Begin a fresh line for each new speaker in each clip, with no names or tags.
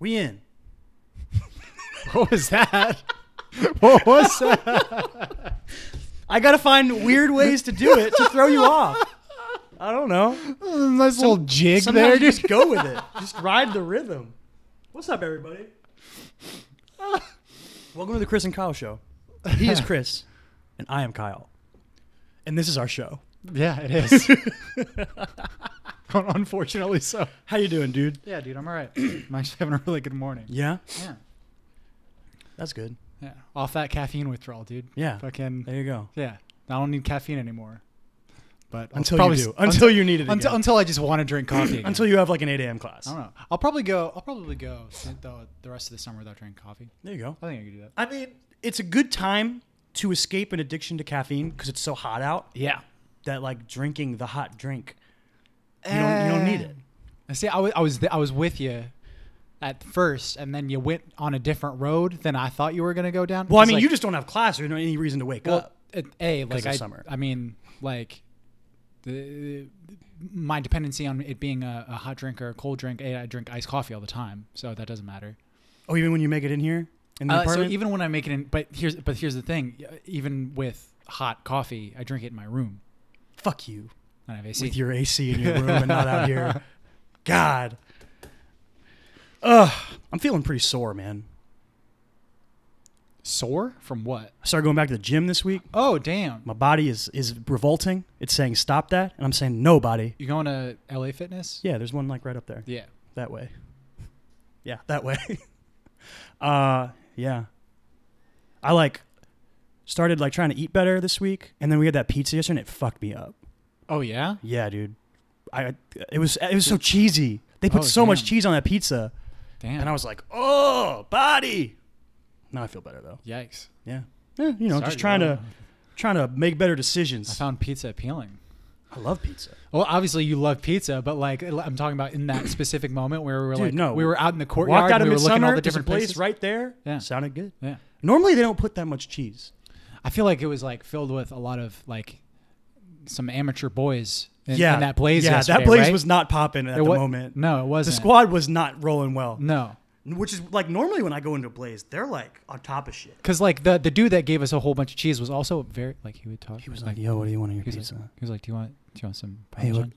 bien.
What was that? what was that?
I gotta find weird ways to do it to throw you off. I don't know.
nice little jig
Sometimes
there,
you
dude.
just go with it. Just ride the rhythm. What's up, everybody? Welcome to the Chris and Kyle Show. He is Chris, and I am Kyle, and this is our show.
Yeah, it is. Unfortunately, so.
How you doing, dude?
Yeah, dude, I'm all right. I'm actually having a really good morning.
Yeah,
Yeah.
that's good.
Yeah. Off that caffeine withdrawal, dude.
Yeah,
Fucking.
there you go.
Yeah. I don't need caffeine anymore. But I'll
Until
probably
you do,
s-
until you need it,
until,
again.
until I just want to drink coffee. again.
until you have like an eight a.m. class.
I don't know. I'll probably go. I'll probably go s- the, the rest of the summer without drinking coffee.
There you go.
I think I could do that.
I mean, it's a good time to escape an addiction to caffeine because it's so hot out
Yeah.
that like drinking the hot drink, you don't, you don't need
Eh.
it.
I see. I wa- I was th- I was with you at first, and then you went on a different road than I thought you were gonna go down.
Well, I
'Cause,
mean,
like,
you just don't have class or any reason to wake
well,
up.
it, a like
of
I,
summer.
I mean, like the my dependency on it being a, a hot drink or a cold drink. A, I drink iced coffee all the time, so that doesn't matter.
Oh, even when you make it in here in the
Uh, so
apartment.
even when I make it in, but here's but here's the thing. Even with hot coffee, I drink it in my room.
fuck you
I have AC.
with your AC in your room and not out here. God. Ugh, I'm feeling pretty sore, man.
Sore from what?
I started going back to the gym this week.
Oh damn!
My body is is revolting. It's saying stop that, and I'm saying no, body.
You going to LA Fitness?
Yeah, there's one like right up there.
Yeah.
That way. Yeah, that way. uh, yeah. I like started like trying to eat better this week, and then we had that pizza yesterday, and it fucked me up.
Oh yeah.
Yeah, dude. I it was it was so cheesy. They put
Oh,
so much
damn.
cheese on that pizza,
Damn.
and I was like, "Oh, body." Now I feel better though.
Yikes.
Yeah, yeah. You know,
Sorry
just
to
trying
hear
to trying to make better decisions.
I
I,
found pizza appealing.
love pizza.
Well, obviously you love pizza, but like I'm talking about in that specific moment where we were
Dude,
like,
no.
we were out in the courtyard,
Walked out
and
of
we were looking at all
midsummer.
the
There's a
different
place
places.
right there.
Yeah.
sounded good.
Yeah.
Normally they don't put that much cheese.
I feel like it was like filled with a lot of like some amateur boys in,
yeah,
in that blaze.
Yeah,
yesterday,
that blaze
right?
was not popping at
It
the
wa-
moment.
No, it
the
wasn't.
squad was not rolling well.
No,
Which is like normally when I go into a blaze, they're like on top of shit.
because like the the dude that gave us a whole bunch of cheese was also very like he would talk.
He was like, "Yo, what do you want on your
he was
pizza?
like, he was like, do you want do you want some
Hey,
parmesan?
look-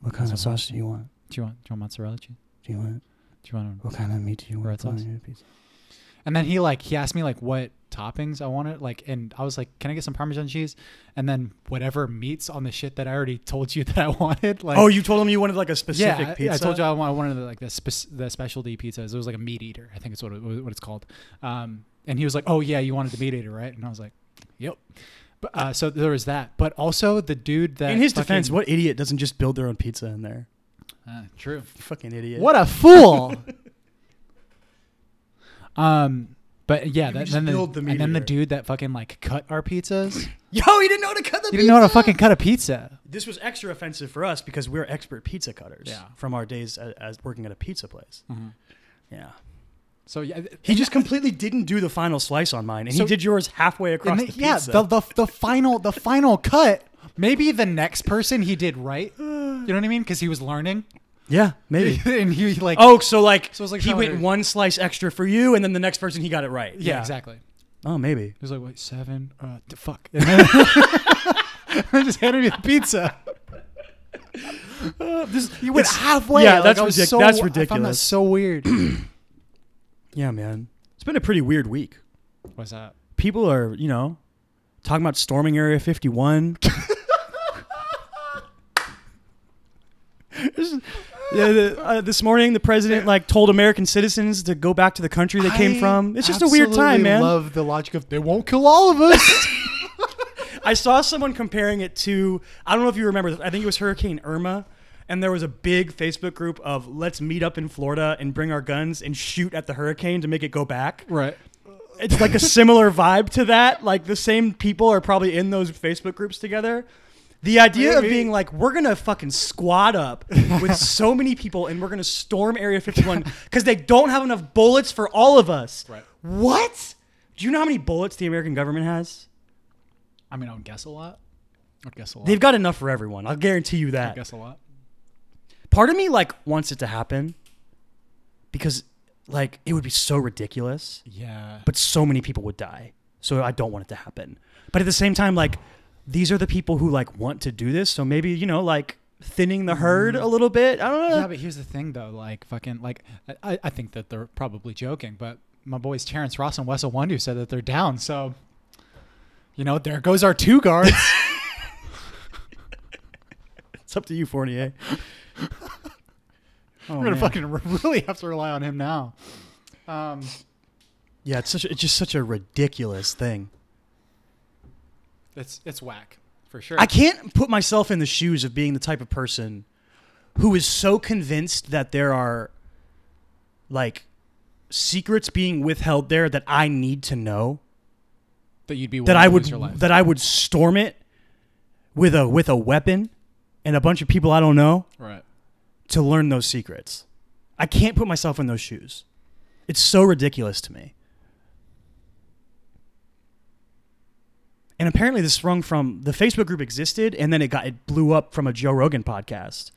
what kind of sauce do you want?
do you want do you want mozzarella cheese?
Do you want
Do you want?
What kind of meat do you
Red
want on
sauce?
your pizza?
And then he like he asked me like what toppings I wanted like and I was like can I get some parmesan cheese and then whatever meats on the shit that I already told you that I wanted like
Oh, you told him you wanted like a
yeah
specific
I-
pizza.
I told you I wa- I wanted like the spec- the specialty pizzas it was like a meat eater I think it's what it, what it's called um and he was like oh yeah you wanted the meat eater right and I was like yep but uh, so there was that but also the dude that
In his
fucking-
defense, what idiot doesn't just build their own pizza in there?
uh, true
Fucking idiot.
what a fool um. But yeah, that,
just
then the,
build the meat
and then the
eater.
dude that fucking like cut our pizzas.
Yo, he didn't know how to cut the
You
pizza.
didn't know how to fucking cut a pizza.
This was extra offensive for us because we're expert pizza cutters
Yeah. Mm-hmm.
from our days as, as working at a pizza place. Yeah.
So yeah, th-
He just completely didn't do the final slice on mine, and
So-
he did yours halfway across
and
the,
the- yeah,
pizza.
the, the the final the final cut. Maybe the next person he did right. You know what I mean? Because he was learning,
yeah, maybe.
and he like
oh, so like,
So it's like
he
how
went
it-
one slice extra for you, and then the next person he got it right.
yeah, exactly. He
Oh, maybe.
was like wait seven uh th- fuck. And then I just handed me the pizza. You went
It's-
halfway.
yeah,
Like,
that's
I was
ridic-
so-
that's
I found that
ridiculous.
so weird.
Yeah, man. It's been a pretty weird week.
What's that?
people are, you know, talking about storming Area 51. This is- yeah, the- uh, this morning the president like told American citizens to go back to the country they came from. It's just a weird time, man.
Love the logic of they won't kill all of us.
I saw someone comparing it to I don't know if you remember this. I think it was Hurricane Irma. And there was a big Facebook group of let's meet up in Florida and bring our guns and shoot at the hurricane to make it go back.
right.
it's like a similar vibe to that. Like the same people are probably in those Facebook groups together. The idea of
Maybe.
being like, we're gonna fucking squad up with so many people and we're gonna storm Area 51 because they don't have enough bullets for all of us.
Right.
What? Do you know how many bullets the American government has?
I mean, I would guess a lot. I would guess a lot.
They've got enough for everyone. I'll guarantee you
I
that.
guess a lot.
Part of me like wants it to happen because like it would be so ridiculous
Yeah.
but so many people would die. So I don't want it to happen. But at the same time, like these are the people who like want to do this. So maybe you know, like thinning the herd a little bit. I don't know.
Yeah, but here's the thing though, like fucking like I, I think that they're probably joking, but my boys Terrence Ross and Wessel Wundu said that they're down, so you know, there goes our two guards.
it's up to you, Fournier. oh,
We're gonna
man.
fucking re- really have to rely on him now. Um
yeah, it's such it's just such a ridiculous thing.
it's it's whack for sure.
I can't put myself in the shoes of being the type of person who is so convinced that there are like secrets being withheld there that I need to know.
that you'd be
that
willing
I
to
would
lose your life.
that I would storm it with a with a weapon and a bunch of people I don't know
right.
to learn those secrets. I can't put myself in those shoes. It's so ridiculous to me. And apparently this sprung from the Facebook group existed and then it got it blew up from a Joe Rogan podcast.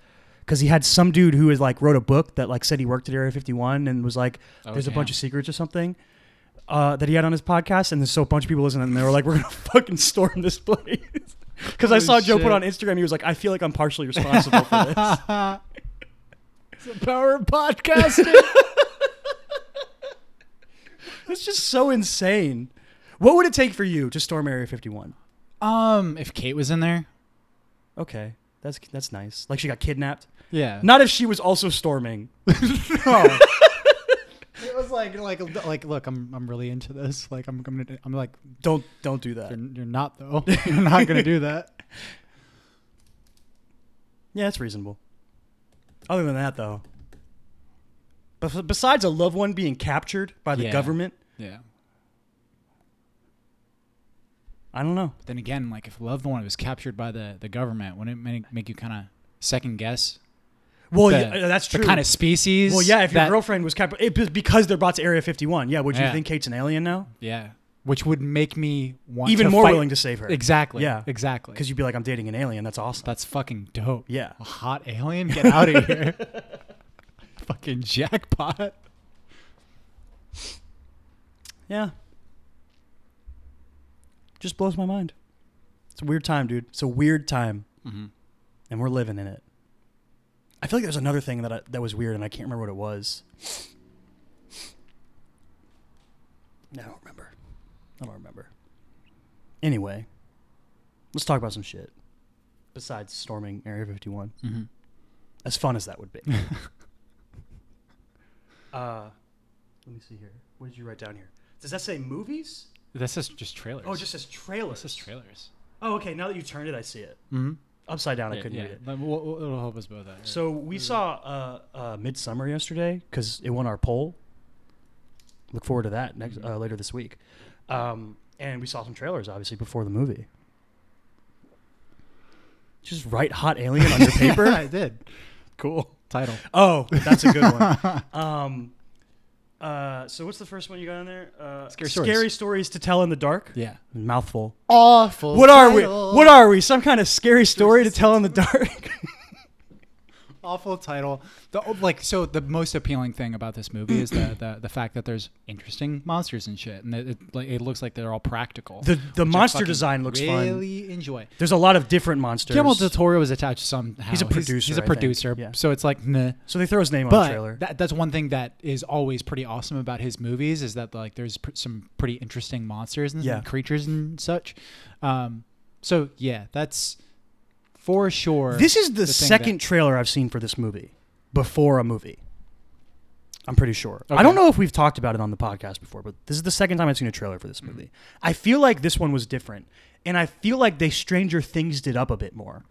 Cause he had some dude who is like wrote a book that like said he worked at Area 51 and was like,
Oh,
there's a
damn.
bunch of secrets or something uh, that he had on his podcast, and then so a bunch of people listened, and they were like, "We're gonna fucking storm this place." Because I
Holy
saw Joe
shit.
put on Instagram, he was like, "I feel like I'm partially responsible for this."
It's the power of podcasting.
it's just so insane. What would it take for you to storm Area 51?
um, if Kate was in there,
Okay, that's that's nice. Like she got kidnapped.
yeah.
Not if she was also storming.
No. it was like like like look, I'm I'm really into this. Like I'm gonna I'm like
Don't don't do
you're,
that.
you're not though. You're not gonna do that.
Yeah, that's reasonable. Other than that, though, bef- besides a loved one being captured by the
Yeah.
government,
Yeah.
I don't know.
But then again, like if a loved one was captured by the the government, wouldn't it make, make you kind of second guess
Well,
the-
yeah, uh, that's true.
the kind of species?
Well, yeah, if your
that-
girlfriend was kept, it was because they're brought to Area 51. Yeah, would you
Yeah.
think Kate's an alien now?
yeah, which would make me want
Even
to
more
fight-
willing to save her.
Exactly.
Yeah.
Exactly.
Because you'd be like, I'm dating an alien. That's awesome.
that's fucking dope.
yeah.
A hot alien, get out of here. fucking jackpot.
Yeah. Just blows my mind. It's a weird time, dude. It's a weird time,
Mm-hmm.
and we're living in it. I feel like there's another thing that I, that was weird, and I can't remember what it was. I don't remember. I don't remember. Anyway, let's talk about some shit besides storming Area 51.
Mm-hmm.
as fun as that would be. uh, let me see here. What did you write down here? Does that say movies?
This is just trailers.
Oh, it just says trailers.
this is trailers.
Oh, okay. Now that you turned it, I see it.
Mm-hmm.
Upside down, I couldn't read it.
it'll help us both out.
So we saw uh, uh, Midsummer yesterday because it won our poll. Look forward to that
Mm-hmm.
next uh, later this week. Um, and we saw some trailers, obviously, before the movie. Just write "hot alien" on your paper.
I did.
cool.
Title.
Oh, that's a good one. um, uh, so what's the first one you got in there? Uh,
Scary stories.
to tell in the dark.
Yeah.
Mouthful.
Awful.
What are we? What are we? Some kind of scary story to tell in the dark?
awful title. The oh, like so the most appealing thing about this movie is the the, the fact that there's interesting monsters and shit, and it, it, like, it looks like they're all practical.
the the
which I
monster
fucking
design looks fun.
really enjoy.
There's a lot of different monsters.
Guillermo del Toro is attached somehow.
He's a
He's,
producer,
a
I think.
producer,
Yeah.
so it's like meh.
so they throw his name on the trailer.
But that, that's one thing that is always pretty awesome about his movies is that like there's pr- some pretty interesting monsters and
Yeah.
creatures and such. Um, so yeah, that's for sure.
this is the,
thing
second
that-
trailer I've seen for this movie before a movie. I'm pretty sure. I
Okay.
don't know if we've talked about it on the podcast before, but this is the second time I've seen a trailer for this movie. I feel like this one was different, and I feel like they Stranger Things did up a bit more.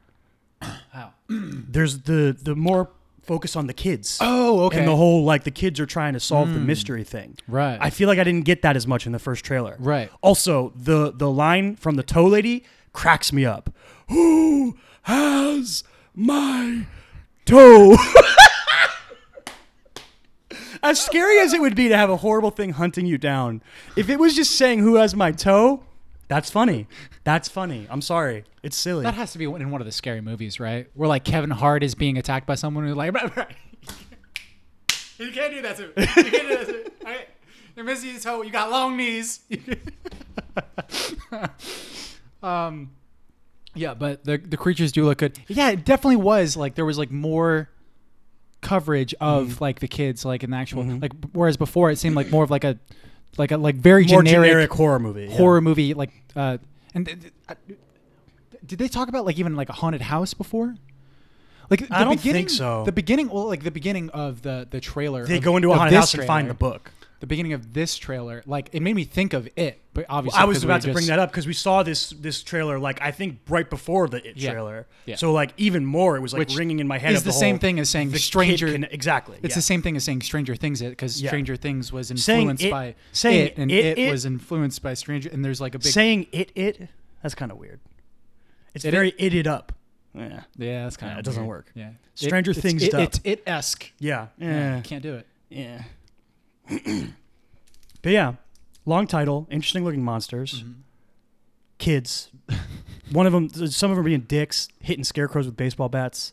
Wow.
There's the the more focus on the kids.
Oh, okay. Hmm.
And the whole like the kids are trying to solve the mystery thing.
Right.
I feel like I didn't get that as much in the first trailer.
Right.
Also, the the line from the tow lady cracks me up. Who has my toe? as scary as it would be to have a horrible thing hunting you down, if it was just saying who has my toe, that's funny. That's funny. I'm sorry. It's silly.
That has to be in one of the scary movies, right? Where like Kevin Hart is being attacked by someone who like You can't do that to me. You can't do that to me. All right. You're missing his hoe. You got long knees. um, yeah, but the the creatures do look good. Yeah, it definitely was like there was like more coverage of
Mm-hmm.
like the kids like in the actual like whereas before it seemed like more of like a like a like very
More
generic,
generic, horror movie. yeah.
horror movie like uh and th- th- I- did they talk about like even like a haunted house before? Like the
I don't think
beginning,
so.
The beginning, well, like the beginning of the the trailer.
They
of-
go into a
of
haunted
this
house and find
trailer
the book.
the beginning of this trailer, like it made me think of it, but obviously
I was
'cause we
about
were
to bring
just-
that up because we saw this this trailer like I think right before the It
Yeah.
trailer.
Yeah.
So like even more, it was like
Which
ringing in my head.
is
of
the
whole-
same thing as saying
the kid
Stranger-
conne- exactly.
It's
yeah.
the same thing as saying Stranger Things, it because
Yeah.
Stranger Things was
Saying
influenced
it-
by
saying
it, and
it-
it,
it-
was influenced by Stranger, and there's like a big
saying it it. That's kind of weird. It's
It-
very it it up. Yeah.
yeah, that's kind of
Yeah, it doesn't work.
Yeah,
Stranger
it's-
Things
it,
up.
it's it esque.
Yeah.
Yeah.
Yeah.
can't do it.
Yeah. but yeah, long title, interesting looking monsters,
Mm-hmm.
kids. One of them, some of them being dicks, hitting scarecrows with baseball bats.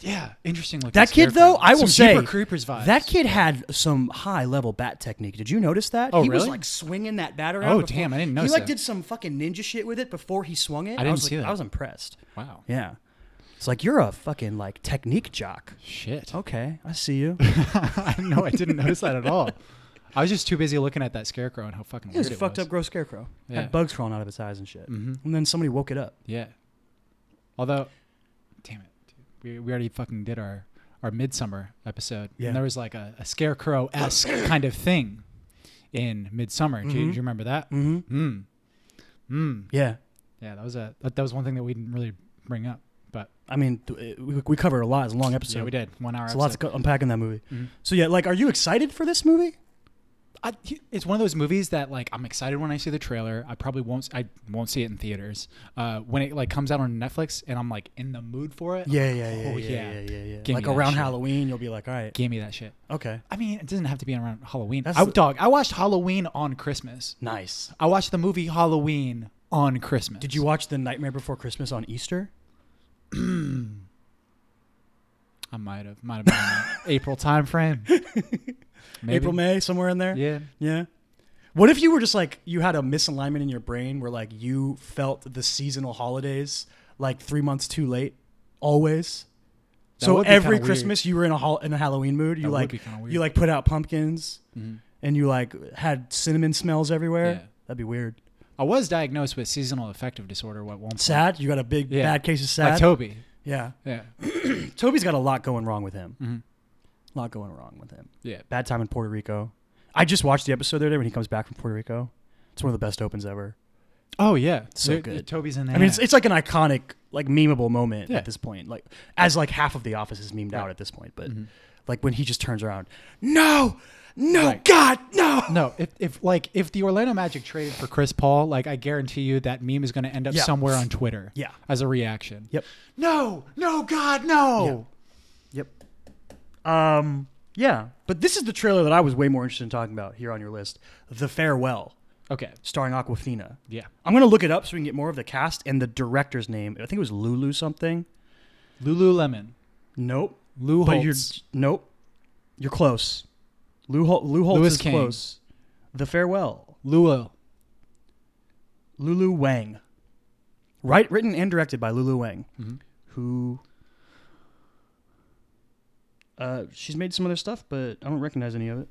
Yeah, interesting. Looking
That kid, though,
scarecrow.
I will
Some Jeepers
say,
creepers vibes.
That kid had some high level bat technique. Did you notice that?
Oh,
he was
really?
like swinging that bat around.
Oh,
before-
damn, I didn't notice
He like
that.
did some fucking ninja shit with it before he swung it. I
didn't
was, like-
see that.
I was impressed.
Wow.
Yeah, it's like you're a fucking like technique jock.
Shit.
Okay, I see you.
no, I didn't notice that at all. I was just too busy looking at that scarecrow and how fucking
It was
weird
a
it
fucked
was.
up, gross scarecrow.
Yeah.
Had bugs crawling out of its eyes and shit.
Mhm.
And then somebody woke it up.
Yeah. Although, damn it, dude, we we already fucking did our our midsummer episode,
Yeah.
and there was like a, a scarecrow esque kind of thing in midsummer. Do, you, do you remember that?
Mm-hmm.
Mm. Mm.
Yeah,
Yeah, that was a that, that was one thing that we didn't really bring up, but
I mean, th- we, we covered a lot. It's a long episode.
yeah, we did Mm-hmm. one hour.
It's
It's
a lot to co- unpack in that movie. So yeah, like, are you excited for this movie?
I, it's one of those movies that like I'm excited when I see the trailer. I probably won't I won't see it in theaters. Uh, when it like comes out on Netflix and I'm like in the mood for it,
Yeah, yeah, yeah,
Oh,
yeah,
yeah.
yeah, yeah, yeah.
Give
Like
me that
around
shit.
Halloween, you'll be like, all right,
give me that shit.
okay,
I mean, it doesn't have to be around Halloween.
That's
I,
the-
dog, I watched Halloween on Christmas.
nice.
I watched the movie Halloween on Christmas.
Did you watch The Nightmare Before Christmas on Easter?
I might have. Might have been in April time frame. Maybe.
April, May, somewhere in there.
Yeah.
Yeah. What if you were just like you had a misalignment in your brain where like you felt the seasonal holidays like three months too late, always.
That
so
would be
every
kinda weird.
Christmas you were in a hol- in a Halloween mood. You
That would
like
be kinda weird. Mm-hmm.
you like put out pumpkins, and you like had cinnamon smells everywhere.
Yeah.
That'd be weird.
I was diagnosed with seasonal affective disorder at one point.
Sad. You got a big
Yeah.
bad case of sad.
Like Toby.
yeah.
Yeah.
Toby's got a lot going wrong with him.
Mm-hmm.
A lot going wrong with him.
Yeah.
Bad time in Puerto Rico. I just watched the episode the other day when he comes back from Puerto Rico. It's one of the best opens ever.
Oh yeah.
So
There-
good.
Toby's in there.
I mean, it's, it's like an iconic, like memeable moment
Yeah.
at this point. Like as like half of the office is memed out
Right.
at this point,
Mm-hmm.
but like when he just turns around, no, no,
Right.
God, no,
no, if, if like if the Orlando Magic traded for Chris Paul, like I guarantee you that meme is going to end up
Yeah.
somewhere on Twitter.
Yeah.
As a reaction.
Yep.
No, no, God, no.
Yep. Um. Yeah, but this is the trailer that I was way more interested in talking about here on your list, "The Farewell,"
Okay.
starring Aquafina.
Yeah.
I'm gonna look it up so we can get more of the cast and the director's name. I think it was Lulu something.
Lululemon.
Nope.
Lou
But you're
Holtz.
nope. You're close. Lou Hol- Lou Holtz
Louis
is
Kane.
close. The farewell.
Luo.
Lulu Wang. Right, written and directed by Lulu Wang,
Mm-hmm.
who uh, she's made some other stuff, but I don't recognize any of it.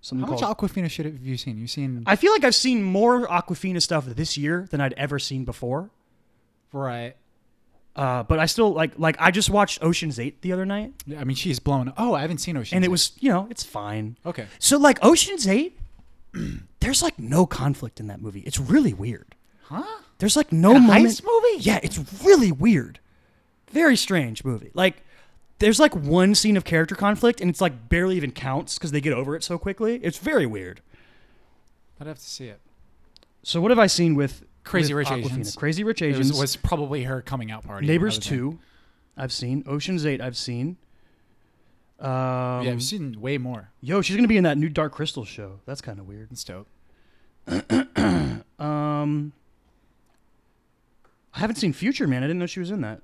Something
How much
called.
Aquafina shit have you seen? You've seen
I feel like I've seen more Aquafina stuff this year than I'd ever seen before.
right.
Uh, but I still like like I just watched Ocean's Eight the other night,
I mean, she's blown. Oh, I haven't seen Ocean.
and it was you know it's fine.
okay.
So like Ocean's Eight, there's like no conflict in that movie. It's really weird.
Huh?
There's like no
a
moment.
heist movie?
Yeah, it's really weird. Very strange movie. Like there's like one scene of character conflict and it's like barely even counts cuz they get over it so quickly. It's very weird.
I'd have to see it.
So what have I seen with
Crazy
with
Rich
Awkwafina?
Asians.
Crazy Rich
It was,
Asians.
was probably her coming out party.
Neighbors
I would think.
2 I've seen. Ocean's 8 I've seen. Um,
yeah, I've seen way more.
yo, she's going to be in that new Dark Crystal show. That's kind of weird.
It's dope.
Um I haven't seen Future Man. I didn't know she was in that.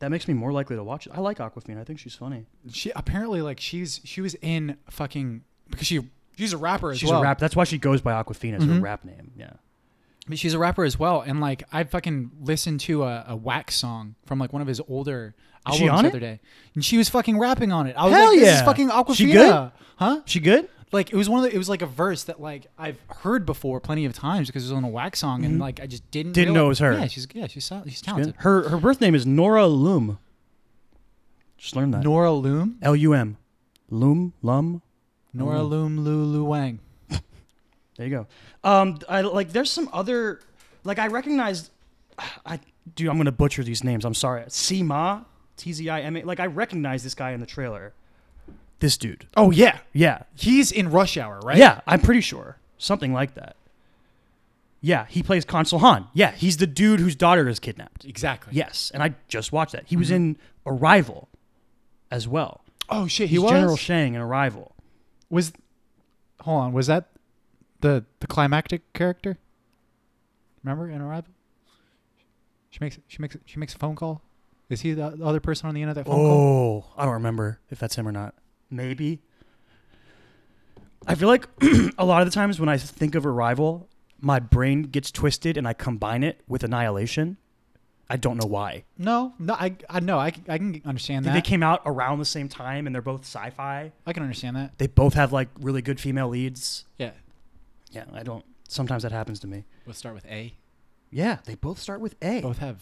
That makes me more likely to watch it. I like Aquafina. I think she's funny.
She apparently like she's she was in fucking because she she's a rapper as
She's
well. Mm-hmm.
a rap. That's why she goes by Aquafina. Is her rap name. Yeah.
But she's a rapper as well, and like I fucking listened to a, a Wax song from like one of his older
Is
albums
she on
the
it?
other day, and she was fucking rapping on it. I was
Hell
like, this is
yeah.
fucking Aquafina,
She good?
huh?
She good?
Like it was one of the, it was like a verse that like I've heard before plenty of times because it was on a Wax song, and like I just didn't
Mm-hmm. Didn't know it was her.
Yeah, she's yeah, she's sou- she's
Good.
talented.
Her her birth name is Nora Loom. Just learn that.
Nora Loom,
L U M. Loom Lum. Mm-hmm.
Nora Loom Lulu Wang.
There you go. Um, I like. There's some other, like I recognized. I do. I'm gonna butcher these names. I'm sorry. Sima, T Z I M A. Like I recognize this guy in the trailer. This dude.
Oh yeah,
Yeah.
he's in Rush Hour, right?
Yeah. I'm pretty sure something like that. Yeah, he plays Consul Han. Yeah, he's the dude whose daughter is kidnapped.
exactly.
Yes, and I just watched that. He
Mm-hmm.
was in Arrival, as well.
Oh shit, he
He's
was
General Shang in Arrival.
was. Hold on, was that the the climactic character? Remember in Arrival? She makes she makes she makes a phone call. Is he the other person on the end of that phone call?
Oh, I don't remember if that's him or not. Maybe. I feel like a lot of the times when I think of Arrival, my brain gets twisted and I combine it with Annihilation. I don't know why.
No, no, I I know I, can- I can understand
They
that.
came out around the same time and they're both sci-fi.
I can understand that.
They both have like really good female leads.
Yeah,
Yeah, I don't. Sometimes that happens to me.
we'll start with A.
Yeah, they both start with A.
Both have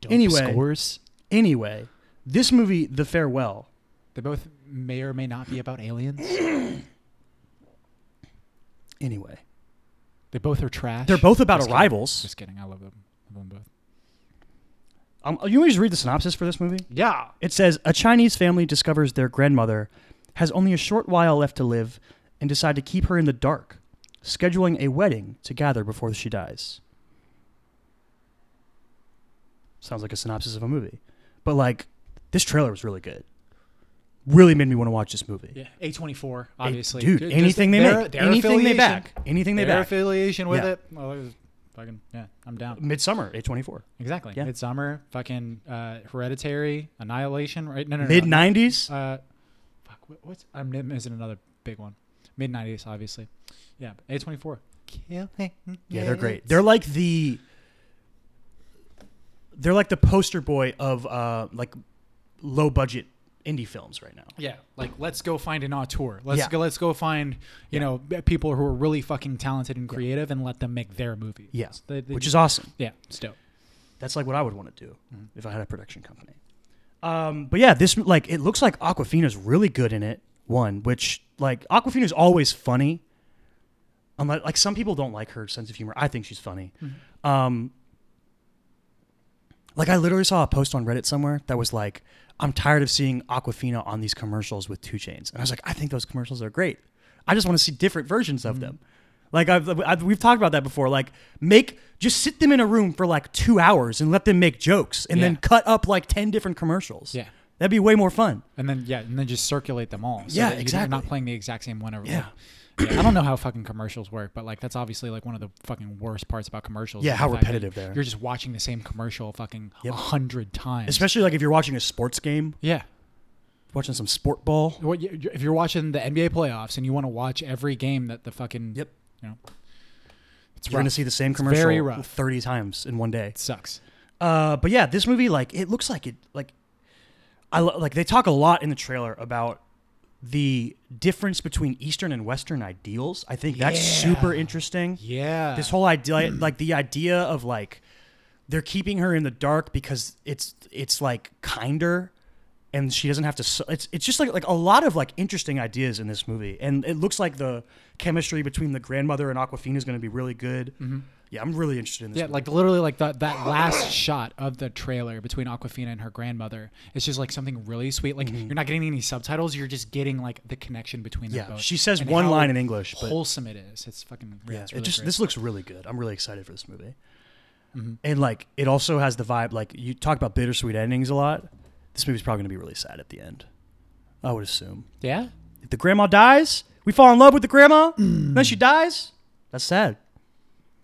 dope
Anyway.
scores.
Anyway, this movie, The Farewell.
They both may or may not be about aliens.
Anyway,
they both are trash.
they're both about
Just kidding.
arrivals.
Just kidding. I love them. I love them both.
Um, you want me to just read the synopsis for this movie?
Yeah.
It says a Chinese family discovers their grandmother has only a short while left to live and decide to keep her in the dark, scheduling a wedding to gather before she dies. Sounds like a synopsis of a movie. But like this trailer was really good. Really made me want to watch this movie.
Yeah, A twenty four, obviously.
Dude,
Ju- just
anything they
their-
make,
their
anything they
affiliation-
back, anything they
their
back.
affiliation with
Yeah.
it. Well, Oh, it was fucking yeah, I'm down.
Midsummer, A24.
Exactly.
Yeah.
Midsummer, fucking uh, Hereditary, Annihilation, right? No, no, no.
Mid 90s?
No. Uh, fuck. What, what's I'm n- missing another big one. Mid nineties, obviously. Yeah, A twenty four. Killing.
Yeah, they're great.
it.
They're like the they're like the poster boy of uh like low budget indie films right now.
Yeah, like let's go find an auteur. Let's
Yeah.
go. Let's go find you know b- people who are really fucking talented and creative, and let them make their movie.
Yeah.
So they- they
Which
just-
is awesome.
yeah, it's dope.
That's like what I would want to do if I had a production company. Um but yeah, this like it looks like Aquafina's really good in it. One, which like Aquafina's always funny. Unless like some people don't like her sense of humor. I think she's funny.
Mm-hmm.
Um Like I literally saw a post on Reddit somewhere that was like, "I'm tired of seeing Aquafina on these commercials with Two Chains," and I was like, "I think those commercials are great. I just want to see different versions
Mm-hmm.
of them." Like I've, I've we've talked about that before. Like make just sit them in a room for like two hours and let them make jokes, and then
Yeah.
cut up like ten different commercials.
Yeah.
that'd be way more fun.
And then yeah, and then just circulate them all. So
Yeah,
that you're
exactly.
Not playing the exact same one over.
Yeah.
like- yeah, I don't know how fucking commercials work, but like that's obviously like one of the fucking worst parts about commercials.
Yeah,
is
how
the fact that
repetitive they are.
You're just watching the same commercial fucking a
Yep.
hundred times.
Especially like if you're watching a sports game,
yeah.
watching some sport ball.
What you- if you're watching the NBA playoffs and you want to watch every game that the fucking
Yep.
you know, it's
You're
rough.
gonna see the same commercial
very rough.
thirty times in one day.
it sucks.
Uh, but yeah, this movie like it looks like it like I lo- like they talk a lot in the trailer about the difference between Eastern and Western ideals. I think that's
Yeah.
super interesting.
Yeah.
This whole idea,
Mm.
like the idea of like they're keeping her in the dark because it's it's like kinder, and she doesn't have to. su- It's it's just like like a lot of like interesting ideas in this movie, and it looks like the chemistry between the grandmother and Aquafina is going to be really good. Yeah, I'm really interested in this.
Mm-hmm. Yeah,
movie.
like literally, like that that last shot of the trailer between Aquafina and her grandmother. It's just like something really sweet. Like
Mm-hmm.
you're not getting any subtitles. You're just getting like the connection between them
Yeah,
both.
she says one
uh, how
line in English, but-
Wholesome it is. It's fucking yeah.
Yeah,
It's
it
really
just
great. Mm-hmm.
this looks really good. I'm really excited for this movie. And like, it also has the vibe. Like, you talk about bittersweet endings a lot. This movie's probably gonna be really sad at the end. I would assume.
yeah.
If the grandma dies, we fall in love with the grandma. Then she dies. That's sad.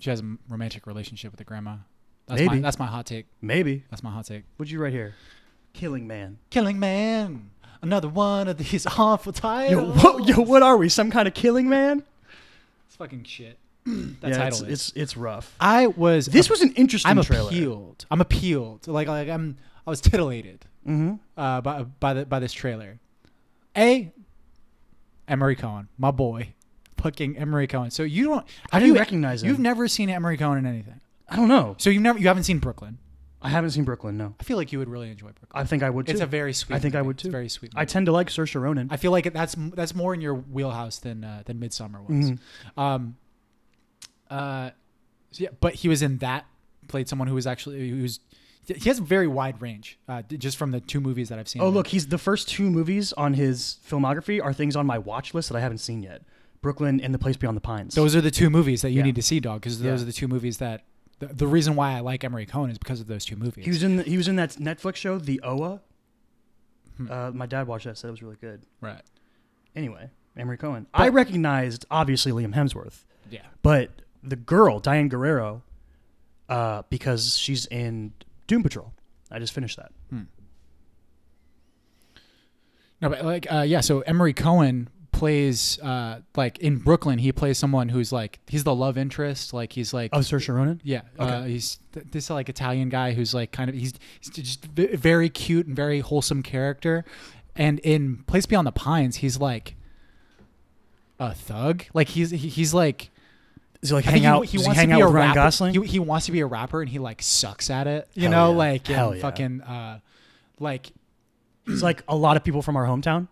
She has a m- romantic relationship with the grandma. That's my
Maybe.
that's my hot take.
Maybe.
That's my hot take.
What'd you write here? Killing Man.
Killing man, another one of these awful
Yo,
titles.
what, yo, what are we? Some kind of Killing Man?
It's fucking shit. that
yeah,
title
it's,
is.
it's it's rough.
I was.
This was an interesting
I'm
trailer.
appealed. I'm appealed. Like like I'm. I was titillated
Mm-hmm.
uh, by by the, by this trailer. A. Emery Cohen, my boy, fucking Emery Cohen. So you don't.
I
have
didn't
you-
recognize him.
You've never seen Emery Cohen in anything.
I don't know.
So you've never. You haven't seen Brooklyn.
I haven't seen Brooklyn. No,
I feel like you would really enjoy Brooklyn.
I think I would. Too.
It's a very sweet.
I think I
movie.
would
It's
too.
very sweet.
I
movie.
tend to like Saoirse Ronan.
I feel like that's that's more in your wheelhouse than uh, than Midsummer was.
Mm-hmm.
Um, uh, so yeah, but he was in that played someone who was actually who was he has a very wide range uh, d- just from the two movies that I've seen.
oh
him in.
look, he's the first two movies on his filmography are things on my watch list that I haven't seen yet. Brooklyn and The Place Beyond the Pines.
those are the two movies that you
Yeah.
need to see, dog, because those
Yeah.
are the two movies that the, the reason why I like Emery Cohen is because of those two movies.
he was in the, he was in that Netflix show The Oa.
Hmm.
Uh, my dad watched that. Said it was really good.
right.
Anyway, Amory Cohen. I recognized obviously Liam Hemsworth,
Yeah.
but the girl Diane Guerrero, uh, because she's in Doom Patrol. I just finished that.
No, but like, uh, yeah. So Emery Cohen plays, uh, like in Brooklyn, he plays someone who's like, he's the love interest. Like he's like,
Oh, Saoirse Ronan.
yeah. Uh,
Okay.
he's th- this like Italian guy who's like kind of he's, he's just v- very cute and very wholesome character. And in Place Beyond the Pines, he's like a thug. Like he's he- he's like
Does he like
I
hang
think
out? does he hang out with Ryan
rapper.
Gosling?
He, he wants to be a rapper and he like sucks at it. You
Hell
know,
yeah.
like in
Hell yeah.
fucking uh, like
He's like a lot of people from our hometown.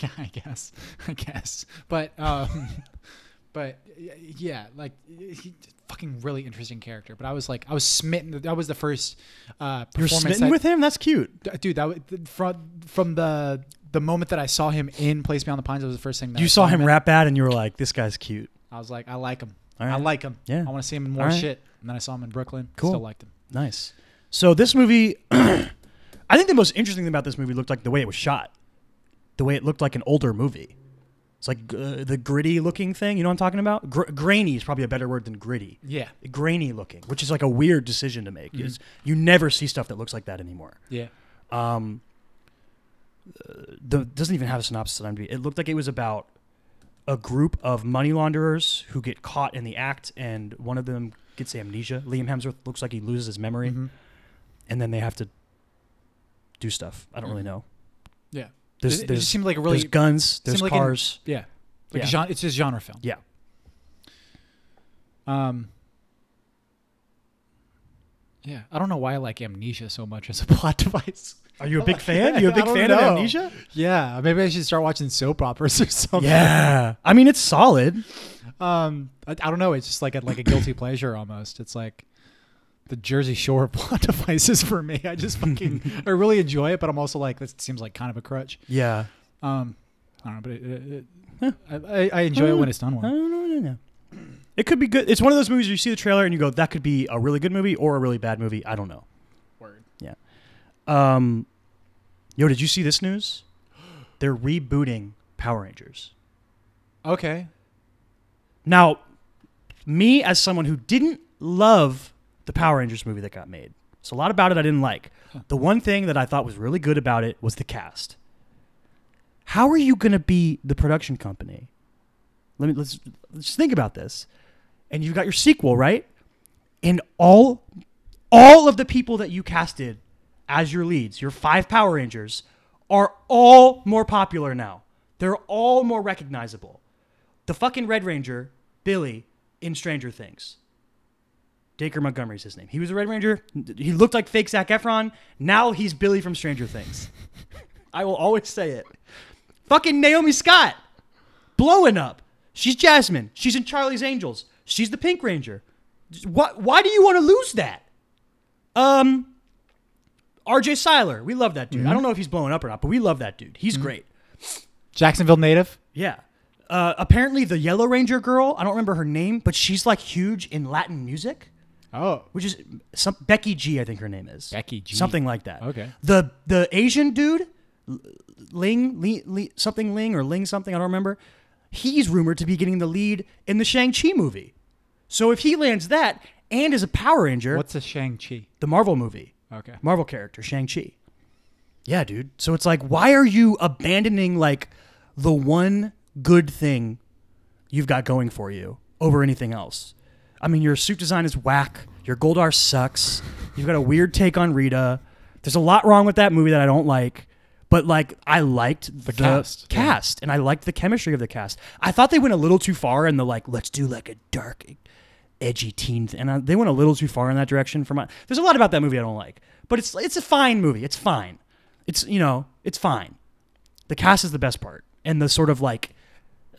yeah, I guess, I guess. But um, but y- yeah, like he, fucking really interesting character. But I was like, I was smitten. That was the first uh,
You're
performance
smitten
that,
with him. That's cute.
D- dude. That was, th- from from the the moment that I saw him in Place Beyond the Pines, that was the first thing that I
You saw him
in.
rap bad, and you were like, "This guy's cute."
I was like, I like him.
All
I
right.
like him.
Yeah.
I want to see him in more
All right.
shit. And then I saw him in Brooklyn.
Cool.
Still liked him.
Nice. So this movie, I think the most interesting thing about this movie looked like the way it was shot, the way it looked like an older movie. It's like uh, the gritty looking thing. You know what I'm talking about? Gr- grainy is probably a better word than gritty.
Yeah.
Grainy looking, which is like a weird decision to make. It's- You never see stuff that looks like that anymore.
Yeah.
Um, uh, the, doesn't even have a synopsis on IMDb. It looked like it was about a group of money launderers who get caught in the act, and one of them gets amnesia. Liam Hemsworth looks like he loses his memory,
Mhm.
and then they have to do stuff. I don't really know.
Yeah.
There's,
It- it,
there's,
just seemed like a
there's
really
guns, there's
like an-
cars.
yeah. Like
Yeah.
Genre, it's just genre film.
yeah.
Um. Yeah, I don't know why I like amnesia so much as a plot device.
Are you a big fan? You a
I
big
don't
fan
know.
of Amnesia?
Yeah, maybe I should start watching soap operas or something.
Yeah. I mean, it's solid.
Um, I, I don't know. It's just like a, like a guilty pleasure almost. It's like the Jersey Shore plot devices for me. I just fucking I really enjoy it, but I'm also like this seems like kind of a crutch.
Yeah.
Um, I don't know, but it, it, it, I, I- I enjoy it when it's done
I
well.
don't know. I don't know. It could be good. It's one of those movies where you see the trailer and you go, that could be a really good movie or a really bad movie. I don't know.
Word.
Um, yo, did you see this news? They're rebooting Power Rangers.
Okay.
Now, me as someone who didn't love the Power Rangers movie that got made, so a lot about it I didn't like. The one thing that I thought was really good about it was the cast. How are you going to be the production company? Let me let's, let's just think about this. And you've got your sequel, right? And all all of the people that you casted as your leads, your five Power Rangers, are all more popular now. They're all more recognizable the fucking Red Ranger, Billy, in Stranger Things. Dacre Montgomery's his name. He was a Red Ranger. He looked like fake Zac Efron. Now he's Billy from Stranger Things. I will always say it. Fucking Naomi Scott, blowing up. She's Jasmine. She's in Charlie's Angels. She's the Pink Ranger. What? Why do you want to lose that? Um, R.J. Seiler. We love that dude. I don't know if he's blowing up or not, but we love that dude. He's great.
Jacksonville native.
Yeah. Uh, apparently, the Yellow Ranger girl, I don't remember her name, but she's like huge in Latin music,
Oh,
which is some, Becky G, I think her name is.
Becky G.
Something like that.
Okay.
The the Asian dude, L- Ling, Li Li something Ling or Ling something, I don't remember. He's rumored to be getting the lead in the Shang-Chi movie. So if he lands that and is a Power Ranger.
What's a Shang Chi?
the Marvel movie?
Okay.
Marvel character, Shang-Chi. Yeah, dude. So it's like, why are you abandoning like the one good thing you've got going for you over anything else? I mean, your suit design is whack. Your Goldar sucks. You've got a weird take on Rita. There's a lot wrong with that movie that I don't like. But like, I liked the,
cast, yeah.
cast, and I liked the chemistry of the cast. I thought they went a little too far in the like, let's do like a dark, edgy teen, th- and I, they went a little too far in that direction. For my, there's a lot about that movie I don't like, but it's it's a fine movie. It's fine. It's you know, it's fine. The cast is the best part, and the sort of like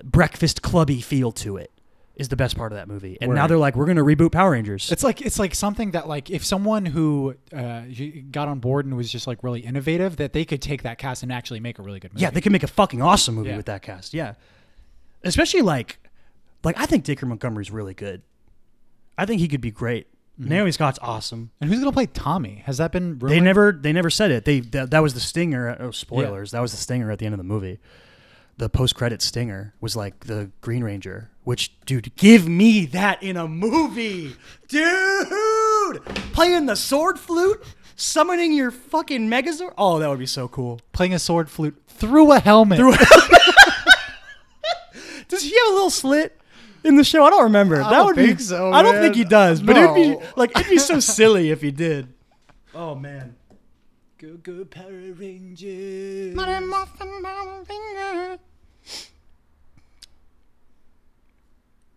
breakfast clubby feel to it is the best part of that movie. And now
Word.
they're like, we're gonna reboot Power Rangers.
It's like it's like something that like if someone who uh, y- got on board and was just like really innovative, that they could take that cast and actually make a really good movie.
yeah, they can make a fucking awesome movie
Yeah.
with that cast. Yeah, especially like, like I think Dickie Montgomery's really good. I think he could be great.
Mm-hmm.
Naomi Scott's awesome.
and who's gonna play Tommy? Has that been
They
rumored?
never they never said it. They that, that was the stinger. Oh, spoilers! That was the stinger at the end of the movie. The post credit stinger was like the Green Ranger, which dude, give me that in a movie, dude! Playing the sword flute, summoning your fucking Megazord. Oh, that would be so cool.
playing a sword flute through a helmet.
Does he have a little slit in the show? I don't remember. that
don't
would
think
be.
so,
I don't
man.
think he does. But it'd
No.
be like it'd be so silly if he did. Oh man.
go go Power Rangers.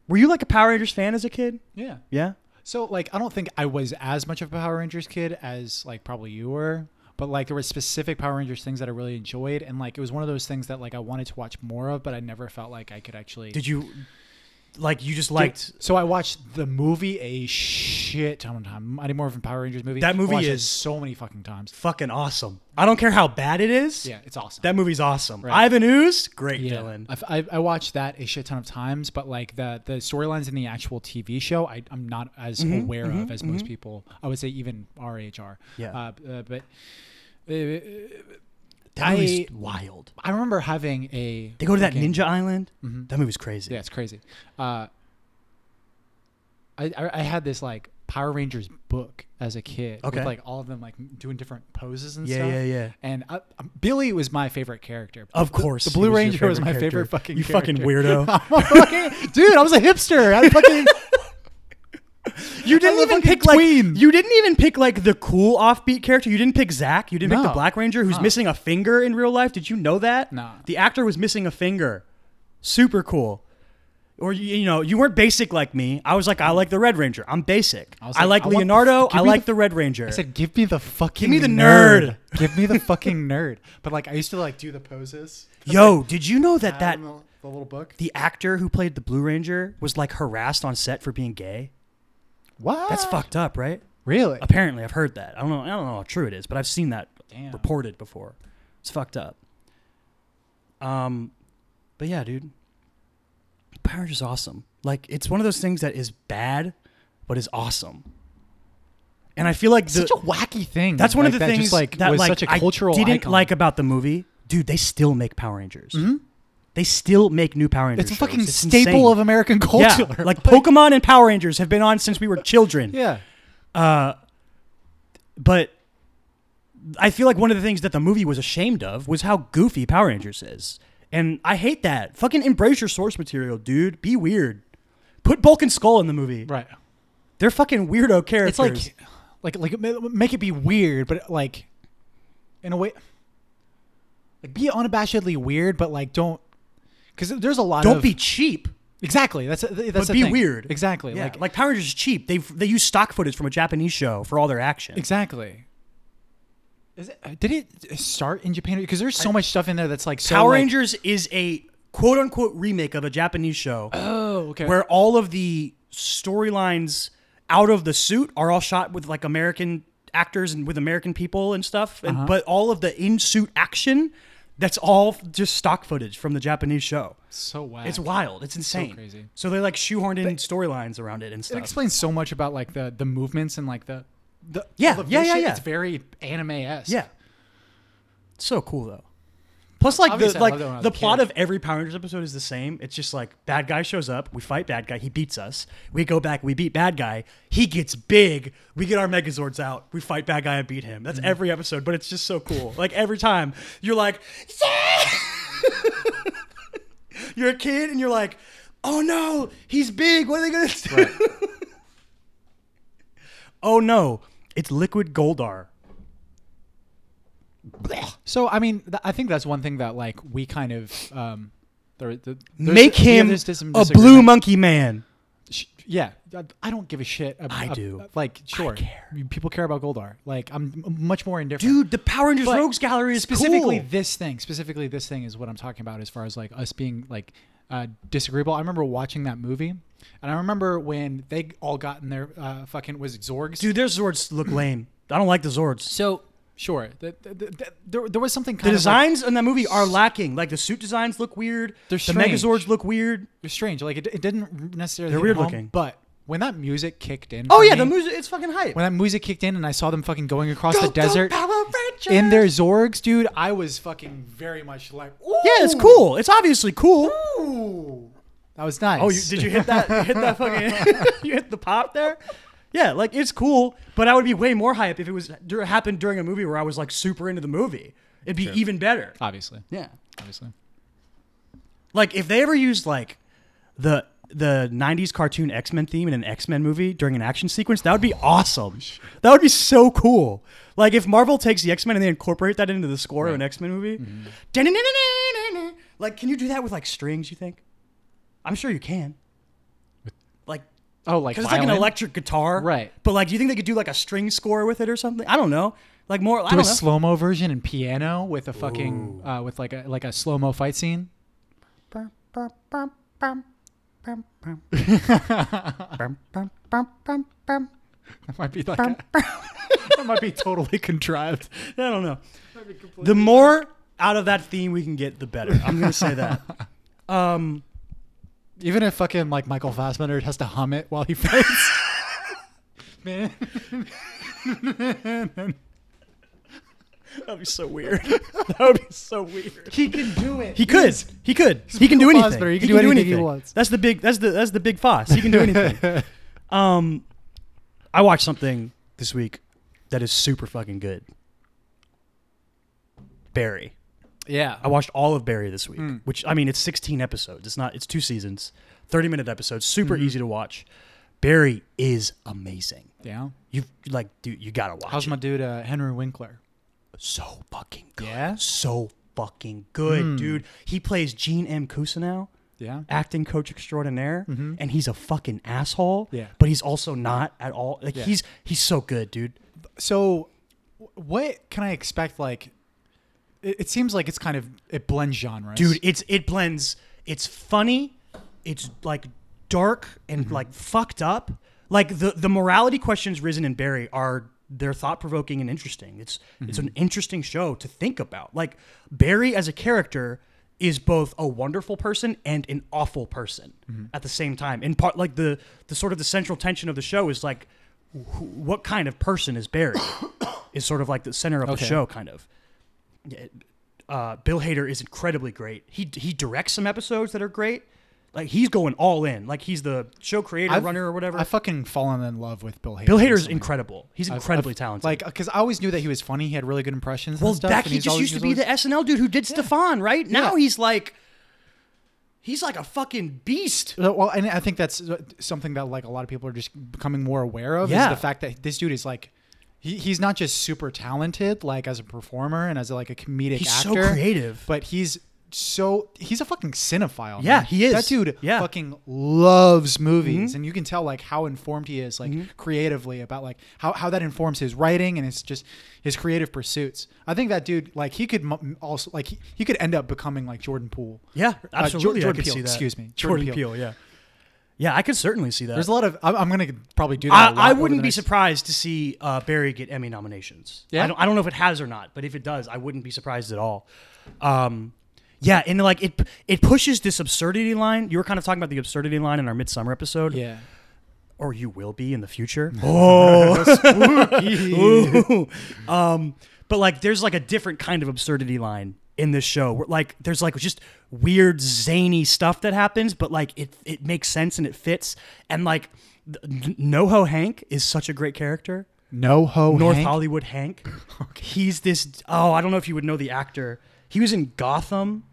Were you like a Power Rangers fan as a kid?
Yeah.
Yeah.
So like I don't think I was as much of a Power Rangers kid as like probably you were, but like there were specific Power Rangers things that I really enjoyed and like it was one of those things that like I wanted to watch more of, but I never felt like I could actually
Did you like you just liked
So I watched the movie a shit ton of time. I did more of a Power Rangers movie.
That
I
movie
watched it
is-
so many fucking times.
fucking awesome. I don't care how bad it is.
Yeah, it's awesome.
That movie's awesome.
Right.
Ivan Ooze, great
yeah,
Dylan.
I've- I, I watched that a shit ton of times, but like the the storylines in the actual TV show, I, I'm not as
Mm-hmm,
aware of as most people. I would say even our age are.
Yeah.
Uh, uh, but uh,
That movie's
I-
wild.
I remember having a.
They go to that
fucking-
ninja island.
Mm-hmm.
That movie's crazy.
Yeah, it's crazy. Uh, I, I I had this like Power Rangers book as a kid.
Okay.
With, like all of them like doing different poses and
Yeah,
stuff.
yeah, yeah.
And I, um, Billy was my favorite character.
Of
The-
course,
the,
he
Blue
was your
Ranger was
favorite
my
character.
favorite fucking.
You fucking
character.
weirdo.
I'm a fucking- dude, I was a hipster. I fucking.
You didn't
I'm a
even
fucking
pick like
tween.
you didn't even pick like the cool offbeat character. You didn't pick Zach. You didn't pick
No.
the Black Ranger who's missing a finger in real life. Did you know that?
No.
The actor was missing a finger. Super cool. Or you, you know, you weren't basic like me. I was like, I like the Red Ranger. I'm basic. I,
was like,
like
I want the-
Leonardo.
give
I
me
like
the-
the, Red Ranger.
I said, "Give me the fucking.
me the nerd."
nerd. Give me the fucking nerd." But like, I used to like do the poses.
Yo, did you know that that
in the, the little book.
the actor who played the Blue Ranger was like harassed on set for being gay?
What?
That's fucked up, right?
Really?
Apparently, I've heard that. I don't know. I don't know how true it is, but I've seen that
Damn.
reported before. It's fucked up. Um, but yeah, dude, Power Rangers is awesome. Like, it's one of those things that is bad, but is awesome. And I feel like the,
such a wacky thing.
that's one of
Like,
the
that
things
just, like
that
was
like
such a cultural
I didn't
icon. Mm-hmm.
like about the movie. Dude, they still make Power Rangers. They still make new Power Rangers.
it's a fucking
shows. It's
staple
insane.
of American
yeah,
culture.
like Pokemon and Power Rangers have been on since we were children.
yeah,
but I feel like one of the things that the movie was ashamed of was how goofy Power Rangers is. And I hate that. Fucking embrace your source material, dude. Be weird. Put Bulk and Skull in the movie.
right.
They're fucking weirdo characters.
It's like, like, like ma- make it be weird, but like, in a way, like be unabashedly weird, but like don't, because there's a lot.
don't
of,
be cheap.
exactly. That's that's
But
the
be
thing.
weird.
Exactly.
Yeah,
Like,
like, Power Rangers is cheap. They they use stock footage from a Japanese show for all their action.
exactly. Is it, uh, did it start in Japan? Because there's so much stuff in there that's like so
Power
like-
Rangers is a quote unquote remake of a Japanese show
Oh, okay.
where all of the storylines out of the suit are all shot with like American actors and with American people and stuff,
Uh-huh.
and, but all of the in suit action. That's all just stock footage from the Japanese show.
so wow.
It's wild. It's insane.
crazy.
So they like shoehorned in storylines around it and
it
stuff.
explains so much about like the the movements and like the the
Yeah,
all the
yeah, yeah,
vision.
yeah.
It's very anime esque.
yeah. So cool though. Plus, like the
Obviously, I
like
loved it when I was
the
a
plot
kid.
of every Power Rangers episode is the same. It's just like bad guy shows up, we fight bad guy, he beats us. We go back, we beat bad guy, he gets big. We get our Megazords out, we fight bad guy and beat him. That's
Mm-hmm.
every episode, but it's just so cool. Like every time, you're like, yeah! you're a kid and you're like, oh no, he's big. What are they gonna do? oh no, it's Liquid Goldar. Blech.
So I mean, th- I think that's one thing that like we kind of um, there, the, there's-
Make
yeah,
him
there's just some
a blue
disagreement.
monkey man.
Sh- Yeah, I- I don't give a shit. ab-
I
ab-
do.
Like, sure,
care.
you- people care about Goldar. Like, I'm m- much more indifferent.
Dude, the Power Rangers
But
Rogues Gallery is
specifically
cool.
this thing specifically this thing is what i'm talking about as far as like us being like uh, disagreeable i remember watching that movie and i remember when they all got in their uh, fucking was it zorgs
Dude, their Zords look lame. I don't like the Zords.
so sure the, the, the- there, there was something kind
The
of like,
designs in that movie are lacking. Like the suit designs look weird.
They're
the
strange.
Megazords look weird.
they're strange like it, it didn't necessarily
They're
hit
weird
home,
looking.
but when that music kicked in
Oh
for
yeah, the
me-
music it's fucking hype.
when that music kicked in and i saw them fucking going across
Go,
the
go,
desert
Power Rangers!
in their zorgs dude i was fucking very much like Ooh.
Yeah, it's cool. It's obviously cool.
that was nice
Oh, you, did you hit that? you hit that fucking? you hit the pop there? Yeah, like it's cool, but I would be way more hype if it was dur- happened during a movie where I was like super into the movie. It'd be even better.
obviously
Yeah.
obviously
Like if they ever used like the the 90s cartoon X-Men theme in an X-Men movie during an action sequence, that would be awesome. That would be so cool. Like if Marvel takes the X-Men and they incorporate that into the score of an X-Men movie.
Mm-hmm.
Da-na-na-na-na-na-na. Like can you do that with like strings, you think? I'm sure you can. Like
Oh, like
cuz it's like an
violin?
electric guitar.
Right.
But like do you think they could do like a string score with it or something? I don't know. Like more I
Do a
don't know.
slow mo version and piano with a fucking uh, with like a like a slow mo fight scene.
Bum, bum, bum, bum, bum, bum. Bum, bum, bum, bum, bum.
That might be like a, that might be totally contrived.
I don't know. The more out of that theme we can get, the better. I'm gonna say that. Um,
Even if fucking like Michael Fassbender has to hum it while he fights. Man,
that'd be so weird. that would be so weird.
he can do it.
He could. He could. He can do
Michael
anything.
Fassbender. He can do anything he wants.
That's the big. That's the. That's the big Foss. He can do anything. um, I watched something this week that is super fucking good. Barry.
yeah.
I watched all of Barry this
Hmm.
week, which I mean, it's 16 episodes. It's not. It's two seasons, 30 minute episodes. Super
Mm-hmm.
easy to watch. Barry is amazing.
Yeah.
You like, dude, you gotta watch.
How's
it.
my dude uh, Henry Winkler?
so fucking good.
Yeah? Hmm.
So fucking good, dude. He plays Gene M. Cousineau,
Yeah.
acting coach extraordinaire, and he's a fucking asshole.
Mm-hmm. Yeah.
But he's also not at all. Like
Yeah.
he's he's so good, dude.
So, wh- what can I expect? Like, it, it seems like it's kind of it blends genres,
dude it's it blends it's funny it's like dark and like fucked up like the the morality questions risen in barry are they're thought-provoking and interesting it's it's an interesting show to think about like barry as a character is both a wonderful person and an awful person at the same time in part like the the sort of the central tension of the show is like wh- what kind of person is barry is sort of like the center of
Okay.
the show kind of uh, Bill Hader is incredibly great. He he directs some episodes that are great. Like he's going all in. Like he's the show creator,
I've-
runner, or whatever.
I fucking fallen in love with Bill Hader.
Bill Hader's
recently.
incredible. He's
I've-
incredibly
I've-
talented.
Like, because I always knew that he was funny. He had really good impressions.
well,
and stuff,
back
and
he
he's
just
always-
used to be
he's
the SNL dude who did Stefan, right? Now
Yeah.
he's like, he's like a fucking beast.
always- Well, and I think that's something that like a lot of people are just becoming more aware of.
Yeah.
Is the fact that this dude is like, he, he's not just super talented like as a performer and as like a comedic
He's so
actor.
creative.
but he's. So he's a fucking cinephile.
Yeah,
man.
he is.
That dude
Yeah. Mm-hmm.
fucking loves movies, and you can tell like how informed he is, like creatively about like how, how that informs his writing and his just his creative pursuits. I think that dude like he could mu- also like he, he could end up becoming like Jordan Poole.
Yeah,
Uh, Jor-
absolutely. I
Jordan
could
Peele,
see that.
Excuse me,
Jordan, Peele. Yeah, yeah, I could certainly see that.
There's a lot of. I'm, I'm gonna probably do that. a lot
I, I
over
wouldn't
the
be
next-
surprised to see uh, Barry get Emmy nominations.
Yeah?
I don't, I don't know if it has or not, but if it does, I wouldn't be surprised at all. Um, yeah, and like it, it pushes this absurdity line. You were kind of talking about the absurdity line in our midsummer episode,
Yeah.
or you will be in the future. Oh, Ooh. um, but like there's like a different kind of absurdity line in this show. Where, like there's like just weird zany stuff that happens, but like it it makes sense and it fits. And like th- NoHo Hank is such a great character.
No ho.
North
Hank?
Hollywood Hank. He's this. Oh, I don't know if you would know the actor. He was in Gotham,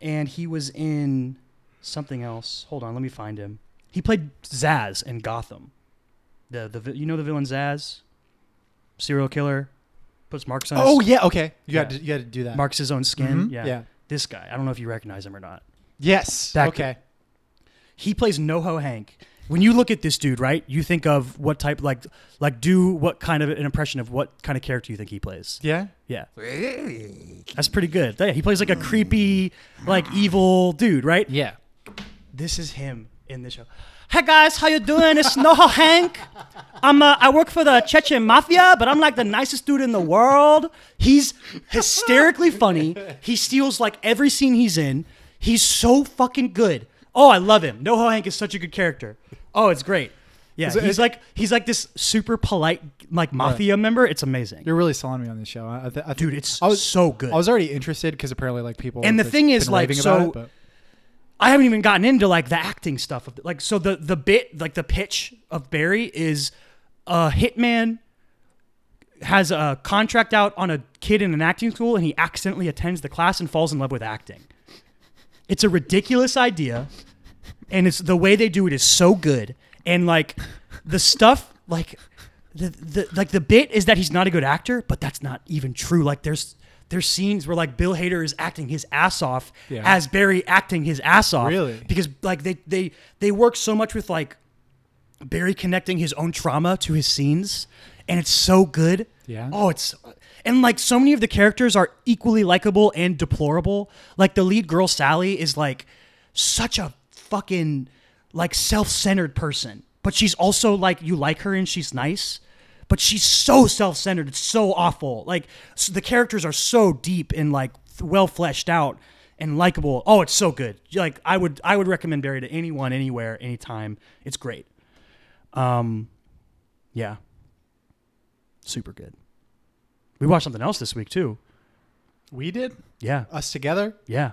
and he was in something else. Hold on, let me find him. He played Zaz in Gotham. The the vi- you know the villain Zaz, serial killer, puts marks on. his-
Oh yeah. Okay. You
Yeah.
had to you had to do that.
marks his own skin.
Mhm,
Yeah.
yeah.
this guy. I don't know if you recognize him or not.
Yes.
That
okay.
he plays NoHo Hank. When you look at this dude, right, you think of what type, like, like do what kind of an impression of what kind of character you think he plays.
Yeah.
Yeah, that's pretty good. Yeah, he plays like a creepy, like evil dude, right?
Yeah.
This is him in the show. Hey guys, how you doing? It's NoHo Hank. I'm uh, I work for the Chechen mafia, but I'm like the nicest dude in the world. He's hysterically funny. He steals like every scene he's in. He's so fucking good. Oh, I love him. NoHo Hank is such a good character. Oh, it's great. Yeah,
it-
he's like he's like this super polite like mafia member. It's amazing.
You're really selling me on this show. I, I th- I think-
Dude, it's
I was,
so good.
I was already interested because apparently, like people.
And the
have
thing is,
been
like,
raving about
so-
it, but-
I haven't even gotten into like the acting stuff of like so the the bit like the pitch of Barry is a hitman has a contract out on a kid in an acting school and he accidentally attends the class and falls in love with acting. It's a ridiculous idea and it's the way they do it is so good and like the stuff like the, the like the bit is that he's not a good actor but that's not even true like there's there's scenes where like Bill Hader is acting his ass off
Yeah.
as Barry acting his ass off
Really?
because like they they they work so much with like Barry connecting his own trauma to his scenes and it's so good
Yeah.
oh it's and like so many of the characters are equally likable and deplorable like the lead girl Sally is like such a fucking like self-centered person but she's also like you like her and she's nice but she's so self-centered it's so awful like s the characters are so deep and like f- well fleshed out and likable oh it's so good like i would i would recommend barry to anyone anywhere anytime it's great um yeah super good we watched something else this week too
we did
yeah
us together
yeah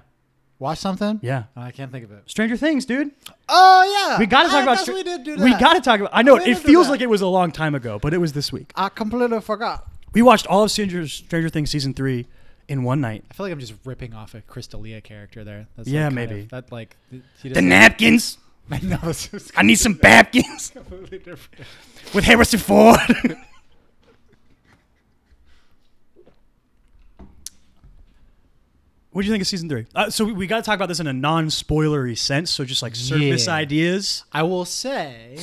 watch something. Oh,
yeah
I can't think of it.
stranger things dude
Oh yeah.
we gotta talk
I
about
guess
Str-
we did do that.
we gotta talk about i know
We
it
did do
feels
that.
like it was a long time ago but it was this week
I completely forgot.
we watched all of stranger, stranger things season three in one night
I feel like I'm just ripping off a Crystalia character there. That's
Yeah,
like kind
maybe.
of- that like th- he
the
doesn't-
napkins
I know this is
i need some napkins
completely different.
with harrison ford What do you think of season three? Uh, so we, we got to talk about this in a non-spoilery sense. So just like surface
Yeah.
ideas.
I will say,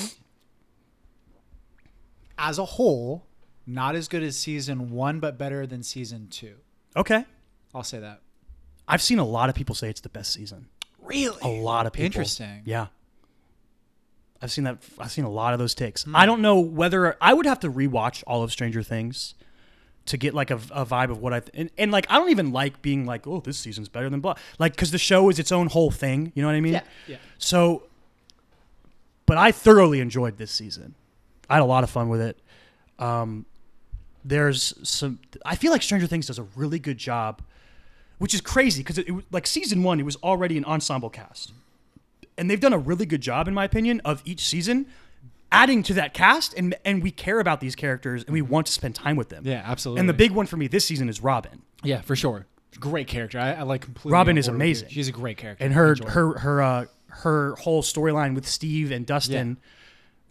as a whole, not as good as season one, but better than season two.
Okay.
I'll say that.
I've seen a lot of people say it's the best season.
Really?
A lot of people.
Interesting.
Yeah. I've seen that. I've seen a lot of those takes.
Hmm.
I don't know whether I would have to rewatch all of Stranger Things to get like a, a vibe of what I th- and, and like I don't even like being like oh this season's better than blah like because the show is its own whole thing. You know what I mean?
Yeah, yeah.
So, but I thoroughly enjoyed this season. I had a lot of fun with it. Um, there's some. I feel like Stranger Things does a really good job, which is crazy because it, it was- like season one, it was already an ensemble cast, and they've done a really good job, in my opinion, of each season adding to that cast, and and we care about these characters and we want to spend time with them.
Yeah, absolutely.
And the big one for me this season is Robin.
yeah, for sure. Great character. I, I like completely.
Robin
on
is
board with you.
amazing.
She's a great character.
and her
Enjoy it.
her her uh, her whole storyline with Steve and Dustin,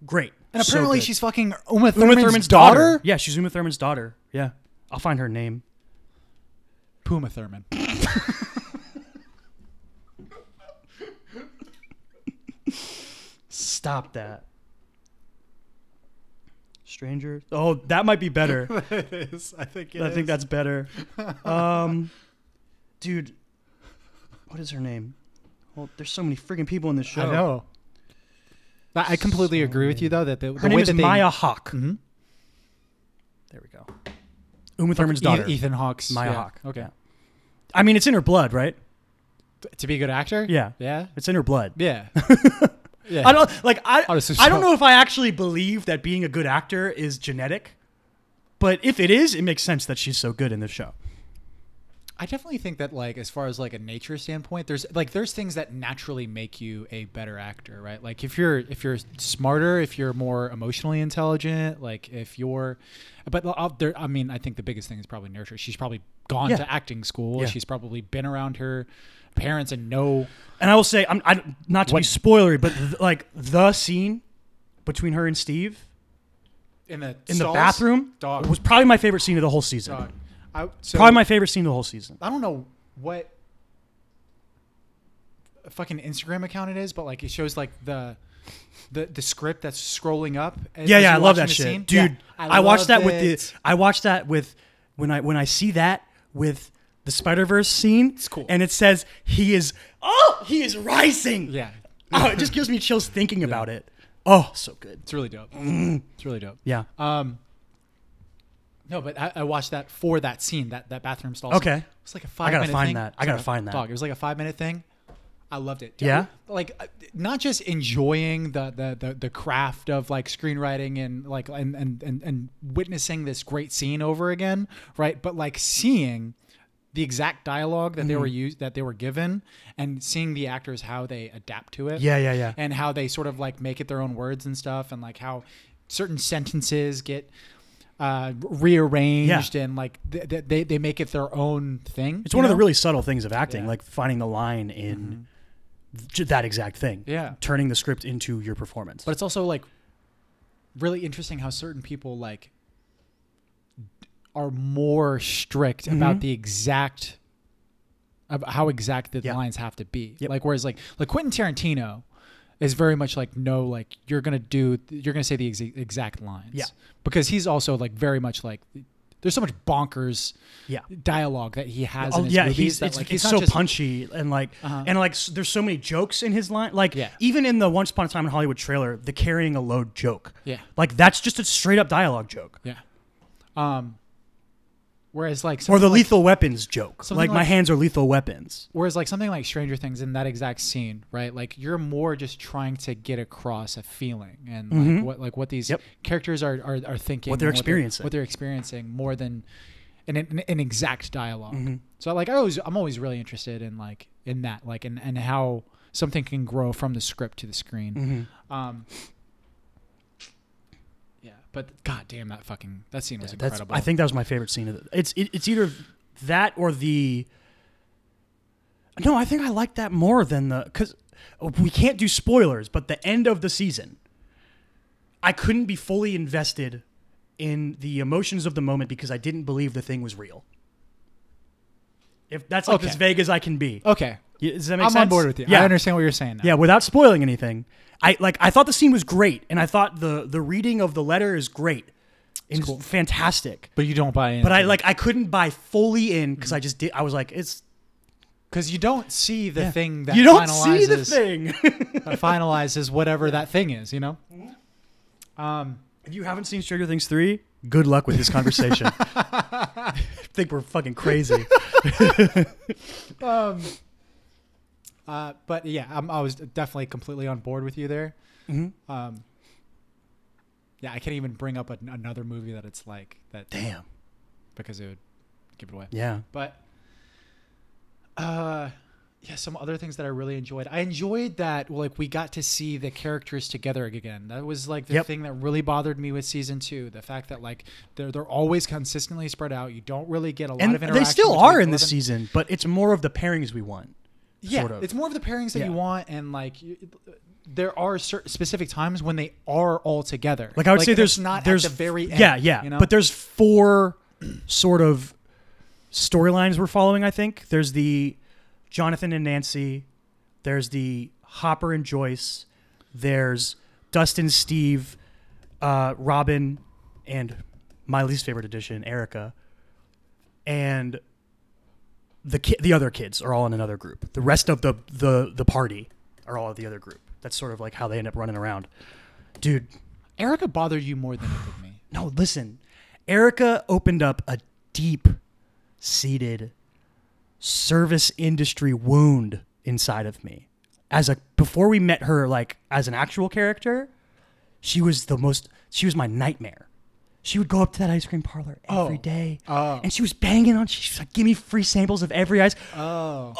great.
and
So
apparently
good.
she's fucking Uma
Uma
Thurman's, daughter.
Yeah, she's Uma Thurman's daughter. Yeah, I'll find her name.
Puma Thurman.
Stop that. Stranger. Oh, that might be better.
it is. I think.
I think that's better. Um, dude, what is her name? Well, there's so many freaking people in this show.
I know. I I completely agree with you though that the, the
Her name
way
is
that they,
Maya Hawk.
Mhm.
There we go. Uma Thurman's
E-
daughter.
Ethan Hawke's
Maya
yeah,
Hawke.
Okay.
Yeah. I mean, it's in her blood, right?
T- To be a good actor.
Yeah.
Yeah.
It's in her blood.
Yeah. yeah.
I don't like I,
Oh, this is
I don't
so-
know if I actually believe that being a good actor is genetic, but if it is, it makes sense that she's so good in this show.
I definitely think that like as far as like a nature standpoint, there's like there's things that naturally make you a better actor, right? Like if you're if you're smarter, if you're more emotionally intelligent, like if you're, but I'll, there, I mean, I think the biggest thing is probably nurture. She's probably gone
Yeah.
to acting school.
Yeah.
She's probably been around her parents and know.
And I will say, I'm I, not to
What-
be spoilery, but th- like the scene between her and Steve
In the
in the bathroom
dog,
was probably my favorite scene of the whole season.
dog. I, so,
Probably my favorite scene of the whole season.
I don't know what fucking Instagram account it is, but like it shows like the the the script that's scrolling up. as-
Yeah,
as
yeah, I
you're
love
watching
that
the
shit,
scene.
dude.
Yeah,
I, watched that
love
with
it.
the. I watched that with when I when I see that with the Spider Verse scene. It's
cool.
and it says he is. Oh, he is rising.
yeah.
Oh, it just gives me chills thinking about it. Oh, so good.
It's really dope. It's really dope.
Yeah.
Um. No, but I, I watched that for that scene, that that bathroom stall.
Okay.
Scene. It's like a five.
gotta
minute
find
thing.
that. I
It's
gotta
like a-
find that.
Dog. It was like a five minute thing. I loved it.
Yeah?
Like uh, not just enjoying the the the, the craft of like screenwriting and like and, and and and witnessing this great scene over again, right? But like seeing the exact dialogue that
Mm-hmm.
they were used that they were given and seeing the actors how they adapt to it
Yeah, yeah, yeah.
and how they sort of like make it their own words and stuff and like how certain sentences get uh, rearranged and like th- th- they they make it their own thing.
It's
you
one of the
know?
really subtle things of acting,
Yeah. Mm-hmm.
like finding the line in j that exact thing.
Yeah.
Turning the script into your performance.
but it's also like really interesting how certain people like are more strict
Mm-hmm.
about the exact of how exact the
Yeah.
lines have to be.
Yep.
Like whereas like like Quentin Tarantino is very much like no like you're gonna do you're gonna say the ex- exact lines.
Yeah.
Because he's also like very much like there's so much bonkers
yeah.
dialogue that he has.
Oh
in his
yeah,
movies
he's
that,
it's,
like,
it's
he's not
so
just-
punchy and like
Uh-huh.
and like s- there's so many jokes in his line. Like
Yeah.
even in the Once Upon a Time in Hollywood trailer, the carrying a load joke.
Yeah.
Like that's just a straight up dialogue joke.
Yeah. Um. Whereas like
Or
something
the
like-
lethal weapons joke.
something
Like, my
like-
hands are lethal weapons.
Whereas like something like Stranger Things in that exact scene, right? Like you're more just trying to get across a feeling and like what like what these
Mm-hmm. Yep.
characters are, are are thinking,
What they're
and
experiencing.
what they're experiencing more than an an, an exact dialog
Mm-hmm.
So like I always I'm always really interested in like in that like and and how something can grow from the script to the screen.
Mm-hmm.
Um, yeah, but god damn that fucking that scene was
That's
incredible.
I think that was my favorite scene of the, it's it, it's either that or the No, I think I like that more than the cuz we can't do spoilers, but the end of the season I couldn't be fully invested in the emotions of the moment because I didn't believe the thing was real. If that's like
Okay.
as vague as I can be.
okay.
Y- Does that make
I'm
sense?
on board with you.
Yeah.
I understand what you're saying. Now.
Yeah, without spoiling anything, I like I thought the scene was great, and I thought the the reading of the letter is great, and it's fantastic.
But you don't buy in.
But I like I couldn't buy fully in because I just did. I was like, it's
Because you don't see the thing that
you don't
finalizes,
see the thing.
that finalizes whatever that thing is, you know? Um,
if you haven't seen Stranger Things three, good luck with this conversation. I think we're fucking crazy.
um, uh, but yeah, I'm, I was definitely completely on board with you there.
Mm-hmm.
Um, yeah, I can't even bring up an, another movie that it's like that
Damn.
because it would give it away.
Yeah.
But uh yeah, some other things that I really enjoyed. I enjoyed that like we got to see the characters together again. That was like the
Yep.
thing that really bothered me with season 2, the fact that like they're they're always consistently spread out. You don't really get a lot
And
of interaction.
they still
between
are in
all of
this
them.
season, but it's more of the pairings we want.
Yeah,
sort of.
it's more of the pairings that
Yeah.
you want and like you, there are certain specific times when they are all together.
Like I would say,
and
there's
it's not
there's
at the very end.
Yeah, yeah.
you know?
But there's four sort of storylines we're following. I think there's the Jonathan and Nancy. There's the Hopper and Joyce. There's Dustin, Steve, uh, Robin, and my least favorite addition, Erica. And the ki- the other kids are all in another group. The rest of the the the party are all at the other group. That's sort of like how they end up running around. Dude,
Erica bothered you more than it did me.
no, listen. Erica opened up a deep seated service industry wound inside of me. As a before we met her like as an actual character, she was the most she was my nightmare. She would go up to that ice cream parlor every
Oh.
day,
Oh.
and she was banging on. She's like, "Give me free samples of every ice."
Oh.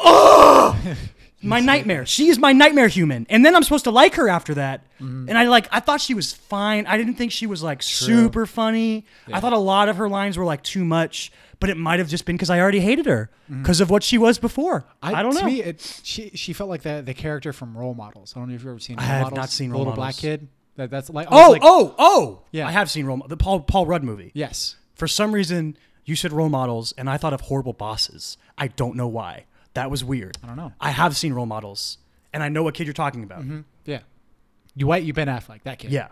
my nightmare. She is my nightmare human. And then I'm supposed to like her after that.
Mm-hmm.
And I like I thought she was fine. I didn't think she was like super funny. I thought a lot of her lines were like too much, but it might have just been cuz I already hated her cuz of what she was before. I, don't
Mm-hmm. to
know.
Me, it, she she felt like the the character from Role Models. I don't know if you've ever seen. Role
have
Models,
not seen
the
Role
little
Models.
black kid. That, that's like I was
oh,
like,
oh, oh.
Yeah.
I have seen Role Mo- the Paul Paul Rudd movie.
yes.
For some reason, you said role models and I thought of horrible bosses. I don't know why. That was weird. I
don't know. Mm-hmm.
I have seen role models and I know what kid you're talking about.
Yeah. You white, you Ben Affleck, that kid.
Yeah.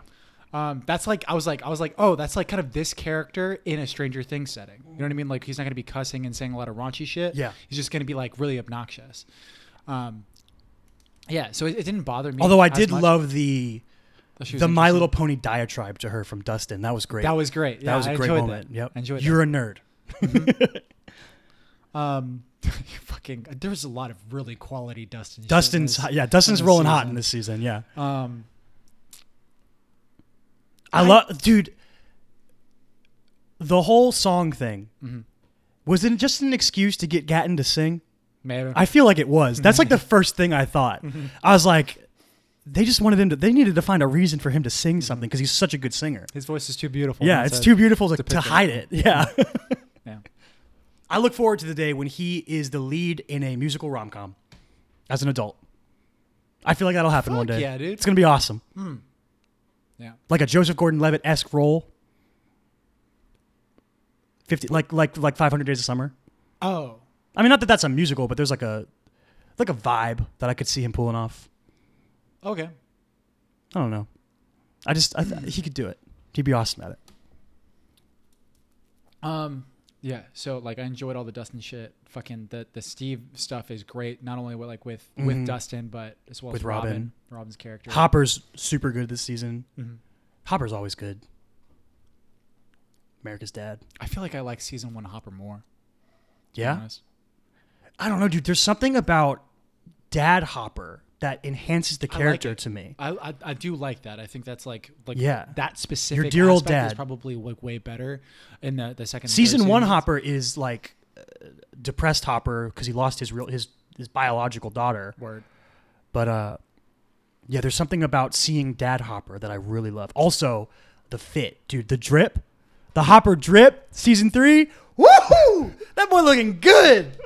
Um, that's like I was like I was like oh that's like kind of this character in a Stranger Things setting. You know what I mean? Like he's not gonna be cussing and saying a lot of raunchy shit.
Yeah.
He's just gonna be like really obnoxious. Um. Yeah. So it, it didn't bother me.
Although I
as
did
much.
love the
Thought she was
the My
interesting.
Little Pony diatribe to her from Dustin. That was great.
That was great.
that
yeah,
was a
I
great
enjoyed
moment.
That.
Yep.
I enjoyed.
You're a nerd.
that. um. fucking. There was a lot of really quality Dustin. shit in
Dustin's
this.
hot- yeah. Dustin's
this
rolling hot
season.
in this season. Yeah.
Um.
I, love, dude. The whole song thing
Mm-hmm.
was it just an excuse to get Gatton to sing?
Maybe.
I feel like it was. That's like the first thing I thought.
Mm-hmm.
I was like, they just wanted him to. They needed to find a reason for him to sing something because he's such a good singer.
His voice is too beautiful.
Yeah,
That's
it's
Mm-hmm. a-
too beautiful to, to
depiction.
hide it. Yeah.
Yeah.
I look forward to the day when he is the lead in a musical rom com as an adult. I feel like that'll happen one
Fuck
day.
yeah, dude.
It's gonna be awesome.
Yeah.
Like a Joseph Gordon Levitt esque role. Fifty like like like five hundred days of summer.
Oh.
I mean not that that's a musical, but there's like a like a vibe that I could see him pulling off.
Okay.
I don't know. I just I, th- he could do it. He'd be awesome at it.
Um. Yeah. So like, I enjoyed all the Dustin shit. Fucking the the Steve stuff is great. Not only with like with with Dustin, but as well
Mm-hmm. With
as
Robin.
Robin. Robin's character.
Hopper's super good this season.
Mhm.
Hopper's always good. America's dad.
I feel like I like season one Hopper more. to be
Yeah.
honest.
I don't know, dude. There's something about Dad Hopper that enhances the
I like
character
it.
to me.
I, I I do like that. I think that's like like
Yeah.
that specific
dear old
aspect is
dad.
probably like way better in the the second and
Season
third
one
seasons.
Hopper is like uh, depressed Hopper because he lost his real his his biological daughter.
word.
But uh, yeah, there's something about seeing Dad Hopper that I really love. Also, the fit, dude. The drip, the Hopper drip. Season three. Woohoo! That boy looking good.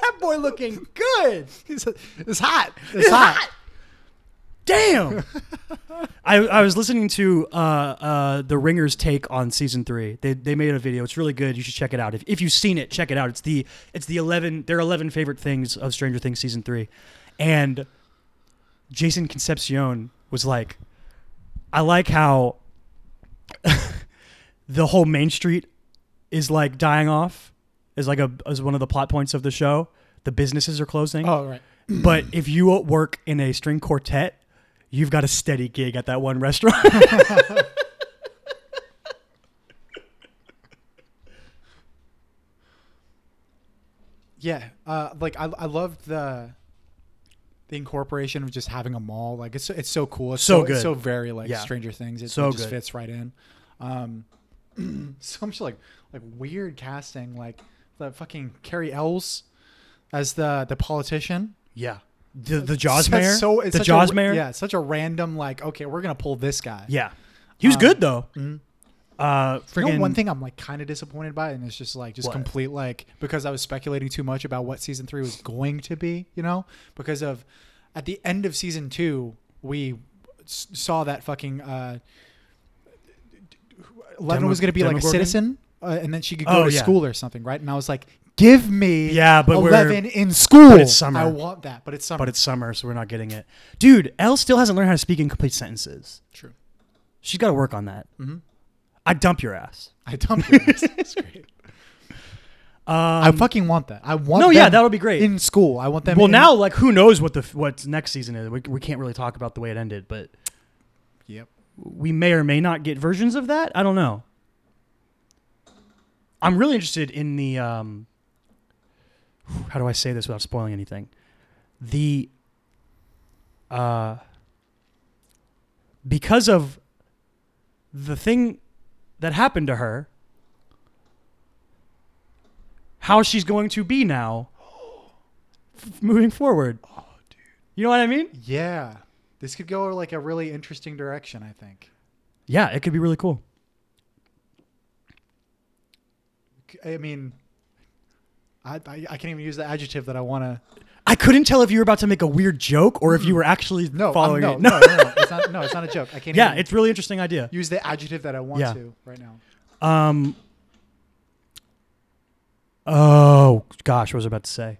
That boy looking good.
It's, it's hot. It's,
It's
hot.
hot. Damn. I, I was listening to uh, uh, the Ringers take on season three. They, they made a video. It's really good. You should check it out. If, if you've seen it, check it out. It's the it's the eleven their eleven favorite things of Stranger Things season three, and Jason Concepcion was like, I like how the whole Main Street is like dying off is like a is one of the plot points of the show. The businesses are closing
Oh right.
but if you work in a string quartet, you've got a steady gig at that one restaurant.
Yeah, uh, like I, I love the the incorporation of just having a mall. Like it's so- it's so cool. It's
So
so, it's
good.
so very like
Yeah.
Stranger Things. It,
So
it just
good.
fits right in. Um, so much like like weird casting. Like the fucking Carrie Ells as the the politician.
yeah. The the Jaws
That's
mayor.
So it's
the
such
Jaws
a,
mayor.
Yeah, such a random like. Okay, we're gonna pull this guy.
Yeah. He was good though. Uh,
Um, mm-hmm. You
friggin-
know, one thing I'm like kind of disappointed by, and it's just like just
What?
complete like because I was speculating too much about what season three was going to be, you know, because of at the end of season two we s- saw that fucking uh, Eleven
Demo-
was going to be like a
Demogorgon?
citizen, uh, and then she could go
Oh,
to
yeah.
school or something, right? And I was like, give me
Yeah, but we're-
Eleven in school.
but it's summer.
I want that, but it's summer.
But it's summer, so we're not getting it. Dude, Elle still hasn't learned how to speak in complete sentences.
true.
She's got to work on that. Mm-hmm. I dump your ass.
I dump your ass. It's great. I fucking want that. I want.
Um, No, yeah,
them
that would be great.
in school. I want them.
well,
in-
now like who knows what the f- what's next season is? We, we can't really talk about the way it ended, but
Yep.
we may or may not get versions of that. I don't know. I'm really interested in the um, how do I say this without spoiling anything? The uh, because of the thing that happened to her, how she's going to be now f- moving forward. Oh, dude. You know what I mean?
Yeah. This could go like a really interesting direction, I think.
Yeah, it could be really cool.
C- I mean, I, I, I can't even use the adjective that I want to.
I couldn't tell if you were about to make a weird joke or if you were actually
No, I'm-
following
no,
it.
no, no, no. It's not, no, it's not a joke. I can't
Yeah,
even
it's really interesting idea.
use the adjective that I want
Yeah.
to right now.
Um. Oh gosh, what was I about to say?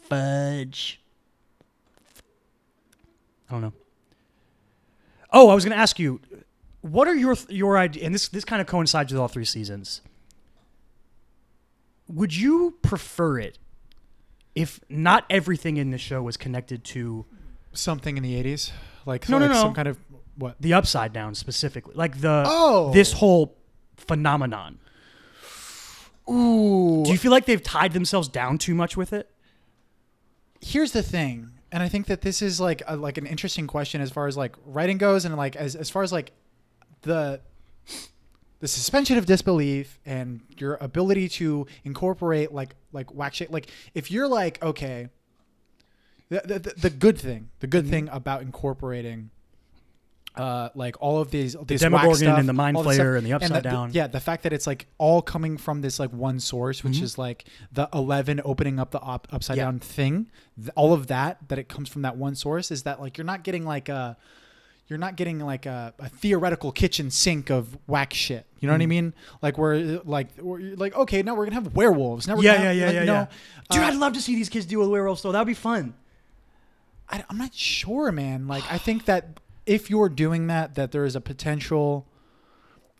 Fudge. I don't know. Oh, I was going to ask you, what are your your idea? And this this kind of coincides with all three seasons. Would you prefer it if not everything in the show was connected to
Something in the 80s? Like,
No, no,
like
no.
some kind of. What?
the upside down specifically, like the
Oh.
this whole phenomenon?
Ooh.
Do you feel like they've tied themselves down too much with it?
here's the thing and i think that this is like a, like an interesting question as far as like writing goes and like as, as far as like the the suspension of disbelief and your ability to incorporate like like wax shape like if you're like okay the, the, the- the good thing the
Mm-hmm.
good thing about incorporating uh, like all of these, this wax
Demogorgon
stuff,
and the Mind
all
Flayer
this stuff,
and the Upside Down.
yeah, the fact that it's like all coming from this like one source, which is like the eleven opening up the op- upside
Mm-hmm. Yeah.
down thing, th- all of that that it comes from that one source is that like you're not getting like a you're not getting like a, a theoretical kitchen sink of whack shit. You know
Mm.
what I mean? Like we're like we're like okay, now we're gonna have werewolves. Now we're gonna have, like, no, Uh,
Dude, I'd love to see these kids do a werewolf though. That'd be fun.
I, am not sure, man. Like, I think that if you're doing that, that there is a potential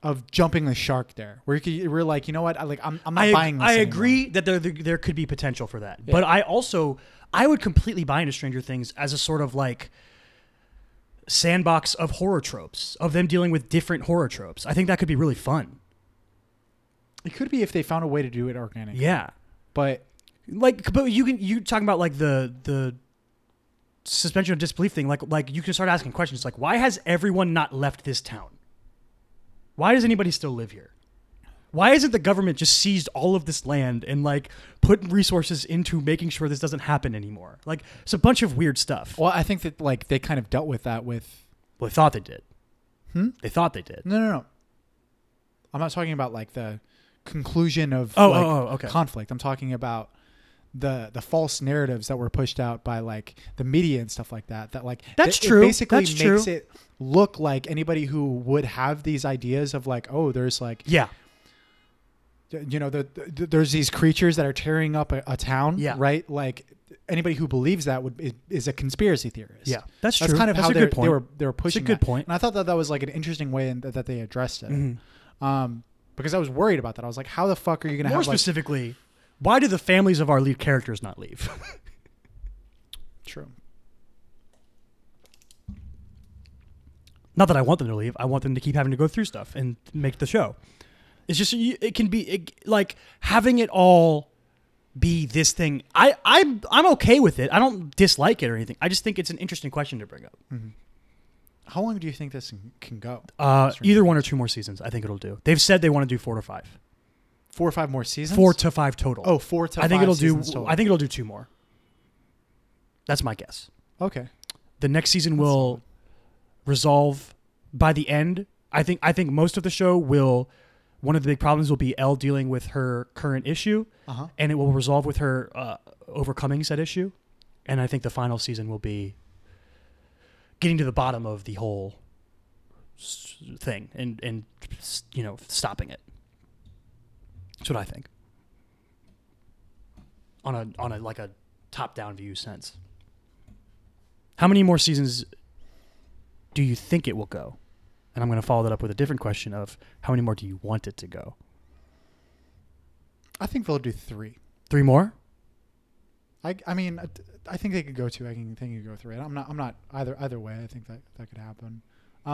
of jumping the shark there, where you could, we're like, you know what? I like, I'm, I'm not
I,
buying. This
I
anymore.
agree that there, there there could be potential for that, but I also I would completely buy into Stranger Things as a sort of like sandbox of horror tropes of them dealing with different horror tropes. I think that could be really fun.
It could be if they found a way to do it organic,
Yeah,
but
like but you can you talking about like the the suspension of disbelief thing like like you can start asking questions like why has everyone not left this town why does anybody still live here why isn't the government just seized all of this land and like put resources into making sure this doesn't happen anymore like it's a bunch of weird stuff
well, I think that like they kind of dealt with that with
well they thought they did
Hmm?
they thought they did
no, no, no. I'm not talking about like the conclusion of
Oh,
like,
oh, oh, okay.
conflict. I'm talking about the the false narratives that were pushed out by like the media and stuff like that. That like
That's
that it
true.
basically
That's
makes
true.
it look like anybody who would have these ideas of like oh there's like
yeah
you know the, the, there's these creatures that are tearing up a, a town
Yeah.
right like anybody who believes that would is, is a conspiracy theorist
Yeah. That's
that's
true.
kind of
That's
how
a
they,
good
they
point.
were they were pushing
good
that.
point.
and i thought that that was like an interesting way in, that, that they addressed it
Mhm.
um because i was worried about that i was like how the fuck are you gonna
more
have like
specifically why do the families of our lead characters not leave
true
not that I want them to leave. I want them to keep having to go through stuff and make the show. It's just you- it can be it, like having it all be this thing. I I'm I'm okay with it. I don't dislike it or anything. I just think it's an interesting question to bring up.
Hmm. how long do you think this can- can go
Uh, either one or two more seasons, I think it'll do. They've said they want to do four to five,
four or five more seasons
four to five total.
oh four to
I think
five
it'll do.
seasons total.
I think it'll do two more. That's my guess.
okay
the next season will resolve by the end. I think I think most of the show will one of the big problems will be Elle dealing with her current issue
uh-huh
and it will resolve with her uh, overcoming said issue. And I think the final season will be getting to the bottom of the whole s- thing and and s- you know stopping it. That's what I think. On a on a like a top down view sense. How many more seasons do you think it will go? And I'm going to follow that up with a different question of how many more do you want it to go?
i think they'll do three
Three more?
I, I mean, I- I think they could go two. I can think you go three. I'm not. I'm not either. Either way, I think that that could happen.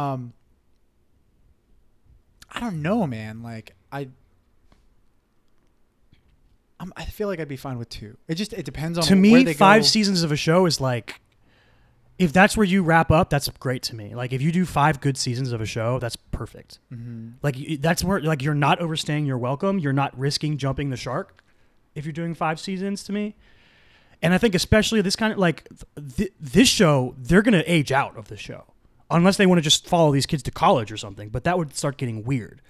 Um, I don't know, man. Like I, I'm, I feel like I'd be fine with two. It just it depends on
to
where
me
they
five
go.
seasons of a show is like if that's where you wrap up, that's great to me. Like if you do five good seasons of a show, that's perfect.
Mm-hmm.
Like y- that's where like you're not overstaying your welcome. You're not risking jumping the shark if you're doing five seasons to me. And I think especially this kind of like th- th- this show, they're gonna age out of the show unless they want to just follow these kids to college or something. But that would start getting weird.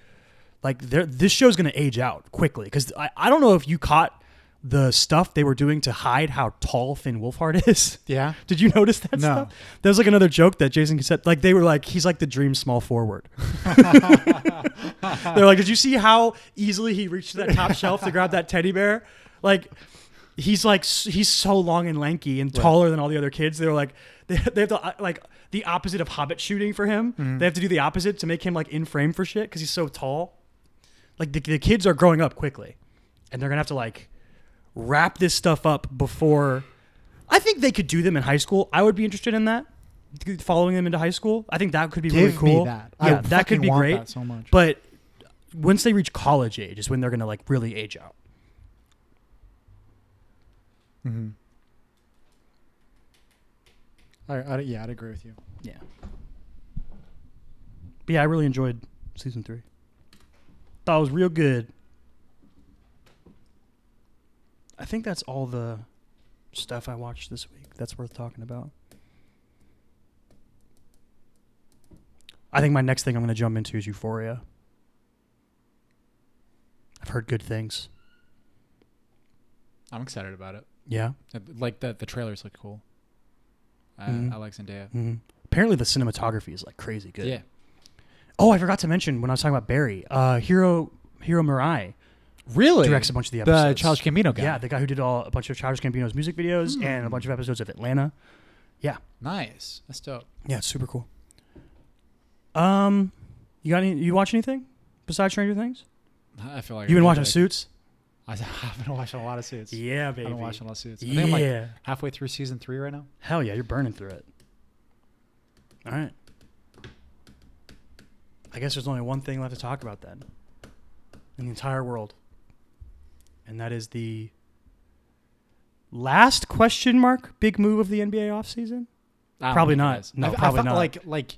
Like they're- this show's gonna age out quickly because I, I don't know if you caught the stuff they were doing to hide how tall Finn Wolfhard is.
Yeah.
Did you notice that
No.
stuff? There was like another joke that Jason Cassett, like they were like, he's like the dream small forward. They're like, did you see how easily he reached to that top shelf to grab that teddy bear? Like, he's like, s- he's so long and lanky and taller than all the other kids. They were like, they, they have to, uh, like the opposite of Hobbit shooting for him. They have to do the opposite to make him like in frame for shit because he's so tall. Like the, the kids are growing up quickly, and they're gonna have to like wrap this stuff up before. I think they could do them in high school. I would be interested in that. Following them into high school, I think that could be really
Give me
cool.
that. I
Yeah, that could
fucking
be
want
great.
that so much.
But once they reach college age is when they're gonna like really age out.
Mm-hmm. I, I, yeah, I'd agree with you.
Yeah. But yeah, I really enjoyed season three. Thought it was real good. I think that's all the stuff I watched this week that's worth talking about. I think my next thing I'm going to jump into is Euphoria. I've heard good things.
I'm excited about it.
Yeah.
Uh, Like the the trailers look cool. I,
Mhm.
I like Zendaya.
hmm Apparently, the cinematography is like crazy good.
Yeah.
Oh, I forgot to mention when I was talking about Barry, uh, Hero Hero Mirai
Really?
directs a bunch of the episodes.
the Childish Gambino guy.
Yeah, the guy Hmm. who did all a bunch of Childish Gambino's music videos and a bunch of episodes of Atlanta.
Nice. That's dope.
Yeah, it's super cool. Um, you got any? You watch anything besides Stranger Things?
I I feel like
You've
I
been
need,
watching
like-
Suits.
I, have been watching a lot of suits.
Yeah,
I've
baby.
been watching a lot of suits. I think
yeah.
I'm like halfway through season three right now.
Hell yeah, you're burning through it. All right. I guess there's only one thing left to talk about then in the entire world. And that is the last question mark big move of the NBA offseason.
I don't
Probably
know
not.
if it is.
No,
I, I
probably
felt
not.
Like like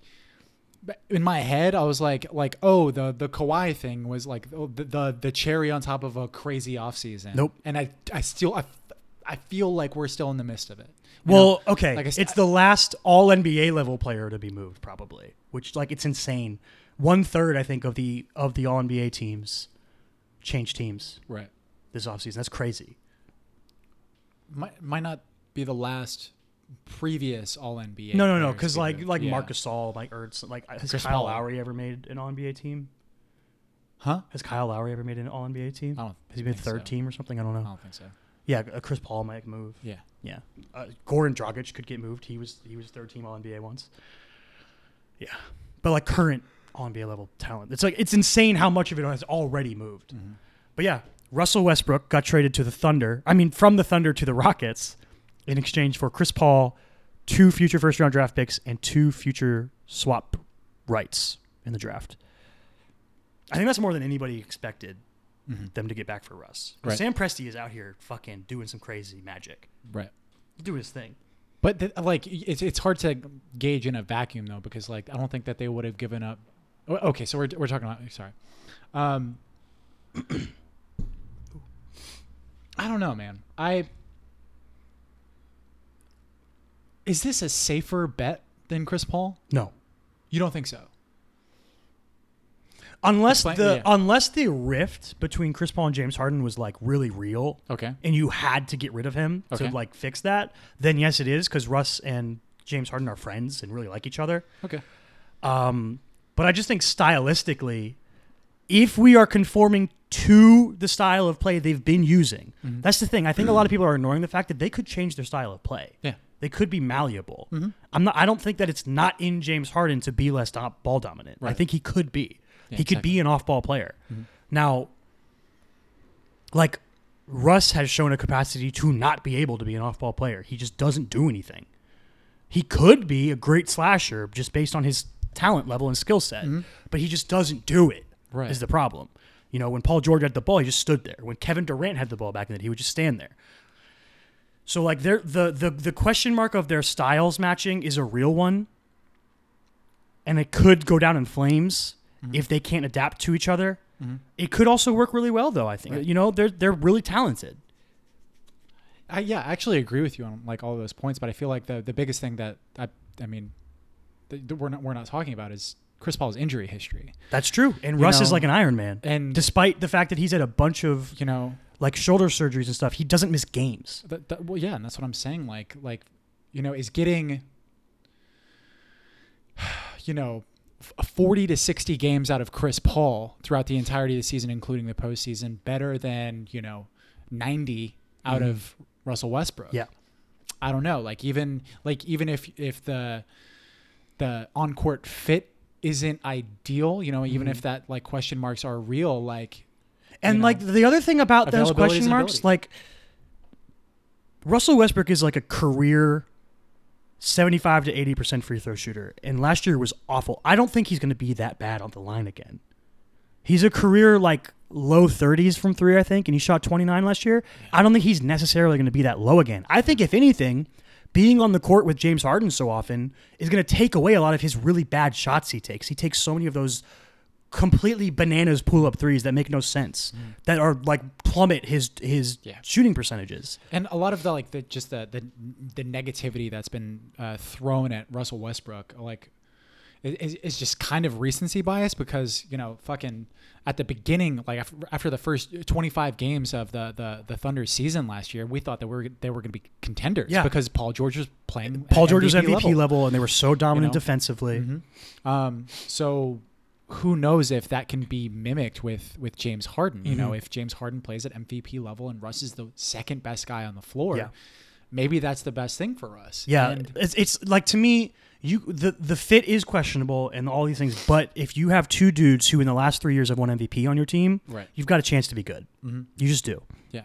b- in my head, I was like like oh the the Kawhi thing was like oh, the, the the cherry on top of a crazy offseason.
Nope.
And I I still I, f- I feel like we're still in the midst of it. You know?
Well, okay.
like I s-
it's the last all NBA level player to be moved, probably. Which like it's insane. One third, I think, of the of the all NBA teams change teams
right.
this offseason. That's crazy.
Might might not be the last previous All NBA.
No, no, no.
players
Because
to be
like
moved.
like
Yeah.
Marcus Gasol, like Ertz, like has
Chris
Kyle
Paul.
Lowry ever made an All NBA team?
Huh?
Has Kyle Lowry ever made an All NBA team?
I don't.
Has he been
think
third
so.
team or something? I don't know.
I don't think so.
Yeah, uh, Chris Paul might move.
Yeah.
Yeah, uh, Goran Dragic could get moved. He was he was third team All NBA once. Yeah, but like current All NBA level talent, it's like it's insane how much of it has already moved. But yeah, Russell Westbrook got traded to the Thunder. I mean, from the Thunder to the Rockets in exchange for Chris Paul, two future first round draft picks, and two future swap rights in the draft. I think that's more than anybody expected them to get back for Russ. 'Cause
Right.
Sam Presti is out here fucking doing some crazy magic,
Right.
doing his thing.
But th- like it's it's hard to gauge in a vacuum though because like I don't think that they would have given up. oh, Okay, so we're we're talking about sorry. Um, I don't know, man. I is this a safer bet than Chris Paul?
No,
You don't think so?
unless
Explain-
the
yeah.
unless the rift between Chris Paul and James Harden was like really real,
Okay.
and you had to get rid of him
Okay.
to like fix that, then yes, it is because Russ and James Harden are friends and really like each other.
Okay.
Um, but I just think stylistically, if we are conforming to the style of play they've been using,
Mm-hmm.
that's the thing. I think a lot of people are ignoring the fact that they could change their style of play.
Yeah.
They could be malleable.
Mm-hmm.
I'm not. I don't think that it's not in James Harden to be less dom- ball dominant. I
Right.
think he could be.
Yeah, Mm-hmm.
he could be an off-ball player. Now, like Russ has shown a capacity to not be able to be an off-ball player. He just doesn't do anything. He could be a great slasher just based on his talent level and skill set, but he just doesn't do it. Is
Mm-hmm. Right.
the problem. You know, when Paul George had the ball, he just stood there. When Kevin Durant had the ball back in the day, he would just stand there So like their the the the question mark of their styles matching is a real one. And it could go down in flames
Mm-hmm.
if they can't adapt to each other. It could also work really well though, I think.
Right.
You know, they're they're really talented.
I, yeah, I actually agree with you on like all those points, but I feel like the the biggest thing that I I mean that that we're not we're not talking about is Chris Paul's injury history.
That's true. And
You
Russ is
know,
like an Iron Man.
and-
despite the fact that he's had a bunch of
You know,
like shoulder surgeries and stuff, he doesn't miss games.
that, that, well, yeah, and that's what I'm saying. Like, like, you know, is getting, you know, f- 40 to 60 games out of Chris Paul throughout the entirety of the season, including the postseason, better than you know, 90 out of Russell Westbrook.
Yeah.
I don't know. Like even like even if if the the on court fit isn't ideal, you know, even if that like question marks are real, like
And
You know,
like the other thing about those
availability
question
is
marks,
ability.
like Russell Westbrook is like a career 75 to 80% free throw shooter. And last year was awful. I don't think he's going to be that bad on the line again. He's a career like low 30s from three, I think, and he shot 29 last year. I don't think he's necessarily going to be that low again. I think, if anything, being on the court with James Harden so often is going to take away a lot of his really bad shots he takes. He takes so many of those completely bananas pull up threes that make no sense, that are like plummet his his
Mm. Yeah.
shooting percentages.
And a lot of the like the just the the, the negativity that's been uh, thrown at Russell Westbrook, like, it- it's it's just kind of recency bias because you know fucking at the beginning, like af- after the first 25 games of the the the Thunder's season last year, we thought that we were they were going to be contenders
Yeah.
because Paul George was playing
Paul
at
George was MVP level.
level.
and they were so dominant
You know? Mm-hmm.
defensively.
Um, so who knows if that can be mimicked with with James Harden? You know,
Mm-hmm.
if James Harden plays at MVP level and Russ is the second best guy on the floor,
Yeah.
maybe that's the best thing for us.
Yeah,
And
it's, it's like to me, you the the fit is questionable and all these things. But if you have two dudes who in the last three years have won MVP on your team,
Right.
you've got a chance to be good.
Mm-hmm.
You just do.
yeah,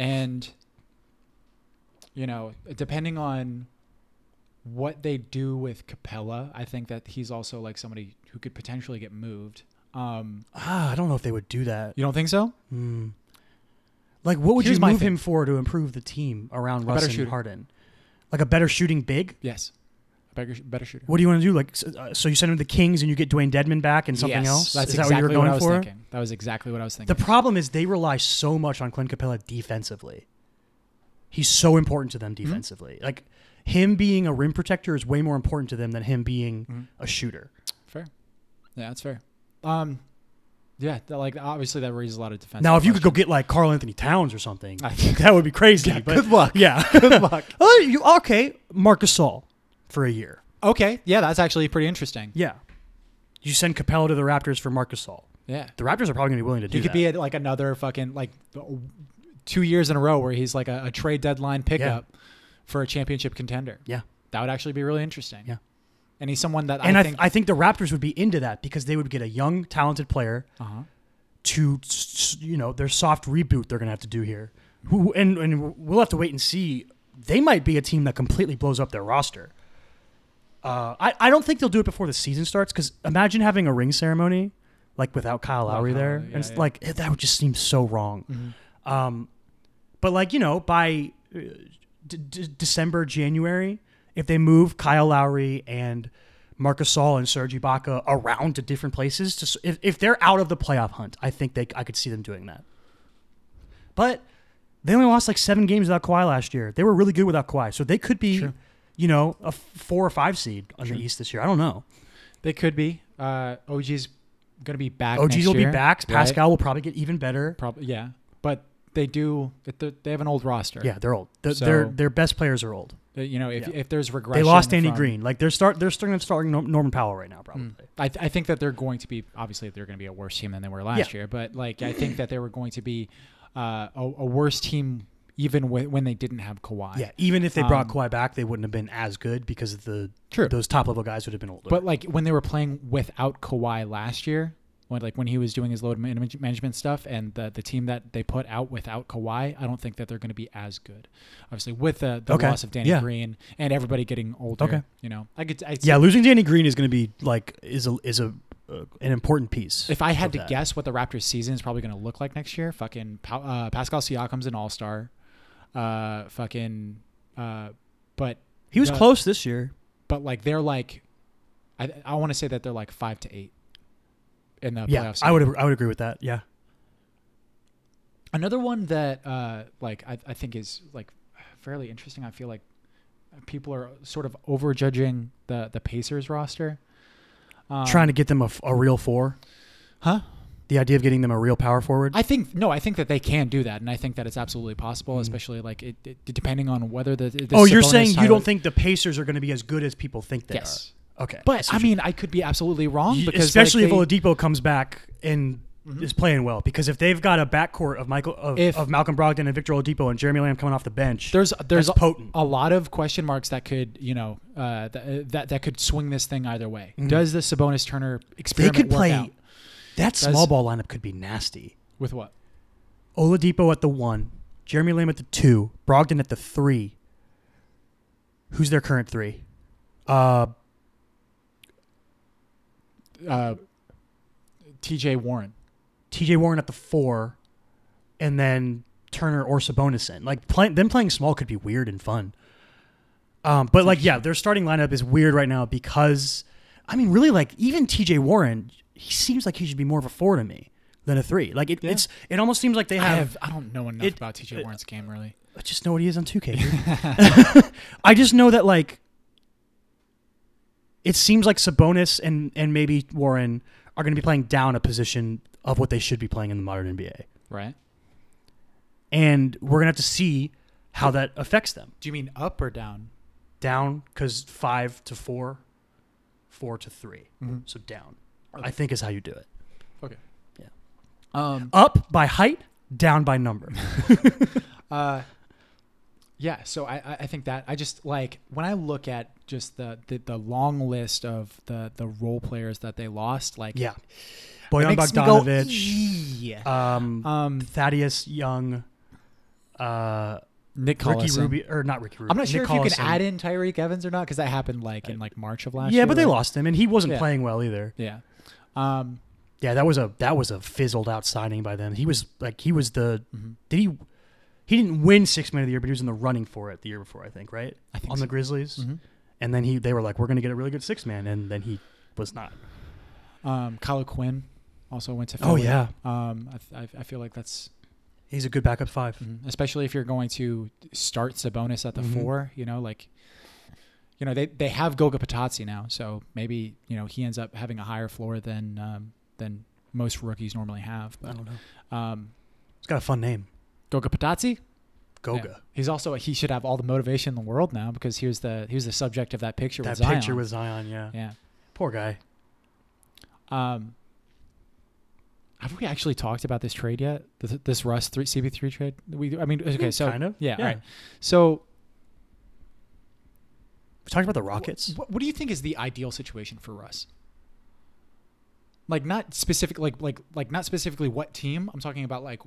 and you know, depending on what they do with Capella, I think that he's also like somebody who could potentially get moved. Um,
Ah, I don't know if they would do that. Hmm.
you don't think so?
Like, what would
Here's
you
my
move
thing.
him for to improve the team around
better
Russ and
shooter.
Harden? Like a better shooting big.
Yes, a better, better shooter.
What do you want to do? Like, s- uh, so you send him to the Kings and you get Dwayne Dedman back and something
Yes,
else.
That's
is that
exactly
what you were going
I was
for?
thinking. That was exactly what I was thinking.
The problem is they rely so much on Clint Capella defensively. He's so important to them
Hmm?
defensively. Like him being a rim protector is way more important to them than him being
Hmm?
a shooter.
Fair. Yeah, that's fair. Um, yeah, that, like obviously that raises a lot of defense.
Now, if you could go get like Carl Anthony Towns or something,
I-
that would be crazy. but
good luck.
Yeah.
good luck.
oh, you okay? Marcus All for a year.
Okay, yeah, that's actually pretty interesting.
Yeah. You send Capella to the Raptors for Marcus All.
Yeah,
The Raptors are probably going to be willing to do
you could
that.
be at like another fucking like two years in a row where he's like a, a trade deadline pickup for a championship contender.
yeah.
That would actually be really interesting.
Yeah.
and he's someone that
And
I
I,
think.
I think the Raptors would be into that because they would get a young, talented player
uh-huh.
to s- s- you know their soft reboot they're gonna have to do here. Who and and we'll have to wait and see. They might be a team that completely blows up their roster. Uh, I I don't think they'll do it before the season starts because imagine having a ring ceremony like without Kyle
Without
Lowry
Kyle
there,
Lowry,
and
yeah,
it's
yeah. Mm-hmm.
like eh, that would just seem so wrong. Um, but like you know by uh, d- d- December January, if they move Kyle Lowry and Marcus Gasol and Serge Ibaka around to different places. To, s- if, if they're out of the playoff hunt, I think they I could see them doing that. But they only lost like seven games without Kawhi last year. They were really good without Kawhi, so they could be,
Sure.
you know, a f- four or five seed on the East this year. I don't know.
They could be. Uh, OG's gonna be back.
OGs
next
will be
year,
back.
right?
Pascal will probably get even better.
Probably. Yeah, but they do. They they have an old roster.
Yeah, they're old. Their-
So-
their their best players are old.
Uh, You know, if,
Yeah.
if there's regression,
They lost Andy
from- Mm.
Green. Like they're start they're starting starting Nor- Norman Powell right now probably.
I, th- I think that they're going to be obviously they're going to be a worse team than they were last
Yeah.
year, but like I think that they were going to be uh, a, a worse team even w- when they didn't have Kawhi.
Yeah, even if they brought
Um,
Kawhi back, they wouldn't have been as good because of the
True.
those top level guys would have been older.
But like when they were playing without Kawhi last year, when like when he was doing his load manage- management stuff, and the the team that they put out without Kawhi, I don't think that they're going to be as good. Obviously, with the, the
Okay.
loss of Danny
Yeah.
Green and everybody getting older,
Okay.
you know, I could I
yeah, losing Danny Green is going to be like is a is a uh, an important piece.
If I had
of
to
that.
guess what the Raptors' season is probably going to look like next year, fucking Pa- uh, Pascal Siakam's an all star. uh, fucking, uh, but
He was
the-
close this year.
but like they're like, I I want to say that they're like five to eight in the
yeah,
playoffs.
I would I would agree with that. Yeah.
Another one that uh, like I, I think is like fairly interesting. I feel like people are sort of overjudging the the Pacers roster. Um,
Trying to get them a, f- a real four.
huh?
The idea of getting them a real power forward.
I think no. I think that they can do that, and I think that it's absolutely possible, especially like it, it depending on whether the, the
Hmm. oh, you're
Sabonis
saying you
Tyler-
don't think the Pacers are going to be as good as people think they
yes,
are? Okay.
but
So
I
you-
mean I could be absolutely wrong
you-
Um, because
especially
like, they- Mm-hmm.
if Oladipo comes back and is playing well, because if they've got a backcourt of Michael of,
If-
of Malcolm Brogdon and Victor Oladipo and Jeremy Lamb coming off the bench,
there's there's
That's potent.
a lot of question marks that could you know uh, th- that that could swing this thing either way. Does the Sabonis Turner
Hmm. they
experiment
could
work
play.
out?
That small
Does-
ball lineup could be nasty.
with what?
Oladipo at the one, Jeremy Lamb at the two, Brogdon at the three. Who's their current three? Uh,
Uh, T.J. Warren.
T.J. Warren at the four, and then Turner or Sabonis in. Like play, them playing small could be weird and fun. Um, but like yeah, their starting lineup is weird right now because I mean really like even T.J. Warren, he seems like he should be more of a four to me than a three. Like it, it's it almost seems like they
I
have,
have I don't know enough
it-
about T.J. Warren's game really.
I just know what he is on 2K. dude. I just know that like it seems like Sabonis and and maybe Warren are going to be playing down a position of what they should be playing in the modern NBA.
Right?
And we're going to have to see how that affects them.
Do you mean up or down?
Down cuz 5 to 4, 4 to 3.
Mm-hmm.
So down. I think is how you do it.
Okay.
Yeah.
Um.
Up by height, down by number.
Uh, yeah. So I, I- I think that I just like when I look at just the, the, the long list of the, the role players that they lost, like
yeah.
it
Boyan
makes me go,
Bogdanovich,
"Eeeh."
um,
um,
Thaddeus Young, uh,
Nick
Ricky
Collison.
Rubio, or not Ricky Rubio.
I'm not sure
Nick
if you
Collison.
can add in Tyreek Evans or not because that happened like in like March of last
Yeah,
year.
but they
right?
lost him, and he wasn't
Yeah.
playing well either.
Yeah. Um,
Yeah, that was a that was a fizzled out signing by them. He was like he was the did he he didn't win six man of the year, but he was in the running for it the year before, I think, Mm-hmm. right?
I think
On
so.
the Grizzlies, and then he they were like, we're going to get a really good six man, and then he was not.
um, Kylo Quinn also went to.
Oh,
Philly.
yeah.
Um, I, th- I, I feel like that's
He's a good backup 5
Mm-hmm. especially if you're going to start Sabonis at the
Mhm.
four. You know, like, you know, they they have Goga Patazzi now, so maybe you know he ends up having a higher floor than um, than most rookies normally have.
I
But
don't know.
um,
It's got a fun name,
Goga Patazzi,
Goga.
Yeah. He's also he should have all the motivation in the world now because he was the he was the subject of that picture
That
with Zion.
picture with Zion, yeah.
yeah.
Poor guy.
Um, have we actually talked about this trade yet? This, this Russ three CB three trade. We, I mean, okay, so
Mm, kind of,
yeah,
yeah.
All right. So,
We talked about the Rockets.
what, what do you think is the ideal situation for Russ? Like, not specific, like, like, like, not specifically what team. I'm talking about like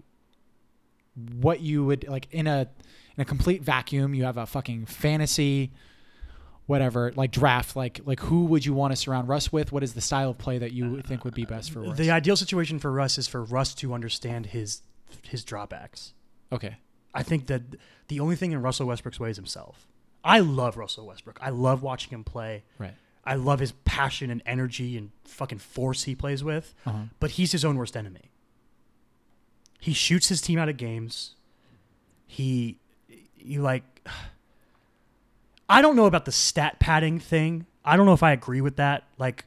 what you would like in a in a complete vacuum. You have a fucking fantasy, whatever, like draft. Like, like who would you want to surround Russ with? What is the style of play that you think would be best for Russ?
Uh, The ideal situation for Russ is for Russ to understand his his drawbacks.
okay.
I think that the only thing in Russell Westbrook's way is himself. I love Russell Westbrook. I love watching him play.
Right.
I love his passion and energy and fucking force he plays with.
Uh-huh.
But he's his own worst enemy. He shoots his team out of games. He, you like, I don't know about the stat padding thing. I don't know if I agree with that. Like,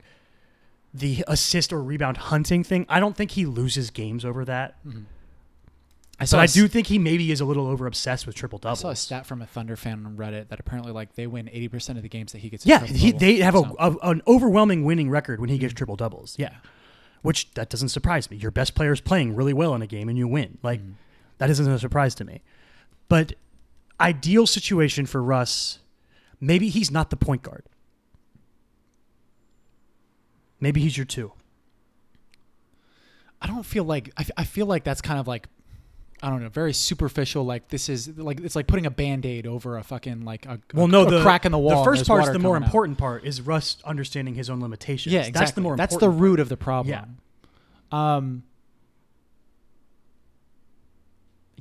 the assist or rebound hunting thing. I don't think he loses games over that.
I saw
Mm-hmm. But
a
I
s-
do think he maybe is a little over obsessed with triple
I
doubles.
saw a stat from a Thunder fan on Reddit that apparently like they win 80% of the games that he gets. in
Yeah,
trouble
he,
with.
they have a, uh,
So-
a- an overwhelming winning record when he
Mm.
gets triple doubles. Yeah, which that doesn't surprise me. Your best player is playing really well in a game and you win. Like
Mm.
that isn't a surprise to me. But ideal situation for Russ, maybe he's not the point guard. Maybe he's your two.
I don't feel like I, f- I feel like that's kind of like I don't know, very superficial. Like this is like it's like putting a band aid over a fucking like a, a-
Well, no,
a
the
crack in the wall.
The
and
first
there's
part's
water
the more
coming out.
important part is Russ understanding his own limitations.
Yeah, exactly.
That's the more
that's the
important
root of the problem. Yeah. Um.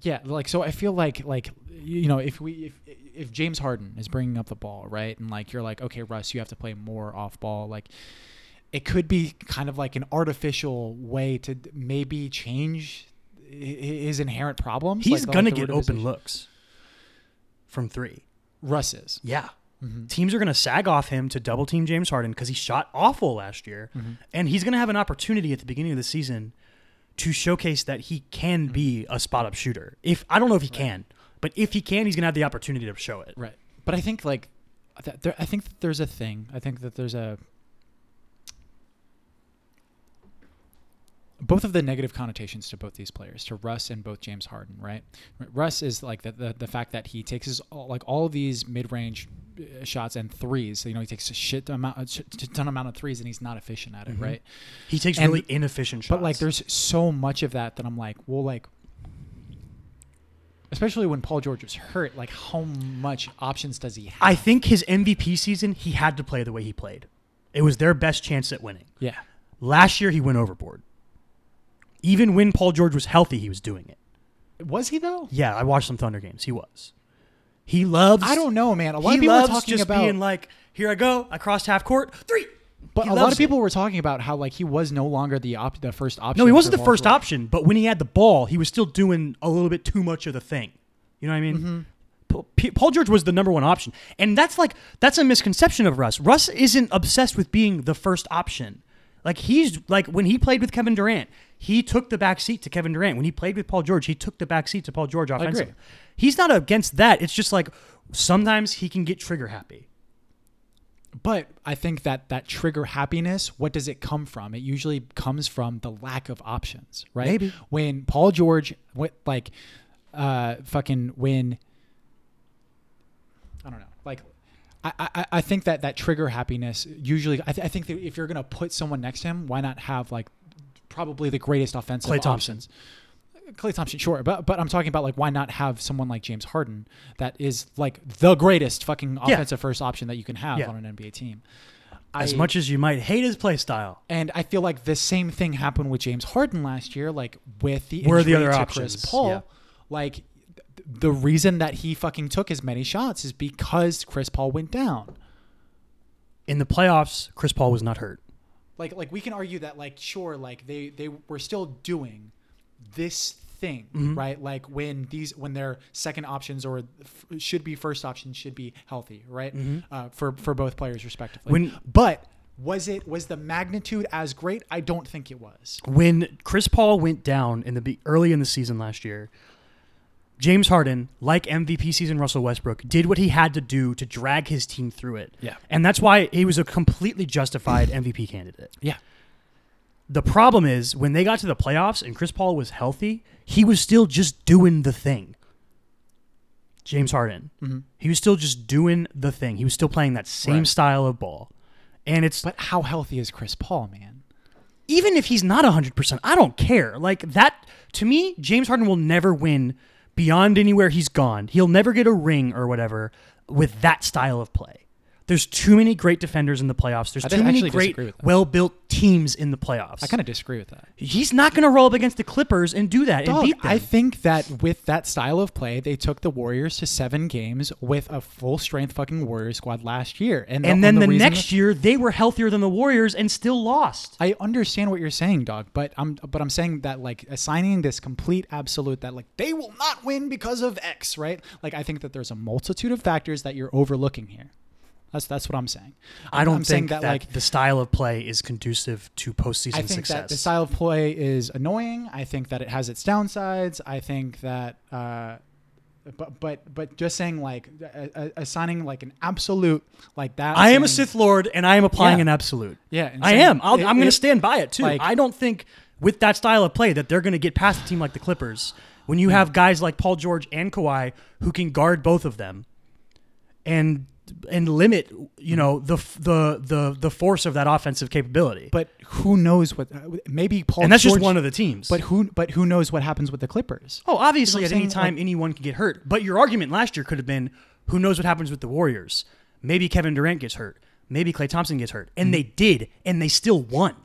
Yeah, like so I feel like like you know, if we if if James Harden is bringing up the ball, right, and like you're like, okay, Russ, you have to play more off ball, like. It could be kind of like an artificial way to d- maybe change i- i- his inherent problems.
He's
like the-
gonna
the
get open
organization.
looks from three.
Russ is. Mm-hmm.
Yeah. Teams are going to sag off him to double team James Harden because he shot awful last year.
Mm-hmm.
And he's going to have an opportunity at the beginning of the season to showcase that he can be a spot up shooter. If I don't know if he can, but if he can, he's going to have the opportunity to show it.
Right. But I think like that there, I think that there's a thing. I think that there's a both of the negative connotations to both these players, to Russ and both James Harden, right? R- Russ is like the the, the fact that he takes his all, like all these mid range shots and threes. You know, he takes a shit amount, a shit ton amount of threes, and he's not efficient at it, right?
He takes
And-
really inefficient Mm-hmm. shots.
But like, there's so much of that that I'm like, well, like, especially when Paul George was hurt, like, how much options does he have?
I think his MVP season, he had to play the way he played. It was their best chance at winning.
yeah,
Last year, he went overboard. Even when Paul George was healthy, he was doing it.
was he though?
Yeah, I watched some Thunder games. He was. He loves.
I don't know, man. A lot
he
of people were
loves
talking
just
about,
being like, "Here I go, I crossed half court, three.
but
he
a lot
loves
of people were talking about how like he was no longer the op- the first option.
No, he wasn't the
for Paul
first
George.
option, but when he had the ball, he was still doing a little bit too much of the thing. You know what I mean?
Mm-hmm.
Pa- P- Paul George was the number one option, and that's like that's a misconception of Russ. Russ isn't obsessed with being the first option. Like he's like when he played with Kevin Durant, he took the back seat to Kevin Durant. When he played with Paul George, he took the back seat to Paul George
agree.
offensively. He's not against that. It's just like sometimes he can get trigger happy.
But I think that that trigger happiness, what does it come from? It usually comes from the lack of options, right?
Maybe.
When Paul George, what like, uh, fucking when. I don't know, like. I, I, I think that that trigger happiness usually I, th- I think that if you're gonna put someone next to him why not have like probably the greatest offensive
Klay Thompson.
options Clay Thompson, sure, but but I'm talking about like why not have someone like James Harden that is like the greatest fucking
Yeah.
offensive first option that you can have
Yeah.
on an NBA team.
As
I-
much as you might hate his play style,
and I feel like the same thing happened with James Harden last year, like with the
Where are the
injury
other
to
options?
Chris Paul,
Yeah.
like th- the reason that he fucking took as many shots is because Chris Paul went down.
in the playoffs, Chris Paul was not hurt.
like like we can argue that like sure like they they were still doing this thing
Mm-hmm.
right like when these when their second options or f- should be first options should be healthy right uh, for for both players respectively
Mm-hmm. When-
but was it was the magnitude as great i don't think it was
when Chris Paul went down in the be- early in the season last year, James Harden, like MVP season Russell Westbrook, did what he had to do to drag his team through it.
Yeah.
And that's why he was a completely justified MVP candidate.
yeah
The problem is when they got to the playoffs and Chris Paul was healthy, he was still just doing the thing. James Harden. He was still just doing the thing. He was still playing that same
Mm-hmm. Right.
style of ball. And it's
but how healthy is chris paul man
even if he's not 100%, I don't care. Like that, to me, James Harden will never win beyond anywhere he's gone. He'll never get a ring or whatever with that style of play. There's too many great defenders in the playoffs. There's
I
too many
actually
great,
disagree with that.
well built teams in the playoffs.
i kind of disagree with that
he's not going to roll up against the Clippers and do that and
Dog,
beat them.
I think that with that style of play, they took the Warriors to seven games with a full strength fucking Warriors squad last year, and
and then the,
reason-
next year, they were healthier than the Warriors and still lost.
I understand what you're saying, dog, but I'm but I'm saying that like assigning this complete absolute that like they will not win because of X, right? Like I think that there's a multitude of factors that you're overlooking here. That's that's what I'm saying.
I don't
I'm saying
think that,
that, like-
the style of play is conducive to postseason
I think
success.
that the style of play is annoying. I think that it has its downsides. I think that, uh, but but but just saying like a, a, assigning like an absolute like that.
I am a
saying-
Sith Lord, and I am applying
Yeah.
an absolute.
Yeah, and
I
saying
am. I'll,
it-
I'm going to
it-
stand by it too.
like-
I don't think with that style of play that they're going to get past a team like the Clippers when
Mm.
you have guys like Paul George and Kawhi who can guard both of them and and limit you know the f- the the the force of that offensive capability.
But who knows what? uh, Maybe Paul.
and that's just
George-
one of the teams.
But who? But who knows what happens with the Clippers?
oh, obviously
You know
at
what I'm
any
saying?
time
Like-
anyone can get hurt. But your argument last year could have been who knows what happens with the Warriors? Maybe Kevin Durant gets hurt. Maybe Clay Thompson gets hurt.
Mm-hmm.
And they did and they still won.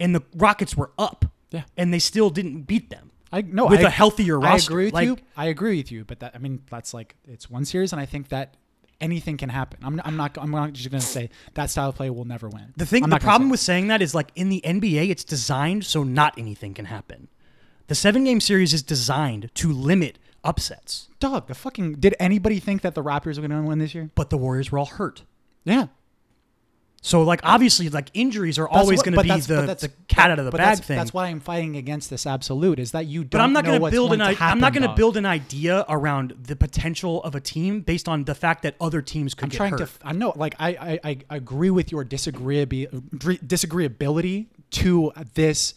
And the Rockets were up.
Yeah.
and they still didn't beat them.
I no,
with
I,
a healthier roster.
I agree with
Like,
you. I agree with you. But that I mean, that's like it's one series, and I think that anything can happen. I'm, I'm not. I'm not just gonna say that style of play will never win.
The thing,
I'm
the
not gonna
problem
say
with saying that is like in the NBA, it's designed so not anything can happen. The seven game series is designed to limit upsets,
that. dog, the fucking did anybody think that the Raptors were gonna win this year?
but the Warriors were all hurt.
Yeah,
So like obviously like injuries are
That's
always
what-
going to
but
be
that's- but
the,
that's-
the cat out of the
but
bag
that's,
thing.
That's why I'm fighting against this absolute is that you don't.
but I'm not
know
going to
what's
build
going
an
to
I-
happen,
I'm not going to
dog.
build an idea around the potential of a team based on the fact that other teams could
I'm
get
trying
hurt.
to. I know, like I, I, I agree with your disagreeabi- disagreeability to this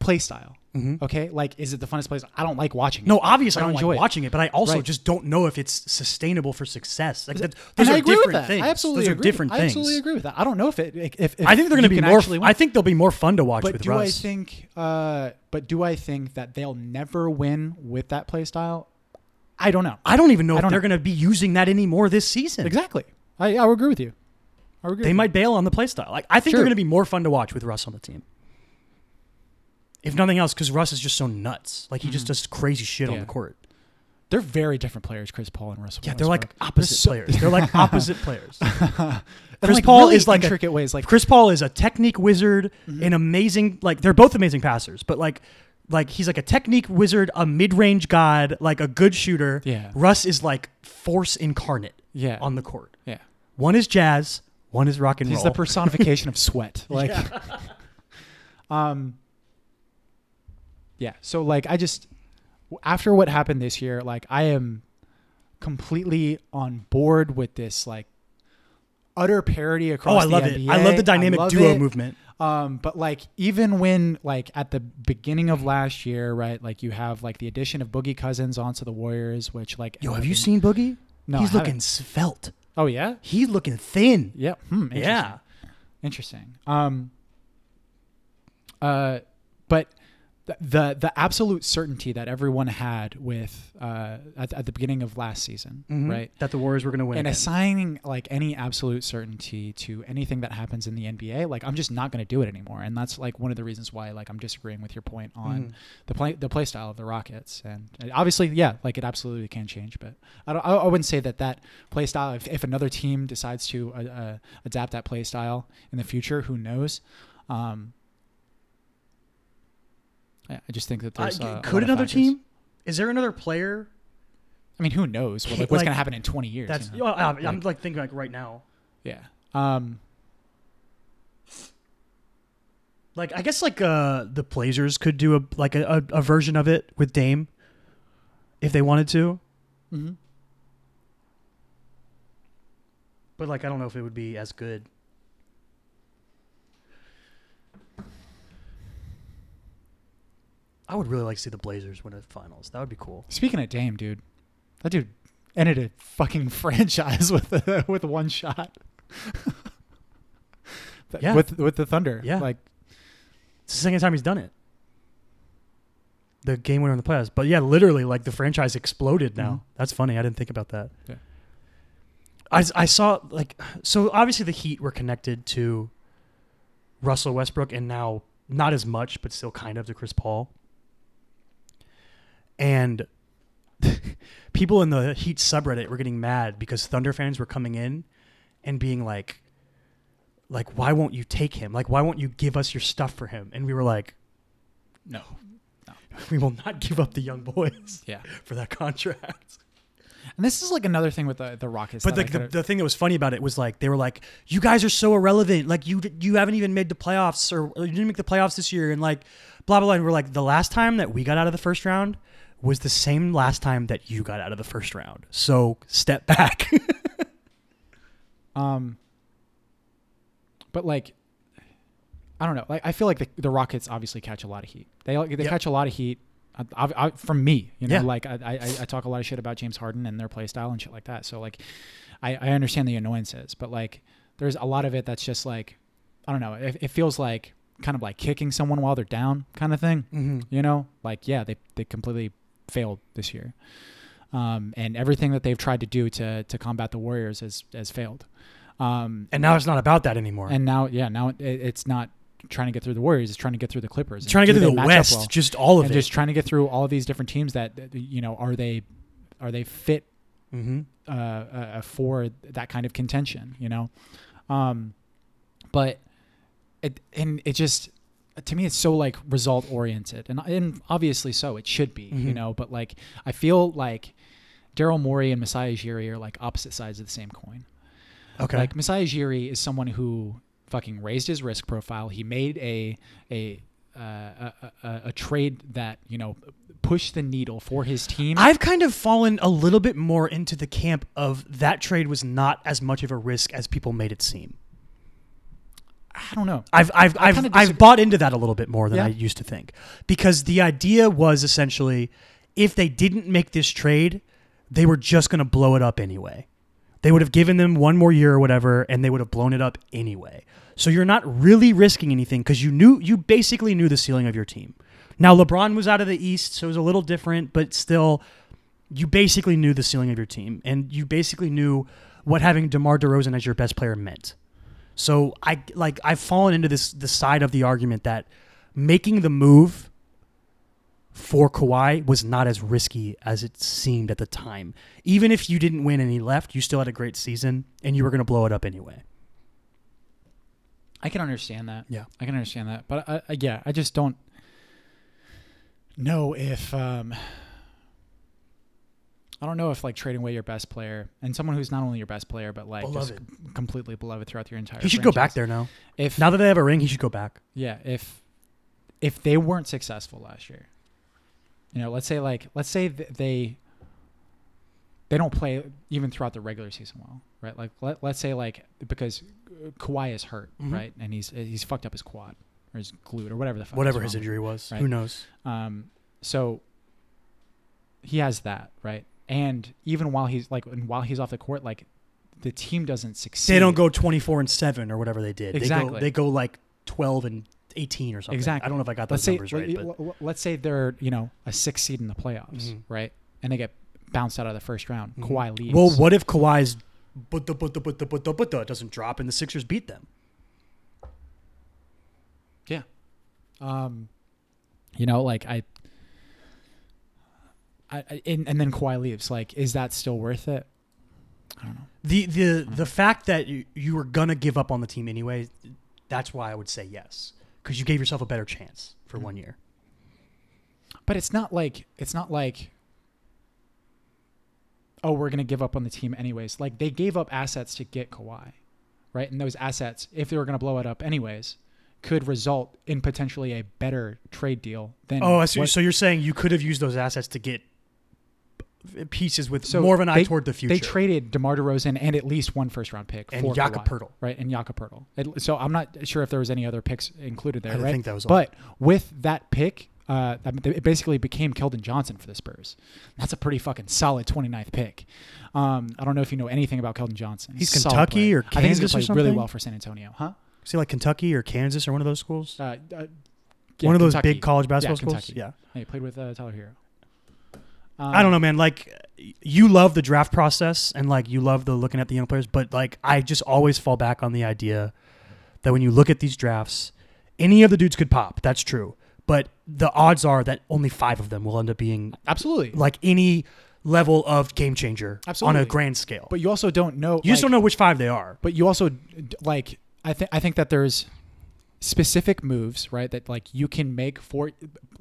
play style. Okay, like is it the funnest play? style? I don't like watching.
no,
it.
obviously I
Mm-hmm. I
don't
enjoy
like
it.
watching it, but I also
Right.
just don't know if it's sustainable for success. Like that,
And
those
I
are
agree
different
with that.
things.
I absolutely
those are
agree.
different
I
things.
absolutely agree with that. I don't know if it. If, if
I think they're going to be
you can
more.
actually win.
I think they'll be more fun to watch
But
with
do
Russ.
I think? Uh, but do I think that they'll never win with that play style? I don't know.
I don't even know
I
if
don't
they're
know.
going to be using that anymore this season.
Exactly. I, I agree with you. I agree.
They
with
might bail on the play style. Like, I think
Sure.
they're going to be more fun to watch with Russ on the team. If nothing else, because Russ is just so nuts. Like he just does crazy shit on
Mm-hmm. Yeah.
the court.
you. They're very different players, Chris Paul and Russell.
Yeah, they're like
Westbrook.
opposite
so-
players. They're like opposite players.
In,
Chris
like,
Paul
really
is like a-
intricate ways. Like Mm-hmm.
Chris Paul is a technique wizard, an amazing like they're both amazing passers, but like like he's like a technique wizard, a mid-range god, like a good shooter.
Yeah.
Russ is like force incarnate
yeah,
on the court.
yeah.
One is jazz, one is rock and
He's
roll.
the personification of sweat. Like, um, yeah. So like, I just after what happened this year, like I am completely on board with this like utter parody across.
oh, I
the
love it.
NBA.
I love the dynamic
love
duo
it.
movement.
Um, but like even when like at the beginning of last year, right? Like you have like the addition of Boogie Cousins onto the Warriors, which like
Yo, have
I
you
mean-
seen Boogie?
No,
he's
I haven't.
looking svelte.
Oh yeah,
He's looking thin.
yeah. Hmm, interesting.
Yeah,
Interesting. Um. Uh, but th- the the absolute certainty that everyone had with uh at, at the beginning of last season, right?
Mm-hmm. That the Warriors were going to win.
And
again.
assigning like any absolute certainty to anything that happens in the NBA, like I'm just not going to do it anymore. And that's like one of the reasons why like I'm disagreeing with your point on
Mm-hmm.
the play the play style of the Rockets. And and obviously, yeah, like it absolutely can change. But I don't, I, I wouldn't say that that play style. If, if another team decides to uh, uh, adapt that play style in the future, who knows? Um, I I just think that
I-
there's uh, a lot
could
of
another
factors.
team? Is there another player
I mean, who knows? What, like, what's
Like,
going to happen in 20 years?
that's?
you know?
Oh, I'm, I'm
Like-
like thinking like right now.
yeah. Um,
Like I guess like uh the Blazers could do a like a, a, a version of it with Dame, if they wanted to.
mhm.
But like I don't know if it would be as good. I would really like to see the Blazers win a finals. That would be cool.
Speaking of Dame, dude, that dude ended a fucking franchise with a, with one shot. Th-
Yeah.
With with the Thunder.
Yeah.
Like
It's the second time he's done it. The game winner in the playoffs. But yeah, literally, like the franchise exploded now.
Mhm.
That's funny. I didn't think about that.
Yeah.
I, s- I saw, like, so obviously the Heat were connected to Russell Westbrook and now not as much, but still kind of to Chris Paul. And people in the Heat subreddit were getting mad because Thunder fans were coming in and being like, like, why won't you take him? Like, why won't you give us your stuff for him? And we were like,
no.
we will not give up the young boys
Yeah.
for that contract.
And this is like another thing with the the Rockets.
But the,
that I
the,
coulda-
the thing that was funny about it was like they were like, "You guys are so irrelevant. Like you you haven't even made the playoffs, or, or you didn't make the playoffs this year." And like, blah blah. blah. And we're like, the last time that we got out of the first round was the same last time that you got out of the first round. So step back.
um but like I don't know. Like I feel like the, the Rockets obviously catch a lot of heat. They like, they
Yep.
catch a lot of heat uh, I, I, I, from me. You know,
Yeah.
like I, I I- I talk a lot of shit about James Harden and their play style and shit like that. So like I, I understand the annoyances, but like there's a lot of it that's just like I don't know. It, it feels like kind of like kicking someone while they're down kind of thing.
mm-hmm.
You know, like yeah, they they completely failed this year, um, and everything that they've tried to do to to combat the Warriors has has failed. Um,
And now it's not about that anymore.
and now yeah, now it, it's not trying to get through the Warriors. It's trying to get through the Clippers.
Trying to
Do
get through
they
the
match up
West,
well?
just all of
and
it.
just trying to get through all these different teams that that, you know are they are they fit
mm-hmm.
uh, uh, for that kind of contention, you know. Um, but it and it just to me it's so like result oriented, and and obviously so it should be, you
Mhm.
know. But like I feel like Daryl Morey and Messiah Ujiri are like opposite sides of the same coin.
Okay.
Like Masai Ujiri is someone who fucking raised his risk profile. He made a a uh, a, a- a, a trade that you know pushed the needle for his team.
I've kind of fallen a little bit more into the camp of that trade was not as much of a risk as people made it seem.
I don't know.
I've I've I've,
kinda disagree.
I've bought into that a little bit more than
Yeah.
I used to think because the idea was essentially if they didn't make this trade, they were just going to blow it up anyway. They would have given them one more year or whatever, and they would have blown it up anyway. So you're not really risking anything because you knew you basically knew the ceiling of your team. Now LeBron was out of the East, so it was a little different, but still, you basically knew the ceiling of your team, and you basically knew what having DeMar DeRozan as your best player meant. So I like I've fallen into this the side of the argument that making the move for Kawhi was not as risky as it seemed at the time. Even if you didn't win and he left, you still had a great season and you were going to blow it up anyway.
I can understand that.
Yeah.
I can understand that. But I, I, yeah, I just don't know if um, I don't know if like trading away your best player and someone who's not only your best player but like just
Beloved.
c- completely beloved throughout your entire.
He should go back
franchise.
there now.
If
Now that they have a ring, he should go back.
yeah, if if they weren't successful last year, you know, let's say like let's say th- they they don't play even throughout the regular season well, right? Like let let's say like because Kawhi is hurt,
Mhm.
right, and he's he's fucked up his quad or his glute or whatever the fuck.
Whatever
is
his
wrong with
injury was,
Right.
who knows?
um, so he has that right, and even while he's like, and while he's off the court, like the team doesn't succeed.
They don't go 24 and 7 or whatever they did. They
Exactly.
go, they go like 12 and 18 or something.
Exactly.
I don't know if I got
Let's
those
say
numbers
let-
right, but
let- let's say they're you know a six seed in the playoffs,
Mhm.
right, and they get bounced out of the first round.
Mhm.
Kawhi leaves.
Well, what if Kawhi's but the but the but the but the but the doesn't drop and the Sixers beat them?
Yeah. Um, you know, like I. I, I and, and then Kawhi leaves. Like, is that still worth it? I don't know.
The the
Mm.
the fact that you, you were gonna give up on the team anyway, that's why I would say yes because you gave yourself a better chance for
Mm.
one year.
But it's not like it's not like oh, we're gonna give up on the team anyways. Like they gave up assets to get Kawhi, right? And those assets, if they were gonna blow it up anyways, could result in potentially a better trade deal than
Oh, I see.
what-
so you're saying you could have used those assets to get p- pieces with
so
more of an eye
they-
toward the future.
They traded DeMar DeRozan and at least one first round pick
And
for
Jakob
Kawhi,
Poeltl.
right? And Jakob Pertl. So I'm not sure if there was any other picks included there,
I
right?
think that was all.
But with that pick, uh, I mean, it basically became Keldon Johnson for the Spurs. That's a pretty fucking solid 29th pick. Um, I don't know if you know anything about Keldon Johnson.
He's
a solid
Kentucky
player.
or
I think he's gonna
Kansas or
play really
something?
well for San Antonio, huh?
see, like Kentucky or Kansas or one of those schools,
Uh, uh, yeah,
one of those
Kentucky.
big college basketball schools.
Kentucky.
Yeah,
Yeah, he played with uh, Tyler Hero. Um,
I don't know, man. Like you love the draft process and like you love the looking at the young players, but like I just always fall back on the idea that when you look at these drafts, any of the dudes could pop. That's true. But the odds are that only five of them will end up being
Absolutely.
like any level of game changer on
Absolutely.
a grand scale.
But you also don't know.
you just
like-
don't know which five they are.
but you also d- d- like I think I think that there's specific moves right that like you can make for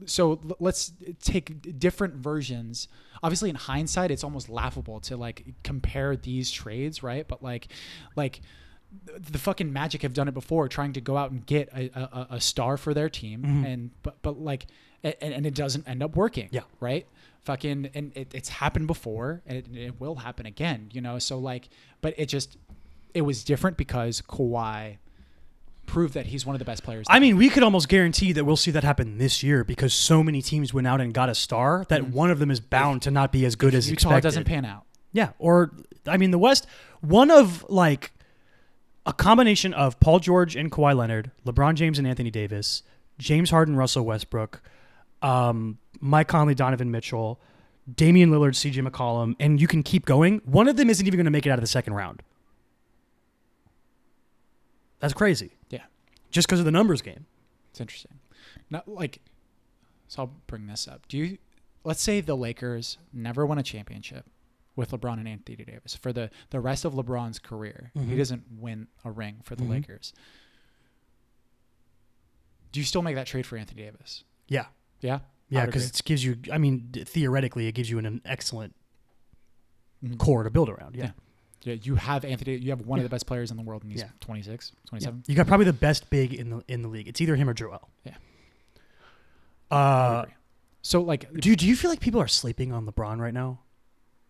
so l- let's take different versions obviously in hindsight it's almost laughable to like compare these trades right but like like th- the fucking magic have done it before trying to go out and get a, a, a star for their team and but but like a- and, and it doesn't end up working
Mm-hmm. Yeah.
right fucking and it, it's happened before and it, it will happen again you know so like but it just it was different because Kawhi proved that he's one of the best players
I mean, we could almost guarantee that we'll see that happen this year because so many teams went out and got a star that one of them is bound to not be as good as
Mm. Utah
expected.
doesn't pan out
Yeah, or I mean the West. One of like a combination of Paul George and Kawhi Leonard, LeBron James and Anthony Davis, James Harden, Russell Westbrook, um, Mike Conley, Donovan Mitchell, Damian Lillard, C.J. McCollum, and you can keep going. One of them isn't even going to make it out of the second round. That's crazy.
yeah
just because of the numbers game.
It's interesting. Not like so I'll bring this up. Do you let's say the Lakers never won a championship with LeBron and Anthony Davis for the the rest of LeBron's career. He
Mhm.
doesn't win a ring for the
Mhm.
Lakers. Do you still make that trade for Anthony Davis?
Yeah,
Yeah.
yeah,
I'd agree.
because it gives you. I mean, d- theoretically, it gives you an, an excellent
Mhm.
core to build around. Yeah.
Yeah. Yeah, you have Anthony. You have one of
Yeah.
the best players in the world, and he's
Yeah.
26,
Yeah.
27.
you got probably the best big in the in the league. It's either him or Joel.
Yeah.
Uh,
So like,
do do you feel like people are sleeping on LeBron right now?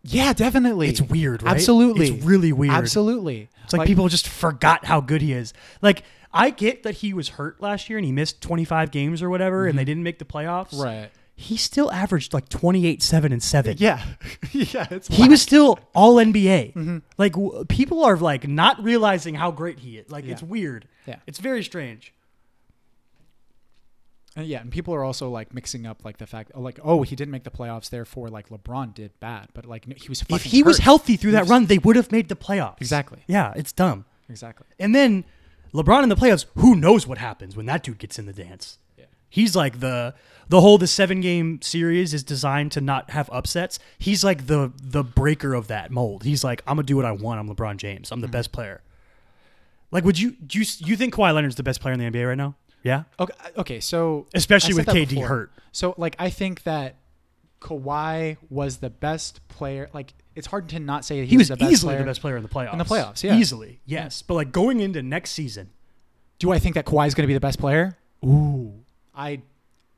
yeah, definitely.
It's weird, right?
Absolutely.
it's really weird.
Absolutely.
It's like, people just forgot how good he is. Like I get that he was hurt last year and he missed 25 games or whatever, and they didn't make the playoffs.
Mm-hmm. Right.
He still averaged like 28, seven, and seven.
Yeah. yeah. It's
He was still all NBA.
Mm-hmm.
Like w- people are like not realizing how great he is. Like
Yeah.
it's weird.
Yeah.
It's very strange.
And yeah, and people are also like mixing up like the fact, like, oh, he didn't make the playoffs, therefore like LeBron did bad, but like no, he was.
If
fucking
he was
hurt.
healthy through that
was-
run, they would have made the playoffs.
Exactly.
Yeah, it's dumb.
Exactly.
And then LeBron in the playoffs, who knows what happens when that dude gets in the dance?
Yeah.
He's like the the whole the seven game series is designed to not have upsets. He's like the the breaker of that mold. He's like I'm gonna do what I want. I'm LeBron James. I'm the
Hmm.
best player. Like, would you do you you think Kawhi Leonard's the best player in the NBA right now? Yeah,
Okay. Okay. So
especially
I
with
said that
KD
before.
hurt.
So like, I think that Kawhi was the best player. Like, it's hard to not say he,
He was
the best
easily
player.
the best player in the playoffs.
In the playoffs, yeah.
easily, yes. But like going into next season,
Do I think that Kawhi is going to be the best player?
ooh,
I,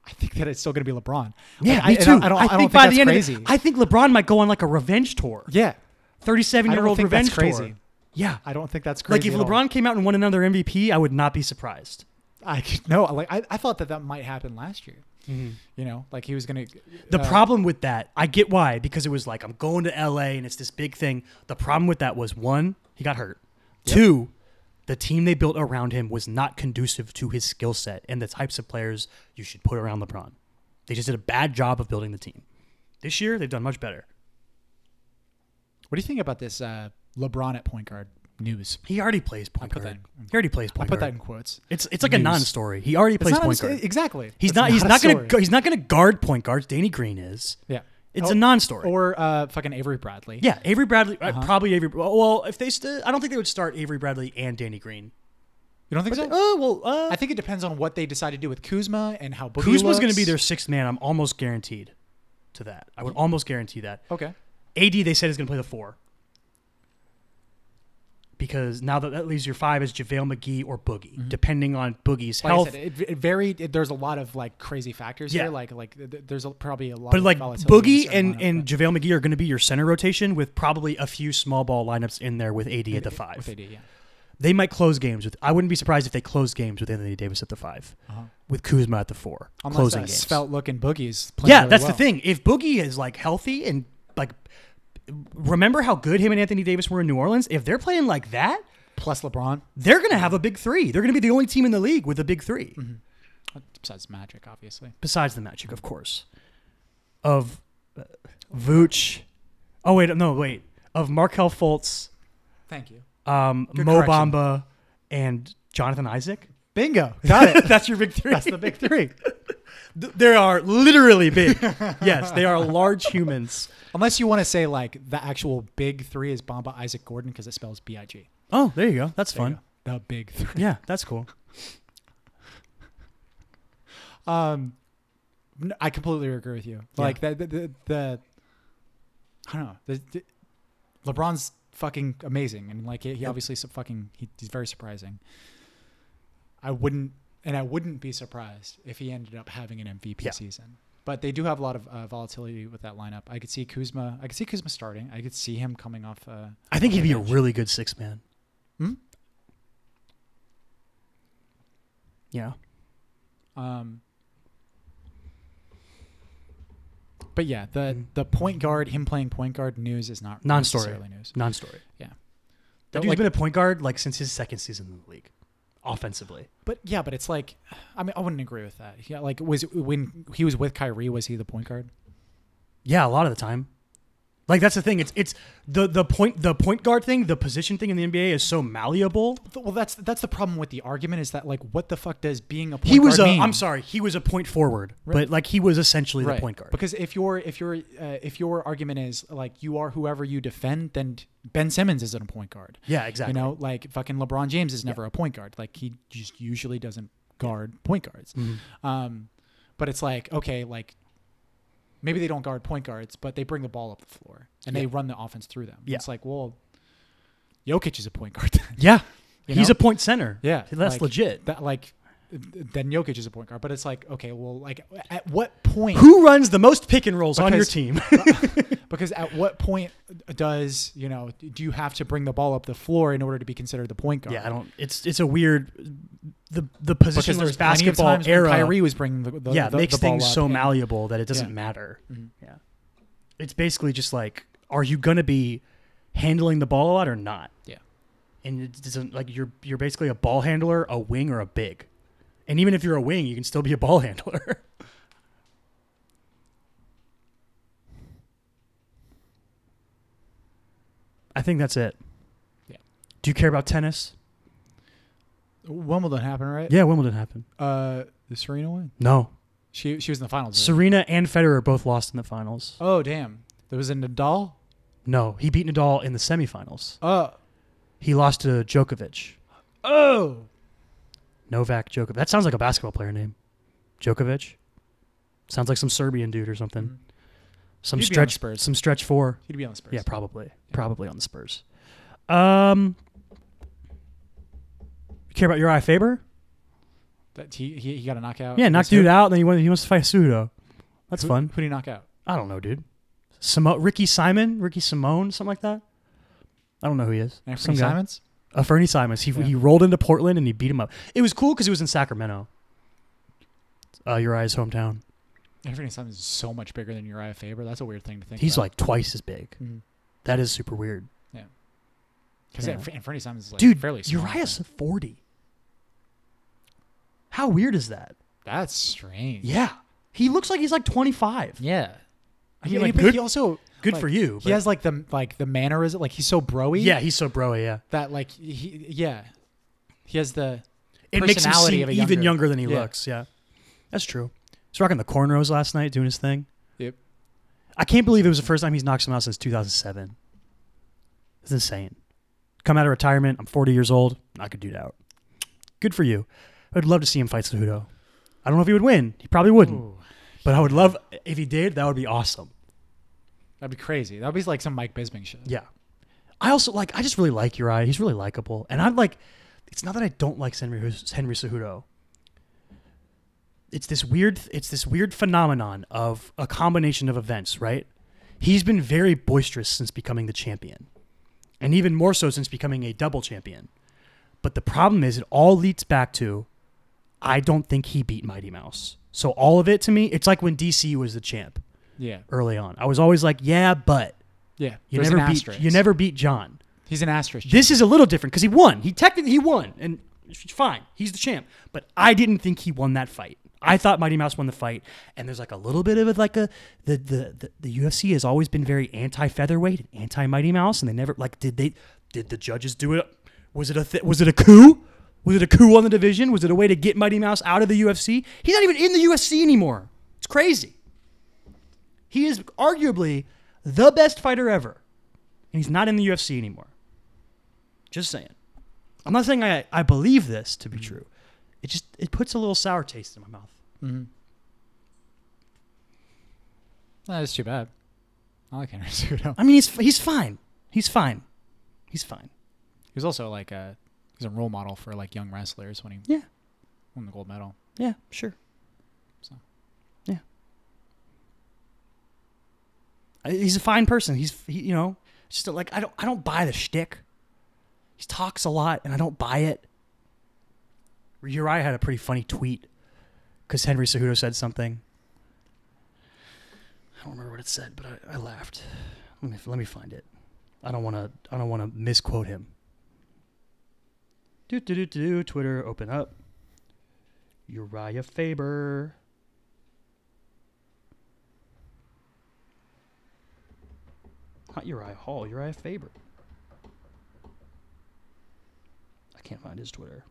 I think that it's still going to be LeBron.
yeah,
Like,
me
I,
too.
I don't, I don't, I don't think that's crazy.
of it, I think LeBron might go on like a revenge tour.
yeah,
37
I
year
don't
old
think that's
revenge
crazy.
tour. Yeah.
I don't think that's
Like
crazy.
if
at all.
LeBron came out and won another MVP, I would not be surprised.
I could- no, like I, I thought that that might happen last year. You know, like he was gonna.
Mm-hmm. The
uh,
problem with that, I get why, because it was like I'm going to LA and it's this big thing. The problem with that was one, he got hurt. Two, the team they built around him was not conducive to his skill set and the types of players you should put around LeBron. They just did a bad job of building the team. This year, they've done much better.
What do you think about this uh, LeBron at point guard news?
He already plays point
put
guard.
that in-
He already plays
I
point
put that
guard.
in quotes.
it's it's like a
news.
non-story. He already
It's
plays
not
point
a-
guard.
Exactly.
He's
It's
not. He's
a
not
story.
going to. He's not going to guard point guards. Danny Green is.
Yeah.
It's
Oh,
a non-story.
Or Uh-huh. uh, fucking Avery Bradley.
yeah, Avery Bradley. uh, Probably Avery. Well, well, if they, st- I don't think they would start Avery Bradley and Danny Green.
You don't think so?
Oh well, uh,
I think it depends on what they decide to do with Kuzma and how Boogie
Kuzma's
looks.
going to be their sixth man. I'm almost guaranteed to that. I would almost guarantee that.
Okay.
AD they said is going to play the four because now that that leaves your five is JaVale McGee or Boogie,
Mm-hmm.
depending on Boogie's
Like
health.
I said, it, it varied. It, there's a lot of like crazy factors
Yeah.
here. Like like th- th- there's a, probably a lot.
But
of
like
volatility in
Boogie
the starting
and,
lineup,
and JaVale McGee are going to be your center rotation with probably a few small ball lineups in there with AD at the
but-
five.
With AD, yeah.
They might close games with. I wouldn't be surprised if they closed games with Anthony Davis at the 5 with Kuzma at the four,
Uh-huh. Unless
closing
that
games.
svelte looking Boogie's. Playing
yeah,
really
that's
well.
the thing. If Boogie is like healthy and like, remember how good him and Anthony Davis were in New Orleans? If they're playing like that,
Plus LeBron.
they're going to have a big three. They're going to be the only team in the league with a big 3
Besides Magic, obviously.
besides the Magic, of course, of uh, Vooch. Oh wait, no wait, of Markel Fultz,
Thank you.
um,
Good
Mo
correction.
Bamba, and Jonathan Isaac.
Bingo. Got it.
That's your big three.
That's the big three.
Th- they are literally big. yes, they are large humans.
Unless you want to say like the actual big three is Bamba Isaac Gordon because it spells B I G.
Oh, there you go. That's fun.
The big three.
Yeah, that's cool.
Um, n- I completely agree with you. Like the the, the, the I don't know. The, the- LeBron's fucking amazing, and like he, he obviously so fucking he, he's very surprising. I wouldn't, and I wouldn't be surprised if he ended up having an MVP
Yeah.
season. But they do have a lot of uh, volatility with that lineup. I could see Kuzma. I could see Kuzma starting. I could see him coming off. Uh,
I think he'd be a really good six man.
Hmm?
Yeah.
Um, but yeah, the the point guard, him playing point guard news is not
Non-story.
necessarily news.
Non story.
Yeah,
That
But
dude's
like-
been a point guard like since his second season in the league. Offensively.
but yeah, but it's like, I mean, I wouldn't agree with that. Yeah, like was when he was with Kyrie, was he the point guard?
Yeah, a lot of the time. Like that's the thing. It's it's the the point the point guard thing, the position thing in the NBA is so malleable.
Th- Well, that's that's the problem with the argument is that like, what the fuck does being a point
He was a.
guard mean?
am sorry, he was a point forward, but like he was essentially the point guard.
Because if your if your uh, if your argument is like you are whoever you defend, then Ben Simmons isn't a point guard.
Yeah, exactly.
You know, like fucking LeBron James is never a point guard. Like he just usually doesn't guard point guards.
Mm-hmm.
Um, but it's like okay, like maybe they don't guard point guards, but they bring the ball up the floor and they run the offense through them.
Yeah.
It's like well, Jokic is a point guard. Then.
yeah,
You
he's
know?
a point center.
Yeah,
that's
like,
legit.
That like. Then Jokic is a point guard, but it's like okay, well, like at what point?
Who runs the most pick and rolls on your
Because-
team?
Because at what point does you know do you have to bring the ball up the floor in order to be considered the point guard?
yeah, I don't. It's it's a weird the the position
Because there's plenty of
basketball
times when
era.
Kyrie was bringing the, the
yeah,
the,
makes
the ball
things
up
so
and-
malleable that it doesn't
Yeah. Mm-hmm.
matter. Yeah, it's basically just like, are you gonna be handling the ball a lot or not?
Yeah,
and it doesn't like you're you're basically a ball handler, a wing, or a big. And even if you're a wing, you can still be a ball handler. I think that's it.
Yeah.
Do you care about tennis?
Wimbledon happened, right?
Yeah, Wimbledon happened.
Uh, the Serena win.
No.
She she was in the finals. right?
Serena and Federer both lost in the finals.
oh damn, there was a Nadal.
No, he beat Nadal in the semifinals.
Oh
He lost to Djokovic.
oh,
Novak Djokovic. That sounds like a basketball player name. Djokovic. Sounds like some Serbian dude or something.
Mhm.
Some
He'd be on the
stretch
Spurs.
some stretch 4.
he'd be on the Spurs.
Yeah, probably. Probably on the Spurs. Um you care about Uriah Faber?
That he he, he got a knockout.
Yeah, knocked
Against who?
dude out and then he went he wants to fight Sudo. That's
Who-
fun.
Who did he knock out?
I don't know, dude. Simo- Ricky Simon, Ricky Simone, something like that. I don't know who he is.
Anthony
guy.
Simons.
Uh, Fernie Simons. He,
Yeah.
he rolled into Portland and he beat him up. It was cool because it was in Sacramento, uh, Uriah's hometown.
Anthony Simons is so much bigger than Uriah Faber. That's a weird thing to think.
He's
about.
like twice as big.
Mhm.
That is super weird.
Because
Yeah.
yeah. Fernie Simons is like
Dude,
fairly small.
Uriah's 40. How weird is that?
That's strange.
Yeah. He looks like he's like 25.
Yeah. I
He,
mean,
like,
but
good-
he also
Good
like,
for you.
He
but-
has like the like the mannerism. Like he's so broy.
yeah, he's so bro, yeah.
That like he yeah. He has the
It makes him
Personality
seem
of a
even
younger-
younger than he
yeah.
looks, yeah. That's true. He's rocking the cornrows last night doing his thing.
yep.
I can't believe it was the first time he's knocked someone out since 2007. It's insane. Come out of retirement. I'm 40 years old. I could do that. Good for you. I'd love to see him fight Cejudo. I don't know if he would win. He probably wouldn't. But I would love if he did. That would be awesome.
That'd be crazy. That'd be like some Mike Bisping shit.
Yeah. I also like. I just really like Uriah. He's really likable, and I'm like. It's not that I don't like Henry Henry Cejudo. It's this weird. It's this weird phenomenon of a combination of events, right? He's been very boisterous since becoming the champion, and even more so since becoming a double champion. But the problem is, it all leads back to, I don't think he beat Mighty Mouse. So all of it to me, it's like when DC was the champ
Yeah.
early on. I was always like, yeah, but
Yeah.
you
There's
never
an
beat
asterisk.
you never beat John.
He's an asterisk.
This is a little different because he won. He technically he won, and it's fine, he's the champ. But I didn't think he won that fight. I thought Mighty Mouse won the fight, and there's like a little bit of it, like a the the the, the UFC has always been very anti featherweight and anti Mighty Mouse, and they never like did they did the judges do it? Was it a th- was it a coup? Was it a coup on the division? Was it a way to get Mighty Mouse out of the UFC? He's not even in the UFC anymore. It's crazy. He is arguably the best fighter ever, and he's not in the UFC anymore. Just saying. I'm not saying I, I believe this to be true. It just it puts a little sour taste in my mouth.
Mm-hmm. Nah, That's too bad. I like Henry Cejudo.
I mean, he's he's fine. He's fine. He's fine.
He was also like a he's a role model for like young wrestlers when he
Yeah.
won the gold medal.
Yeah. Sure.
So.
Yeah. I- He's a fine person. He's he, you know it's just like I don't I don't buy the shtick. He talks a lot, and I don't buy it. Uriah had a pretty funny tweet because Henry Cejudo said something. I don't remember what it said, but I, I laughed. Let me let me find it. I don't want to I don't want to misquote him. Do do do do. Twitter, open up. Uriah Faber. Not Uriah Hall, Uriah Faber. I can't find his Twitter.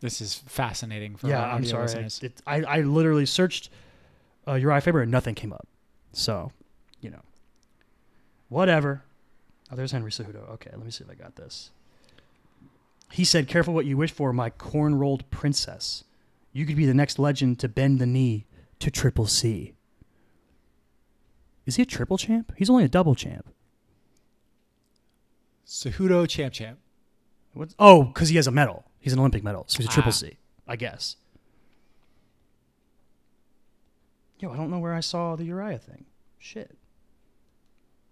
This is fascinating for our
yeah, I'm
audio
sorry. I,
listeners.
it- I, I literally searched uh, Uriah Faber and nothing came up. So, you know, whatever. Oh, there's Henry Cejudo. Okay, let me see if I got this. He said, "Careful what you wish for, my corn-rolled princess. You could be the next legend to bend the knee to Triple C." Is he a triple champ? He's only a double champ.
Cejudo champ champ.
What's, oh, because he has a medal. He's an Olympic medal, so he's a triple
Ah.
C, I guess. Yo, I don't know where I saw the Uriah thing. Shit.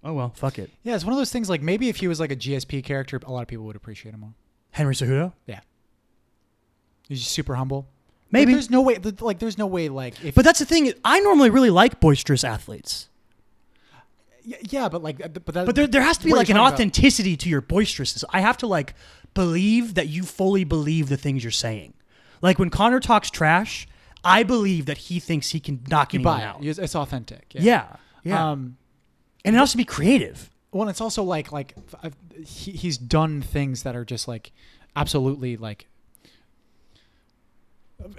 Oh well, fuck it.
Yeah, it's one of those things. Like maybe if he was like a GSP character, a lot of people would appreciate him more.
Henry Cejudo.
Yeah, he's just super humble. But
Maybe.
there's no way. th- Like there's no way. Like if
But that's the thing. I normally really like boisterous athletes,
y- yeah, but like uh, th- but that,
but there there has to be
what are
like
you
an
talking about?
authenticity to your boisterousness. I have to like believe that you fully believe the things you're saying. Like when Connor talks trash, I believe that he thinks he can knock
You
anyone
buy
out.
it. It's- It's authentic. Yeah.
Yeah, yeah.
Um,
and it has to be creative.
well, it's also like like I've, he, he's done things that are just like absolutely like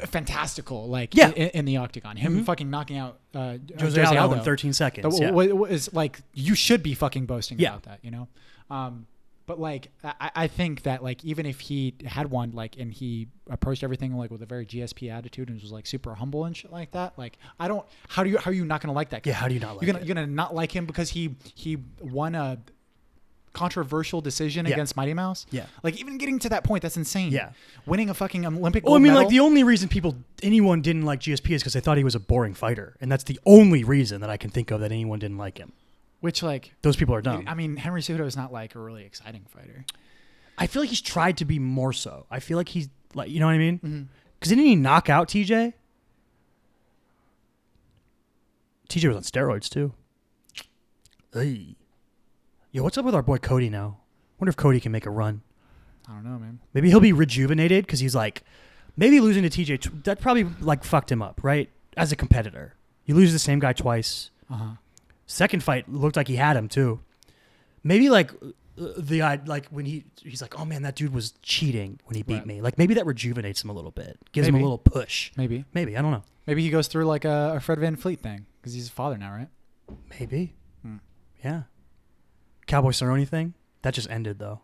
fantastical. Like
Yeah.
i- in, the octagon, him fucking knocking out uh,
Jose, Aldo, in 13 seconds.
That
yeah.
w- w- w- is like you should be fucking boasting
Yeah.
about that, you know. Um, but like I, I think that like even if he had one like and he approached everything like with a very GSP attitude and was like super humble and shit like that, like I don't how do you how are you not gonna like that? Guy?
Yeah, how do you not like
you're gonna
it?
you're gonna not like him because he he won a controversial decision
Yeah.
against Mighty Mouse.
Yeah.
like even getting to that point, that's insane.
Yeah.
winning a fucking Olympic.
Well, I
gold
mean,
medal,
like the only reason people anyone didn't like GSP is because they thought he was a boring fighter, and that's the only reason that I can think of that anyone didn't like him.
which like.
Those people are dumb.
I mean, Henry Cejudo is not like a really exciting fighter.
I feel like he's tried to be more so. I feel like he's like, you know what I mean? Because didn't he knock out TJ? TJ was on steroids too. Ey. Yo, what's up with our boy Cody now? Wonder if Cody can make a run.
I don't know, man.
Maybe he'll be rejuvenated because he's like, maybe losing to TJ tw- that probably like fucked him up, right? As a competitor, you lose to the same guy twice.
Uh huh.
Second fight looked like he had him too. Maybe like uh, the I like when he he's like, oh man, that dude was cheating when he beat
Right.
me. Like maybe that rejuvenates him a little bit, gives him a
Maybe.
little push.
Maybe.
Maybe I don't know.
Maybe he goes through like a, a Fred Van Fleet thing because he's a father now, right?
Maybe,
Hmm.
yeah. Cowboy Cerrone thing that just ended though.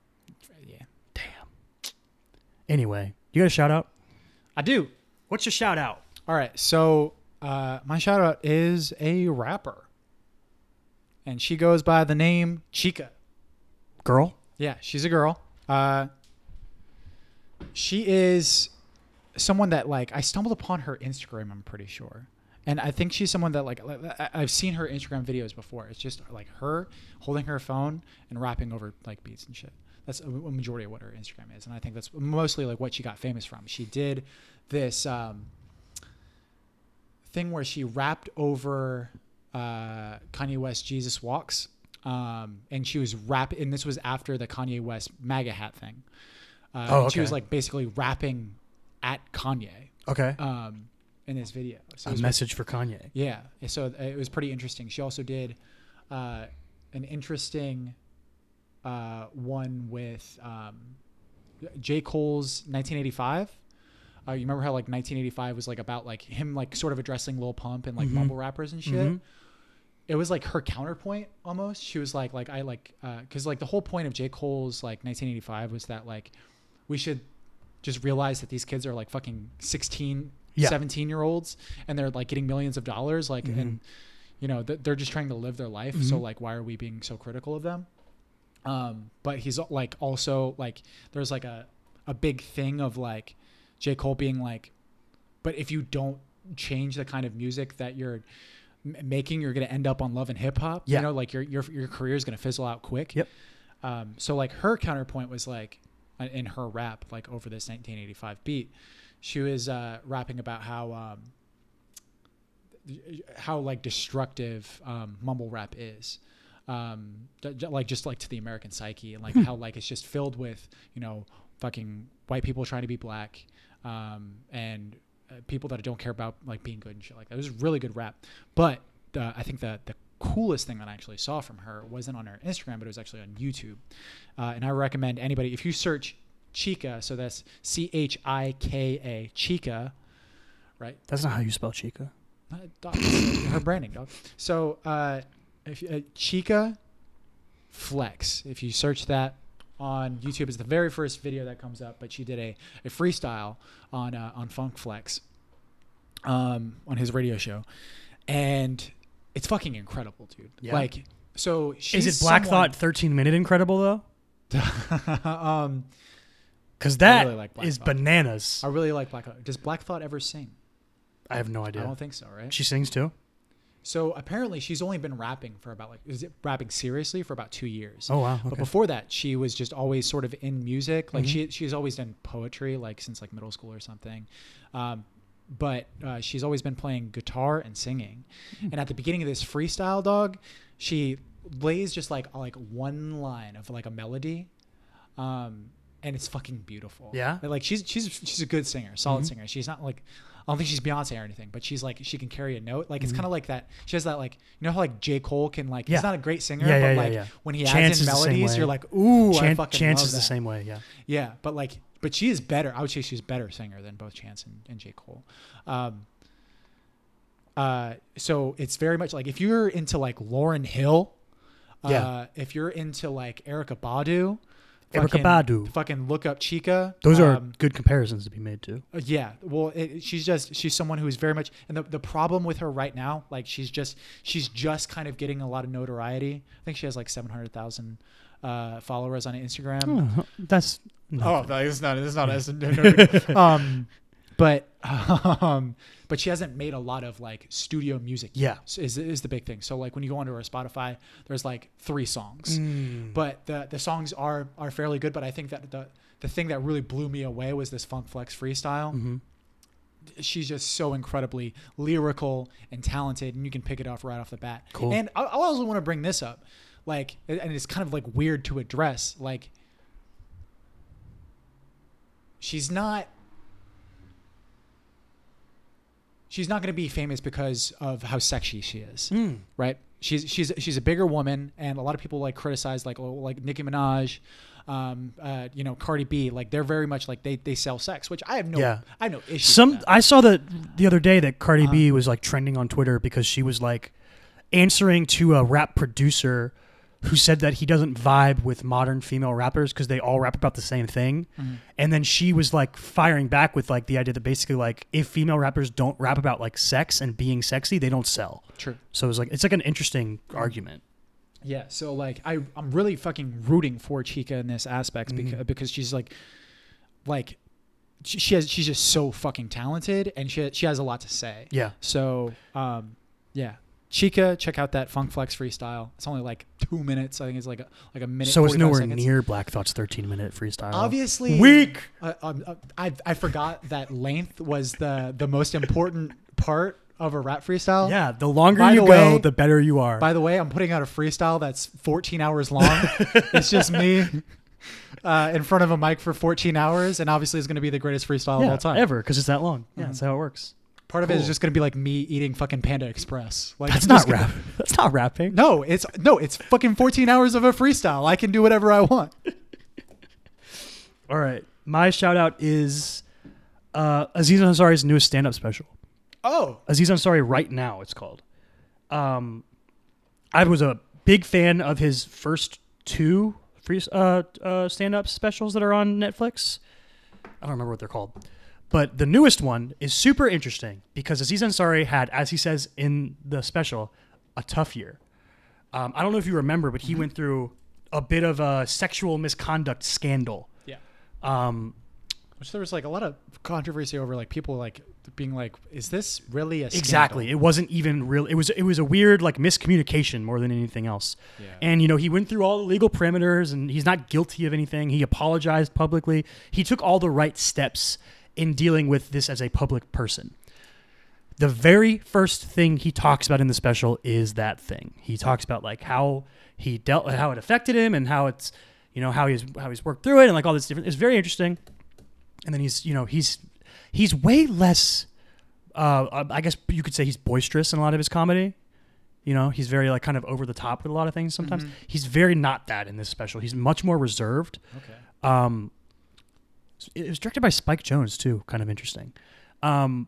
Yeah.
Damn. Anyway, you got a shout out.
I do.
What's your shout out?
All right. So uh, my shout out is a rapper. And she goes by the name Chica.
Girl.
Yeah, she's a girl. Uh, she is someone that like I stumbled upon her Instagram. I'm pretty sure, and I think she's someone that like I- I- I've seen her Instagram videos before. It's just like her holding her phone and rapping over like beats and shit. That's a a majority of what her Instagram is, and I think that's mostly like what she got famous from. She did this um, thing where she rapped over uh, Kanye West Jesus Walks. Um, and she was rap, and this was after the Kanye West MAGA hat thing. Uh,
Oh,
and She was
okay.
like basically rapping at Kanye
Okay.
um, in this video. So
a
it was-
message for Kanye.
yeah. So uh, it was pretty interesting. She also did uh, an interesting uh, one with um, J. Cole's 1985. Uh, you remember how like 1985 was like about like him like sort of addressing Lil Pump and like mumble rappers and shit.
Mm-hmm.
It was like her counterpoint almost. She was like like I like because like the whole point of J. Cole's like 1985 was that like we should just realize that these kids are like fucking 16
Yeah.
17 year olds and they're like getting millions of dollars like and you know th- they're just trying to live their life so like why are we being so critical of them um but he's al- like also like there's like a a big thing of like j cole being like but if you don't change the kind of music that you're m- making you're gonna end up on love and hip hop
Yeah.
you know like your your your career is gonna fizzle out quick
Yep.
um, so like her counterpoint was like uh, in her rap like over this 1985 beat, she was uh, rapping about how um, how like destructive um, mumble rap is. Um, d- d- like just like to the American psyche and like how like it's just filled with you know fucking white people trying to be black um, and uh, people that don't care about like being good and shit like that. It was really good rap, but the, I think the the coolest thing that I actually saw from her wasn't on her Instagram, but it was actually on YouTube. Uh, and I recommend anybody if you search Chica, so that's C H I K A Chica, right?
That's not how you spell Chica.
Uh, dog, it's her branding dog. So uh, if you- uh, Chica Flex, if you search that on YouTube, is the very first video that comes up. But she did a, a freestyle on uh, on Funk Flex, um, on his radio show, and it's fucking incredible, dude.
Yeah.
Like, so she's
Is
Is it Black
someone-
Thought 13 minute incredible though?
um,
Because that is
really like Black Thought.
bananas.
I really like Black Thought. Does Black Thought ever sing?
I have no idea.
I don't think so, right?
she sings too.
So apparently, she's only been rapping for about like is it rapping seriously for about two years.
Oh wow.
But
Okay. Mm-hmm.
before that, she was just always sort of in music. Like she she's always done poetry, like since like middle school or something. Um, but uh, she's always been playing guitar and singing.
Hmm.
And at the beginning of this freestyle, dog, she lays just like like one line of like a melody, um, and it's fucking beautiful.
Yeah? Mm-hmm.
And, like she's she's she's a good singer, solid singer. She's not like. I don't think she's Beyonce or anything, but she's like she can carry a note. Like it's kind of like that. She has that like you know how like J Cole can like
Mm-hmm. Yeah.
he's not a great singer,
Yeah,
but
yeah, yeah,
like
yeah.
when he adds
Chance
in
is the same
melodies,
way.
you're like ooh, I
Chan-
fucking
Chance
love
is the
that.
same way. Yeah.
Yeah, but like, but she is better. I would say she's better singer than both Chance and, and J. Cole. Um, uh, so it's very much like if you're into like Lauren Hill, uh,
Yeah.
if you're into like Erica Badu,
Erykah
fucking-
Badu.
fucking look up Chica.
Those are
Um,
good comparisons to be made too.
uh, Yeah, well, it, it- she's just she's someone who is very much, and the, the problem with her right now, like she's just she's just kind of getting a lot of notoriety. I think she has like seven hundred thousand uh, followers on Instagram.
Oh, that's
um, Oh,
no.
no, it's not. It's not. It's not um, but um, but she hasn't made a lot of like studio music.
Yeah.
s- is is the big thing. So like when you go onto her Spotify, there's like three
Hmm.
songs, but the the songs are are fairly good. But I think that the the thing that really blew me away was this Funk Flex freestyle.
mm-hmm.
She's just so incredibly lyrical and talented, and you can pick it off right off the bat.
Cool.
And I, I also want to bring this up, like, and it's kind of like weird to address, like she's not she's not going to be famous because of how sexy she is
Mm.
right she's she's she's a bigger woman and a lot of people like criticize like oh, like Nicki Minaj um uh you know Cardi B like they're very much like they they sell sex which I have no
Yeah.
I have no issue with
Some
that.
I saw that the other day that Cardi
Uh-huh.
B was like trending on Twitter because she was like answering to a rap producer who said that he doesn't vibe with modern female rappers because they all rap about the same thing.
Mm-hmm.
And then she was like firing back with like the idea that basically like if female rappers don't rap about like sex and being sexy, they don't sell.
true
So it's like it's like an interesting argument.
Yeah, so like I I'm really fucking rooting for Chica in this aspect because
Mm-hmm.
because she's like like she- she has she's just so fucking talented and she she has a lot to say.
Yeah.
So um yeah. Chica, check out that Funk Flex freestyle. It's only like 2 minutes. I think it's like a, like a minute
So it's
45
nowhere
seconds.
near Black Thought's 13 minute freestyle.
Obviously
Weak.
uh, um, uh, I I forgot that length was the the most important part of a rap freestyle.
Yeah, the longer
By
you
the
go,
way-
the better you are.
By the way, I'm putting out a freestyle that's 14 hours long. it's just me uh, in front of a mic for 14 hours, and obviously it's going to be the greatest freestyle of
yeah,
all time. Mm-hmm.
ever because it's that long. Yeah, that's how it works.
Part of it is
Cool.
just going to be like me eating fucking Panda Express. Like
That's
I'm
not
just gonna-
rap. That's not rapping.
No, it's no, it's fucking 14 hours of a freestyle. I can do whatever I want.
All right, my shout out is uh, Aziz Ansari's newest stand up special.
Oh,
Aziz Ansari right now. It's called. Um, I was a big fan of his first two free uh, uh, stand up specials that are on Netflix. I don't remember what they're called, but the newest one is super interesting because Aziz Ansari had, as he says in the special, a tough year. Um, I don't know if you remember, but he went through a bit of a sexual misconduct scandal.
yeah.
Um,
Which there was like a lot of controversy over like people like being like, is this really a scandal?
Exactly. It wasn't even real. It was it was a weird like miscommunication more than anything else.
Yeah.
And you know he went through all the legal parameters, and he's not guilty of anything. He apologized publicly. He took all the right steps in dealing with this as a public person. The very first thing he talks about in the special is that thing. He talks about like how he dealt, how it affected him, and how it's you know how he's how he's worked through it, and like all this different. It's very interesting. And then he's you know he's um, he's way less uh, I guess you could say he's boisterous in a lot of his comedy. You know, he's very like kind of over the top with a lot of things sometimes.
Mhm.
He's very not that in this special. He's much more reserved.
Okay.
Um, it was directed by Spike Jones too, kind of interesting. Um,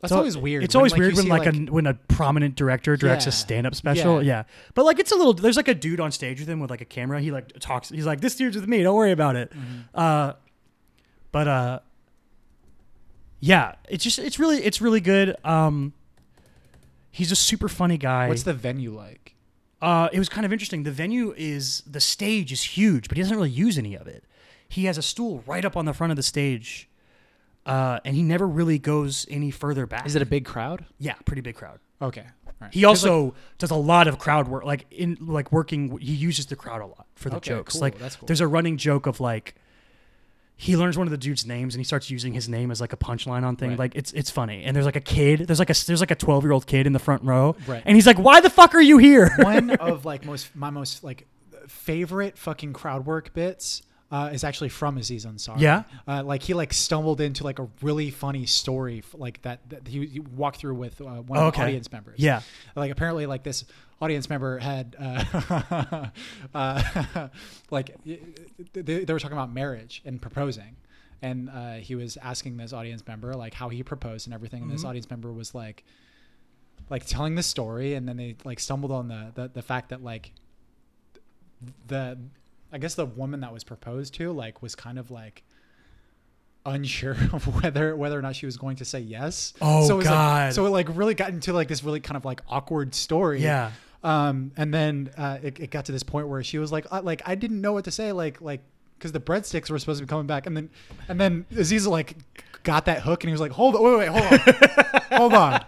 That's
so
always weird.
It's always
like,
weird
you
when
see,
like, a when a prominent director directs
Yeah.
a stand up special. Yeah.
Yeah.
but like it's a little. There's like a dude on stage with him with like a camera. He like talks. He's like, "This dude's with me. Don't worry about it."
Mm-hmm.
Uh, but uh, yeah, it's just it's really it's really good. Um, he's a super funny guy.
what's the venue like?
Uh, it was kind of interesting. The venue is the stage is huge, but he doesn't really use any of it. He has a stool right up on the front of the stage, uh, and he never really goes any further back.
Is it a big crowd?
yeah, pretty big crowd.
Okay. All right.
He also does a lot of crowd work, like in like working. He uses the crowd a lot for the
Okay,
jokes.
cool,
Like
that's cool.
there's a running joke of like he learns one of the dude's names and he starts using his name as like a punchline on thing.
Right.
Like it's it's funny. And there's like a kid. There's like a there's like a 12 year old kid in the front row,
Right.
and he's like, "Why the fuck are you here?"
one of like most my most like favorite fucking crowd work bits uh, is actually from Aziz Ansari.
Yeah?
uh, like he like stumbled into like a really funny story f- like that, that he, he walked through with uh, one of
Okay.
the audience members.
Yeah.
like apparently like this audience member had uh, uh, like they, they were talking about marriage and proposing. And uh, he was asking this audience member like how he proposed and everything,
Mm-hmm.
and this audience member was like, like telling the story and then they like stumbled on the the, the fact that like the i guess the woman that was proposed to like was kind of like unsure of whether whether or not she was going to say yes
Oh,
so it was, like-
God.
so it like really got into like this really kind of like awkward story
Yeah.
um and then uh it, it got to this point where she was like I, like i didn't know what to say like like because the breadsticks were supposed to be coming back and then and then aziza like got that hook and he was like hold on wait wait, wait hold on Hold on.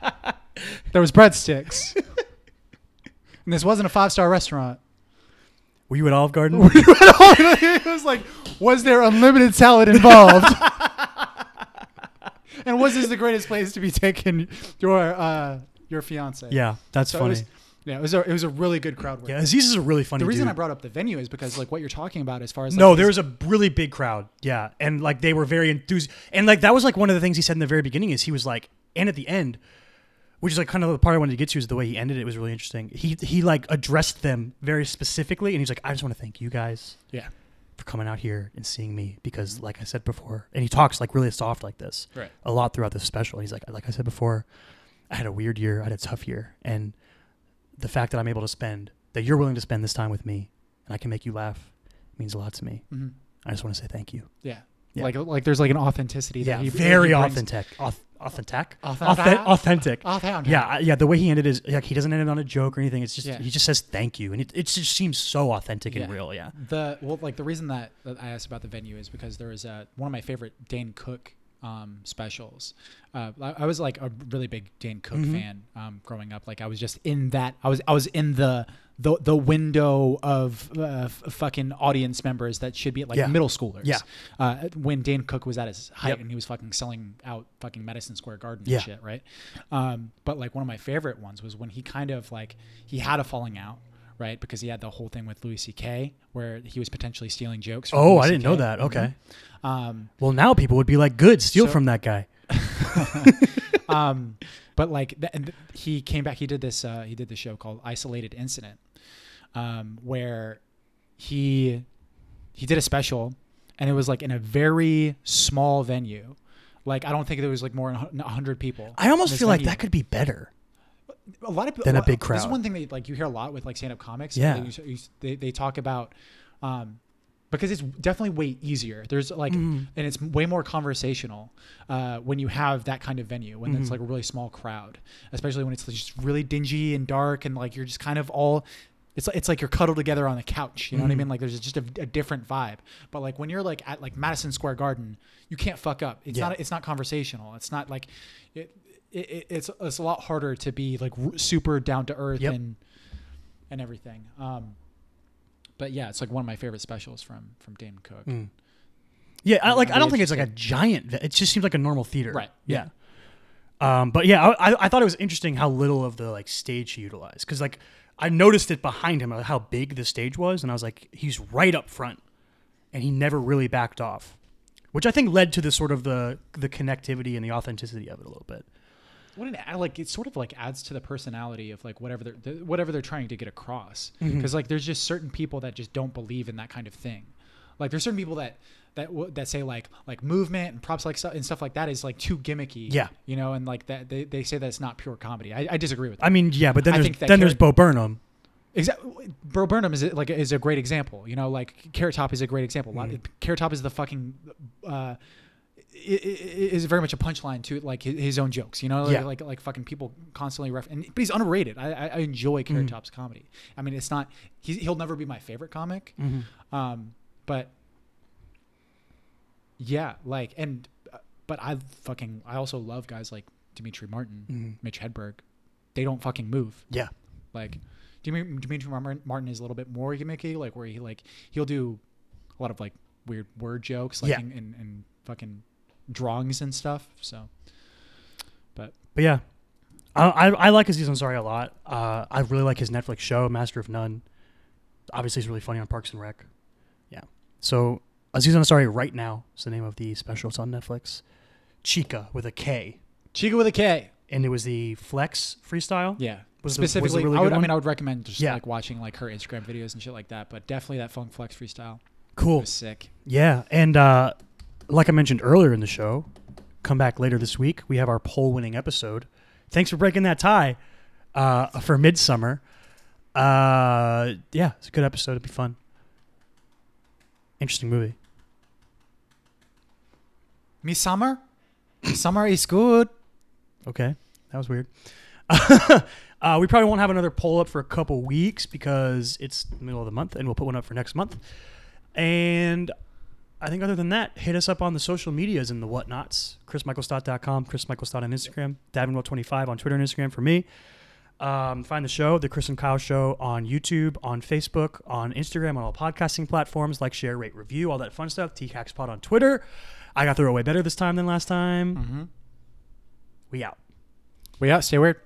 There was breadsticks. And this wasn't a five star restaurant.
Were you at Olive Garden?
it was like, was there unlimited salad involved? and was this the greatest place to be taking your uh, your fiance?
yeah, that's
So it
funny.
was- yeah, it was a it was a really good crowd work.
yeah, Aziz is a really funny.
the reason
dude.
I brought up the venue is because like what you're talking about as far as like,
no,
these-
there was a really big crowd. Yeah, and like they were very enthusiastic, and like that was like one of the things he said in the very beginning is he was like, and at the end, which is like kind of the part I wanted to get to is the way he ended it was really interesting. He he like addressed them very specifically, and he's like, I just want to thank you guys
yeah
for coming out here and seeing me because like I said before, and he talks like really soft like this
right
a lot throughout this special. He's like, like I said before, I had a weird year, I had a tough year, and the fact that I'm able to spend that you're willing to spend this time with me, and I can make you laugh, means a lot to me.
hmm
I just want to say thank you.
yeah.
Yeah.
like like there's like an authenticity
Yeah,
that he
very
he brings-
authentic, Auth- authentic,
Authentic?
Authen- authentic.
authentic
Yeah, I- yeah. The way he ended is like he doesn't end it on a joke or anything. It's just
Yeah.
he just says thank you, and it, it just seems so authentic and
Yeah.
real. Yeah.
The well, like the reason that, that I asked about the venue is because there was a one of my favorite Dane Cook um, specials. Uh, I, I was like a really big Dane Cook
Mhm.
fan um, growing up. Like I was just in that. I was I was in the the, the window of uh, f- fucking audience members that should be at like
Yeah.
middle schoolers.
Yeah.
Uh, when Dane Cook was at his height
Yep.
and he was fucking selling out fucking Madison Square Garden
Yeah.
and shit, right? Um, but like one of my favorite ones was when he kind of like he had a falling out, right? Because he had the whole thing with Louis C.K. where he was potentially stealing jokes. From
Oh,
Louis
I didn't know
CK.
that. Okay.
Um,
Well, now people would be like, good, steal
So-
from that guy.
um, but like th- and th- he came back he did this uh, he did this show called isolated incident um, where he he did a special and it was like in a very small venue like i don't think there was like more than a hun- 100 people
I almost
This
feel like
venue.
that could be better.
a lot of
than a
well,
big
This
crowd.
is one thing that like you hear a lot with like stand-up comics.
Yeah.
they, you- you- they, they talk about um, because it's definitely way easier. There's like,
Mhm.
and it's way more conversational uh, when you have that kind of venue when
Mm-hmm.
it's like a really small crowd, especially when it's just really dingy and dark and like you're just kind of all. It's, it's like you're cuddled together on the couch. You know
Mm-hmm.
what I mean? Like there's just a, a different vibe. But like when you're like at like Madison Square Garden, you can't fuck up. It's
Yeah.
not it's not conversational. It's not like it, it, it it's it's a lot harder to be like r- super down to earth
Yep.
and and everything. Um, but yeah, it's like one of my favorite specials from from Dane Cook.
Mm. Yeah, I,
That'd
like
be
I don't think it's like a giant. ve- It just seems like a normal theater.
Right,
Yeah. Um, but yeah, I, I- I thought it was interesting how little of the like stage he utilized because like I noticed it behind him uh, how big the stage was, and I was like, he's right up front, and he never really backed off, which I think led to the sort of the the connectivity and the authenticity of it a little bit.
what an ad- like it sort of like adds to the personality of like whatever they're th- whatever they're trying to get across
Mm-hmm.
because like there's just certain people that just don't believe in that kind of thing like there's certain people that that w- that say like like movement and props like stuff and stuff like that is like too gimmicky
Yeah.
you know and like that they, they say that's not pure comedy i, I disagree with that
I mean, yeah, but then
I
there's
think that
then there's
character-
Bo Burnham.
Exactly. Bro Burnham is like is a great example. You know, like Carrot Top is a great example. A lot- Carrot Top is the fucking. Uh, i- i- is very much a punchline to like his- his own jokes, you know,
Yeah.
like like fucking people constantly ref. And but he's underrated. I I I enjoy Carrot
Mhm.
Top's comedy. I mean, it's not he's, he'll never be my favorite comic, um, but yeah, like and uh, but I fucking I also love guys like Dimitri Martin, Mitch Hedberg. They don't fucking move.
Yeah,
Like, do you mean Dimitri Mar- Martin is a little bit more gimmicky? Like, where he like he'll do a lot of like weird word jokes, like
Yeah.
and, and, and fucking drawings and stuff. So, but
But yeah, I, I, I like Aziz Ansari a lot. Uh, I really like his Netflix show, Master of None. Obviously, he's really funny on Parks and Rec. Yeah. So Aziz Ansari right now is the name of the special. It's on Netflix. Chica with a K,
Chica with a K.
and it was the flex freestyle.
Yeah.
Was the- was the
Specifically,
really
I, would,
good
I mean,
one?
I would recommend just
Yeah.
like watching like her Instagram videos and shit like that. But definitely that Funk Flex freestyle
Cool.
was sick.
Yeah, and uh, like I mentioned earlier in the show, come back later this week. We have our poll-winning episode. Thanks for breaking that tie uh, for Midsummer. Uh, yeah, it's a good episode. It'd be fun. Interesting movie.
Me summer, summer is good.
Okay, that was weird. uh, we probably won't have another poll up for a couple weeks because it's the middle of the month, and we'll put one up for next month. And I think other than that, hit us up on the social medias and the whatnots. ChrisMichaelstott.com, ChrisMichaelstott on Instagram, Davinwell25 on Twitter and Instagram for me. Um, find the show, The Chris and Kyle Show, on YouTube, on Facebook, on Instagram, on all podcasting platforms. Like, share, rate, review, all that fun stuff. THacksPod on Twitter. I got through it way better this time than last time.
Mm-hmm.
We out.
We out. Stay weird.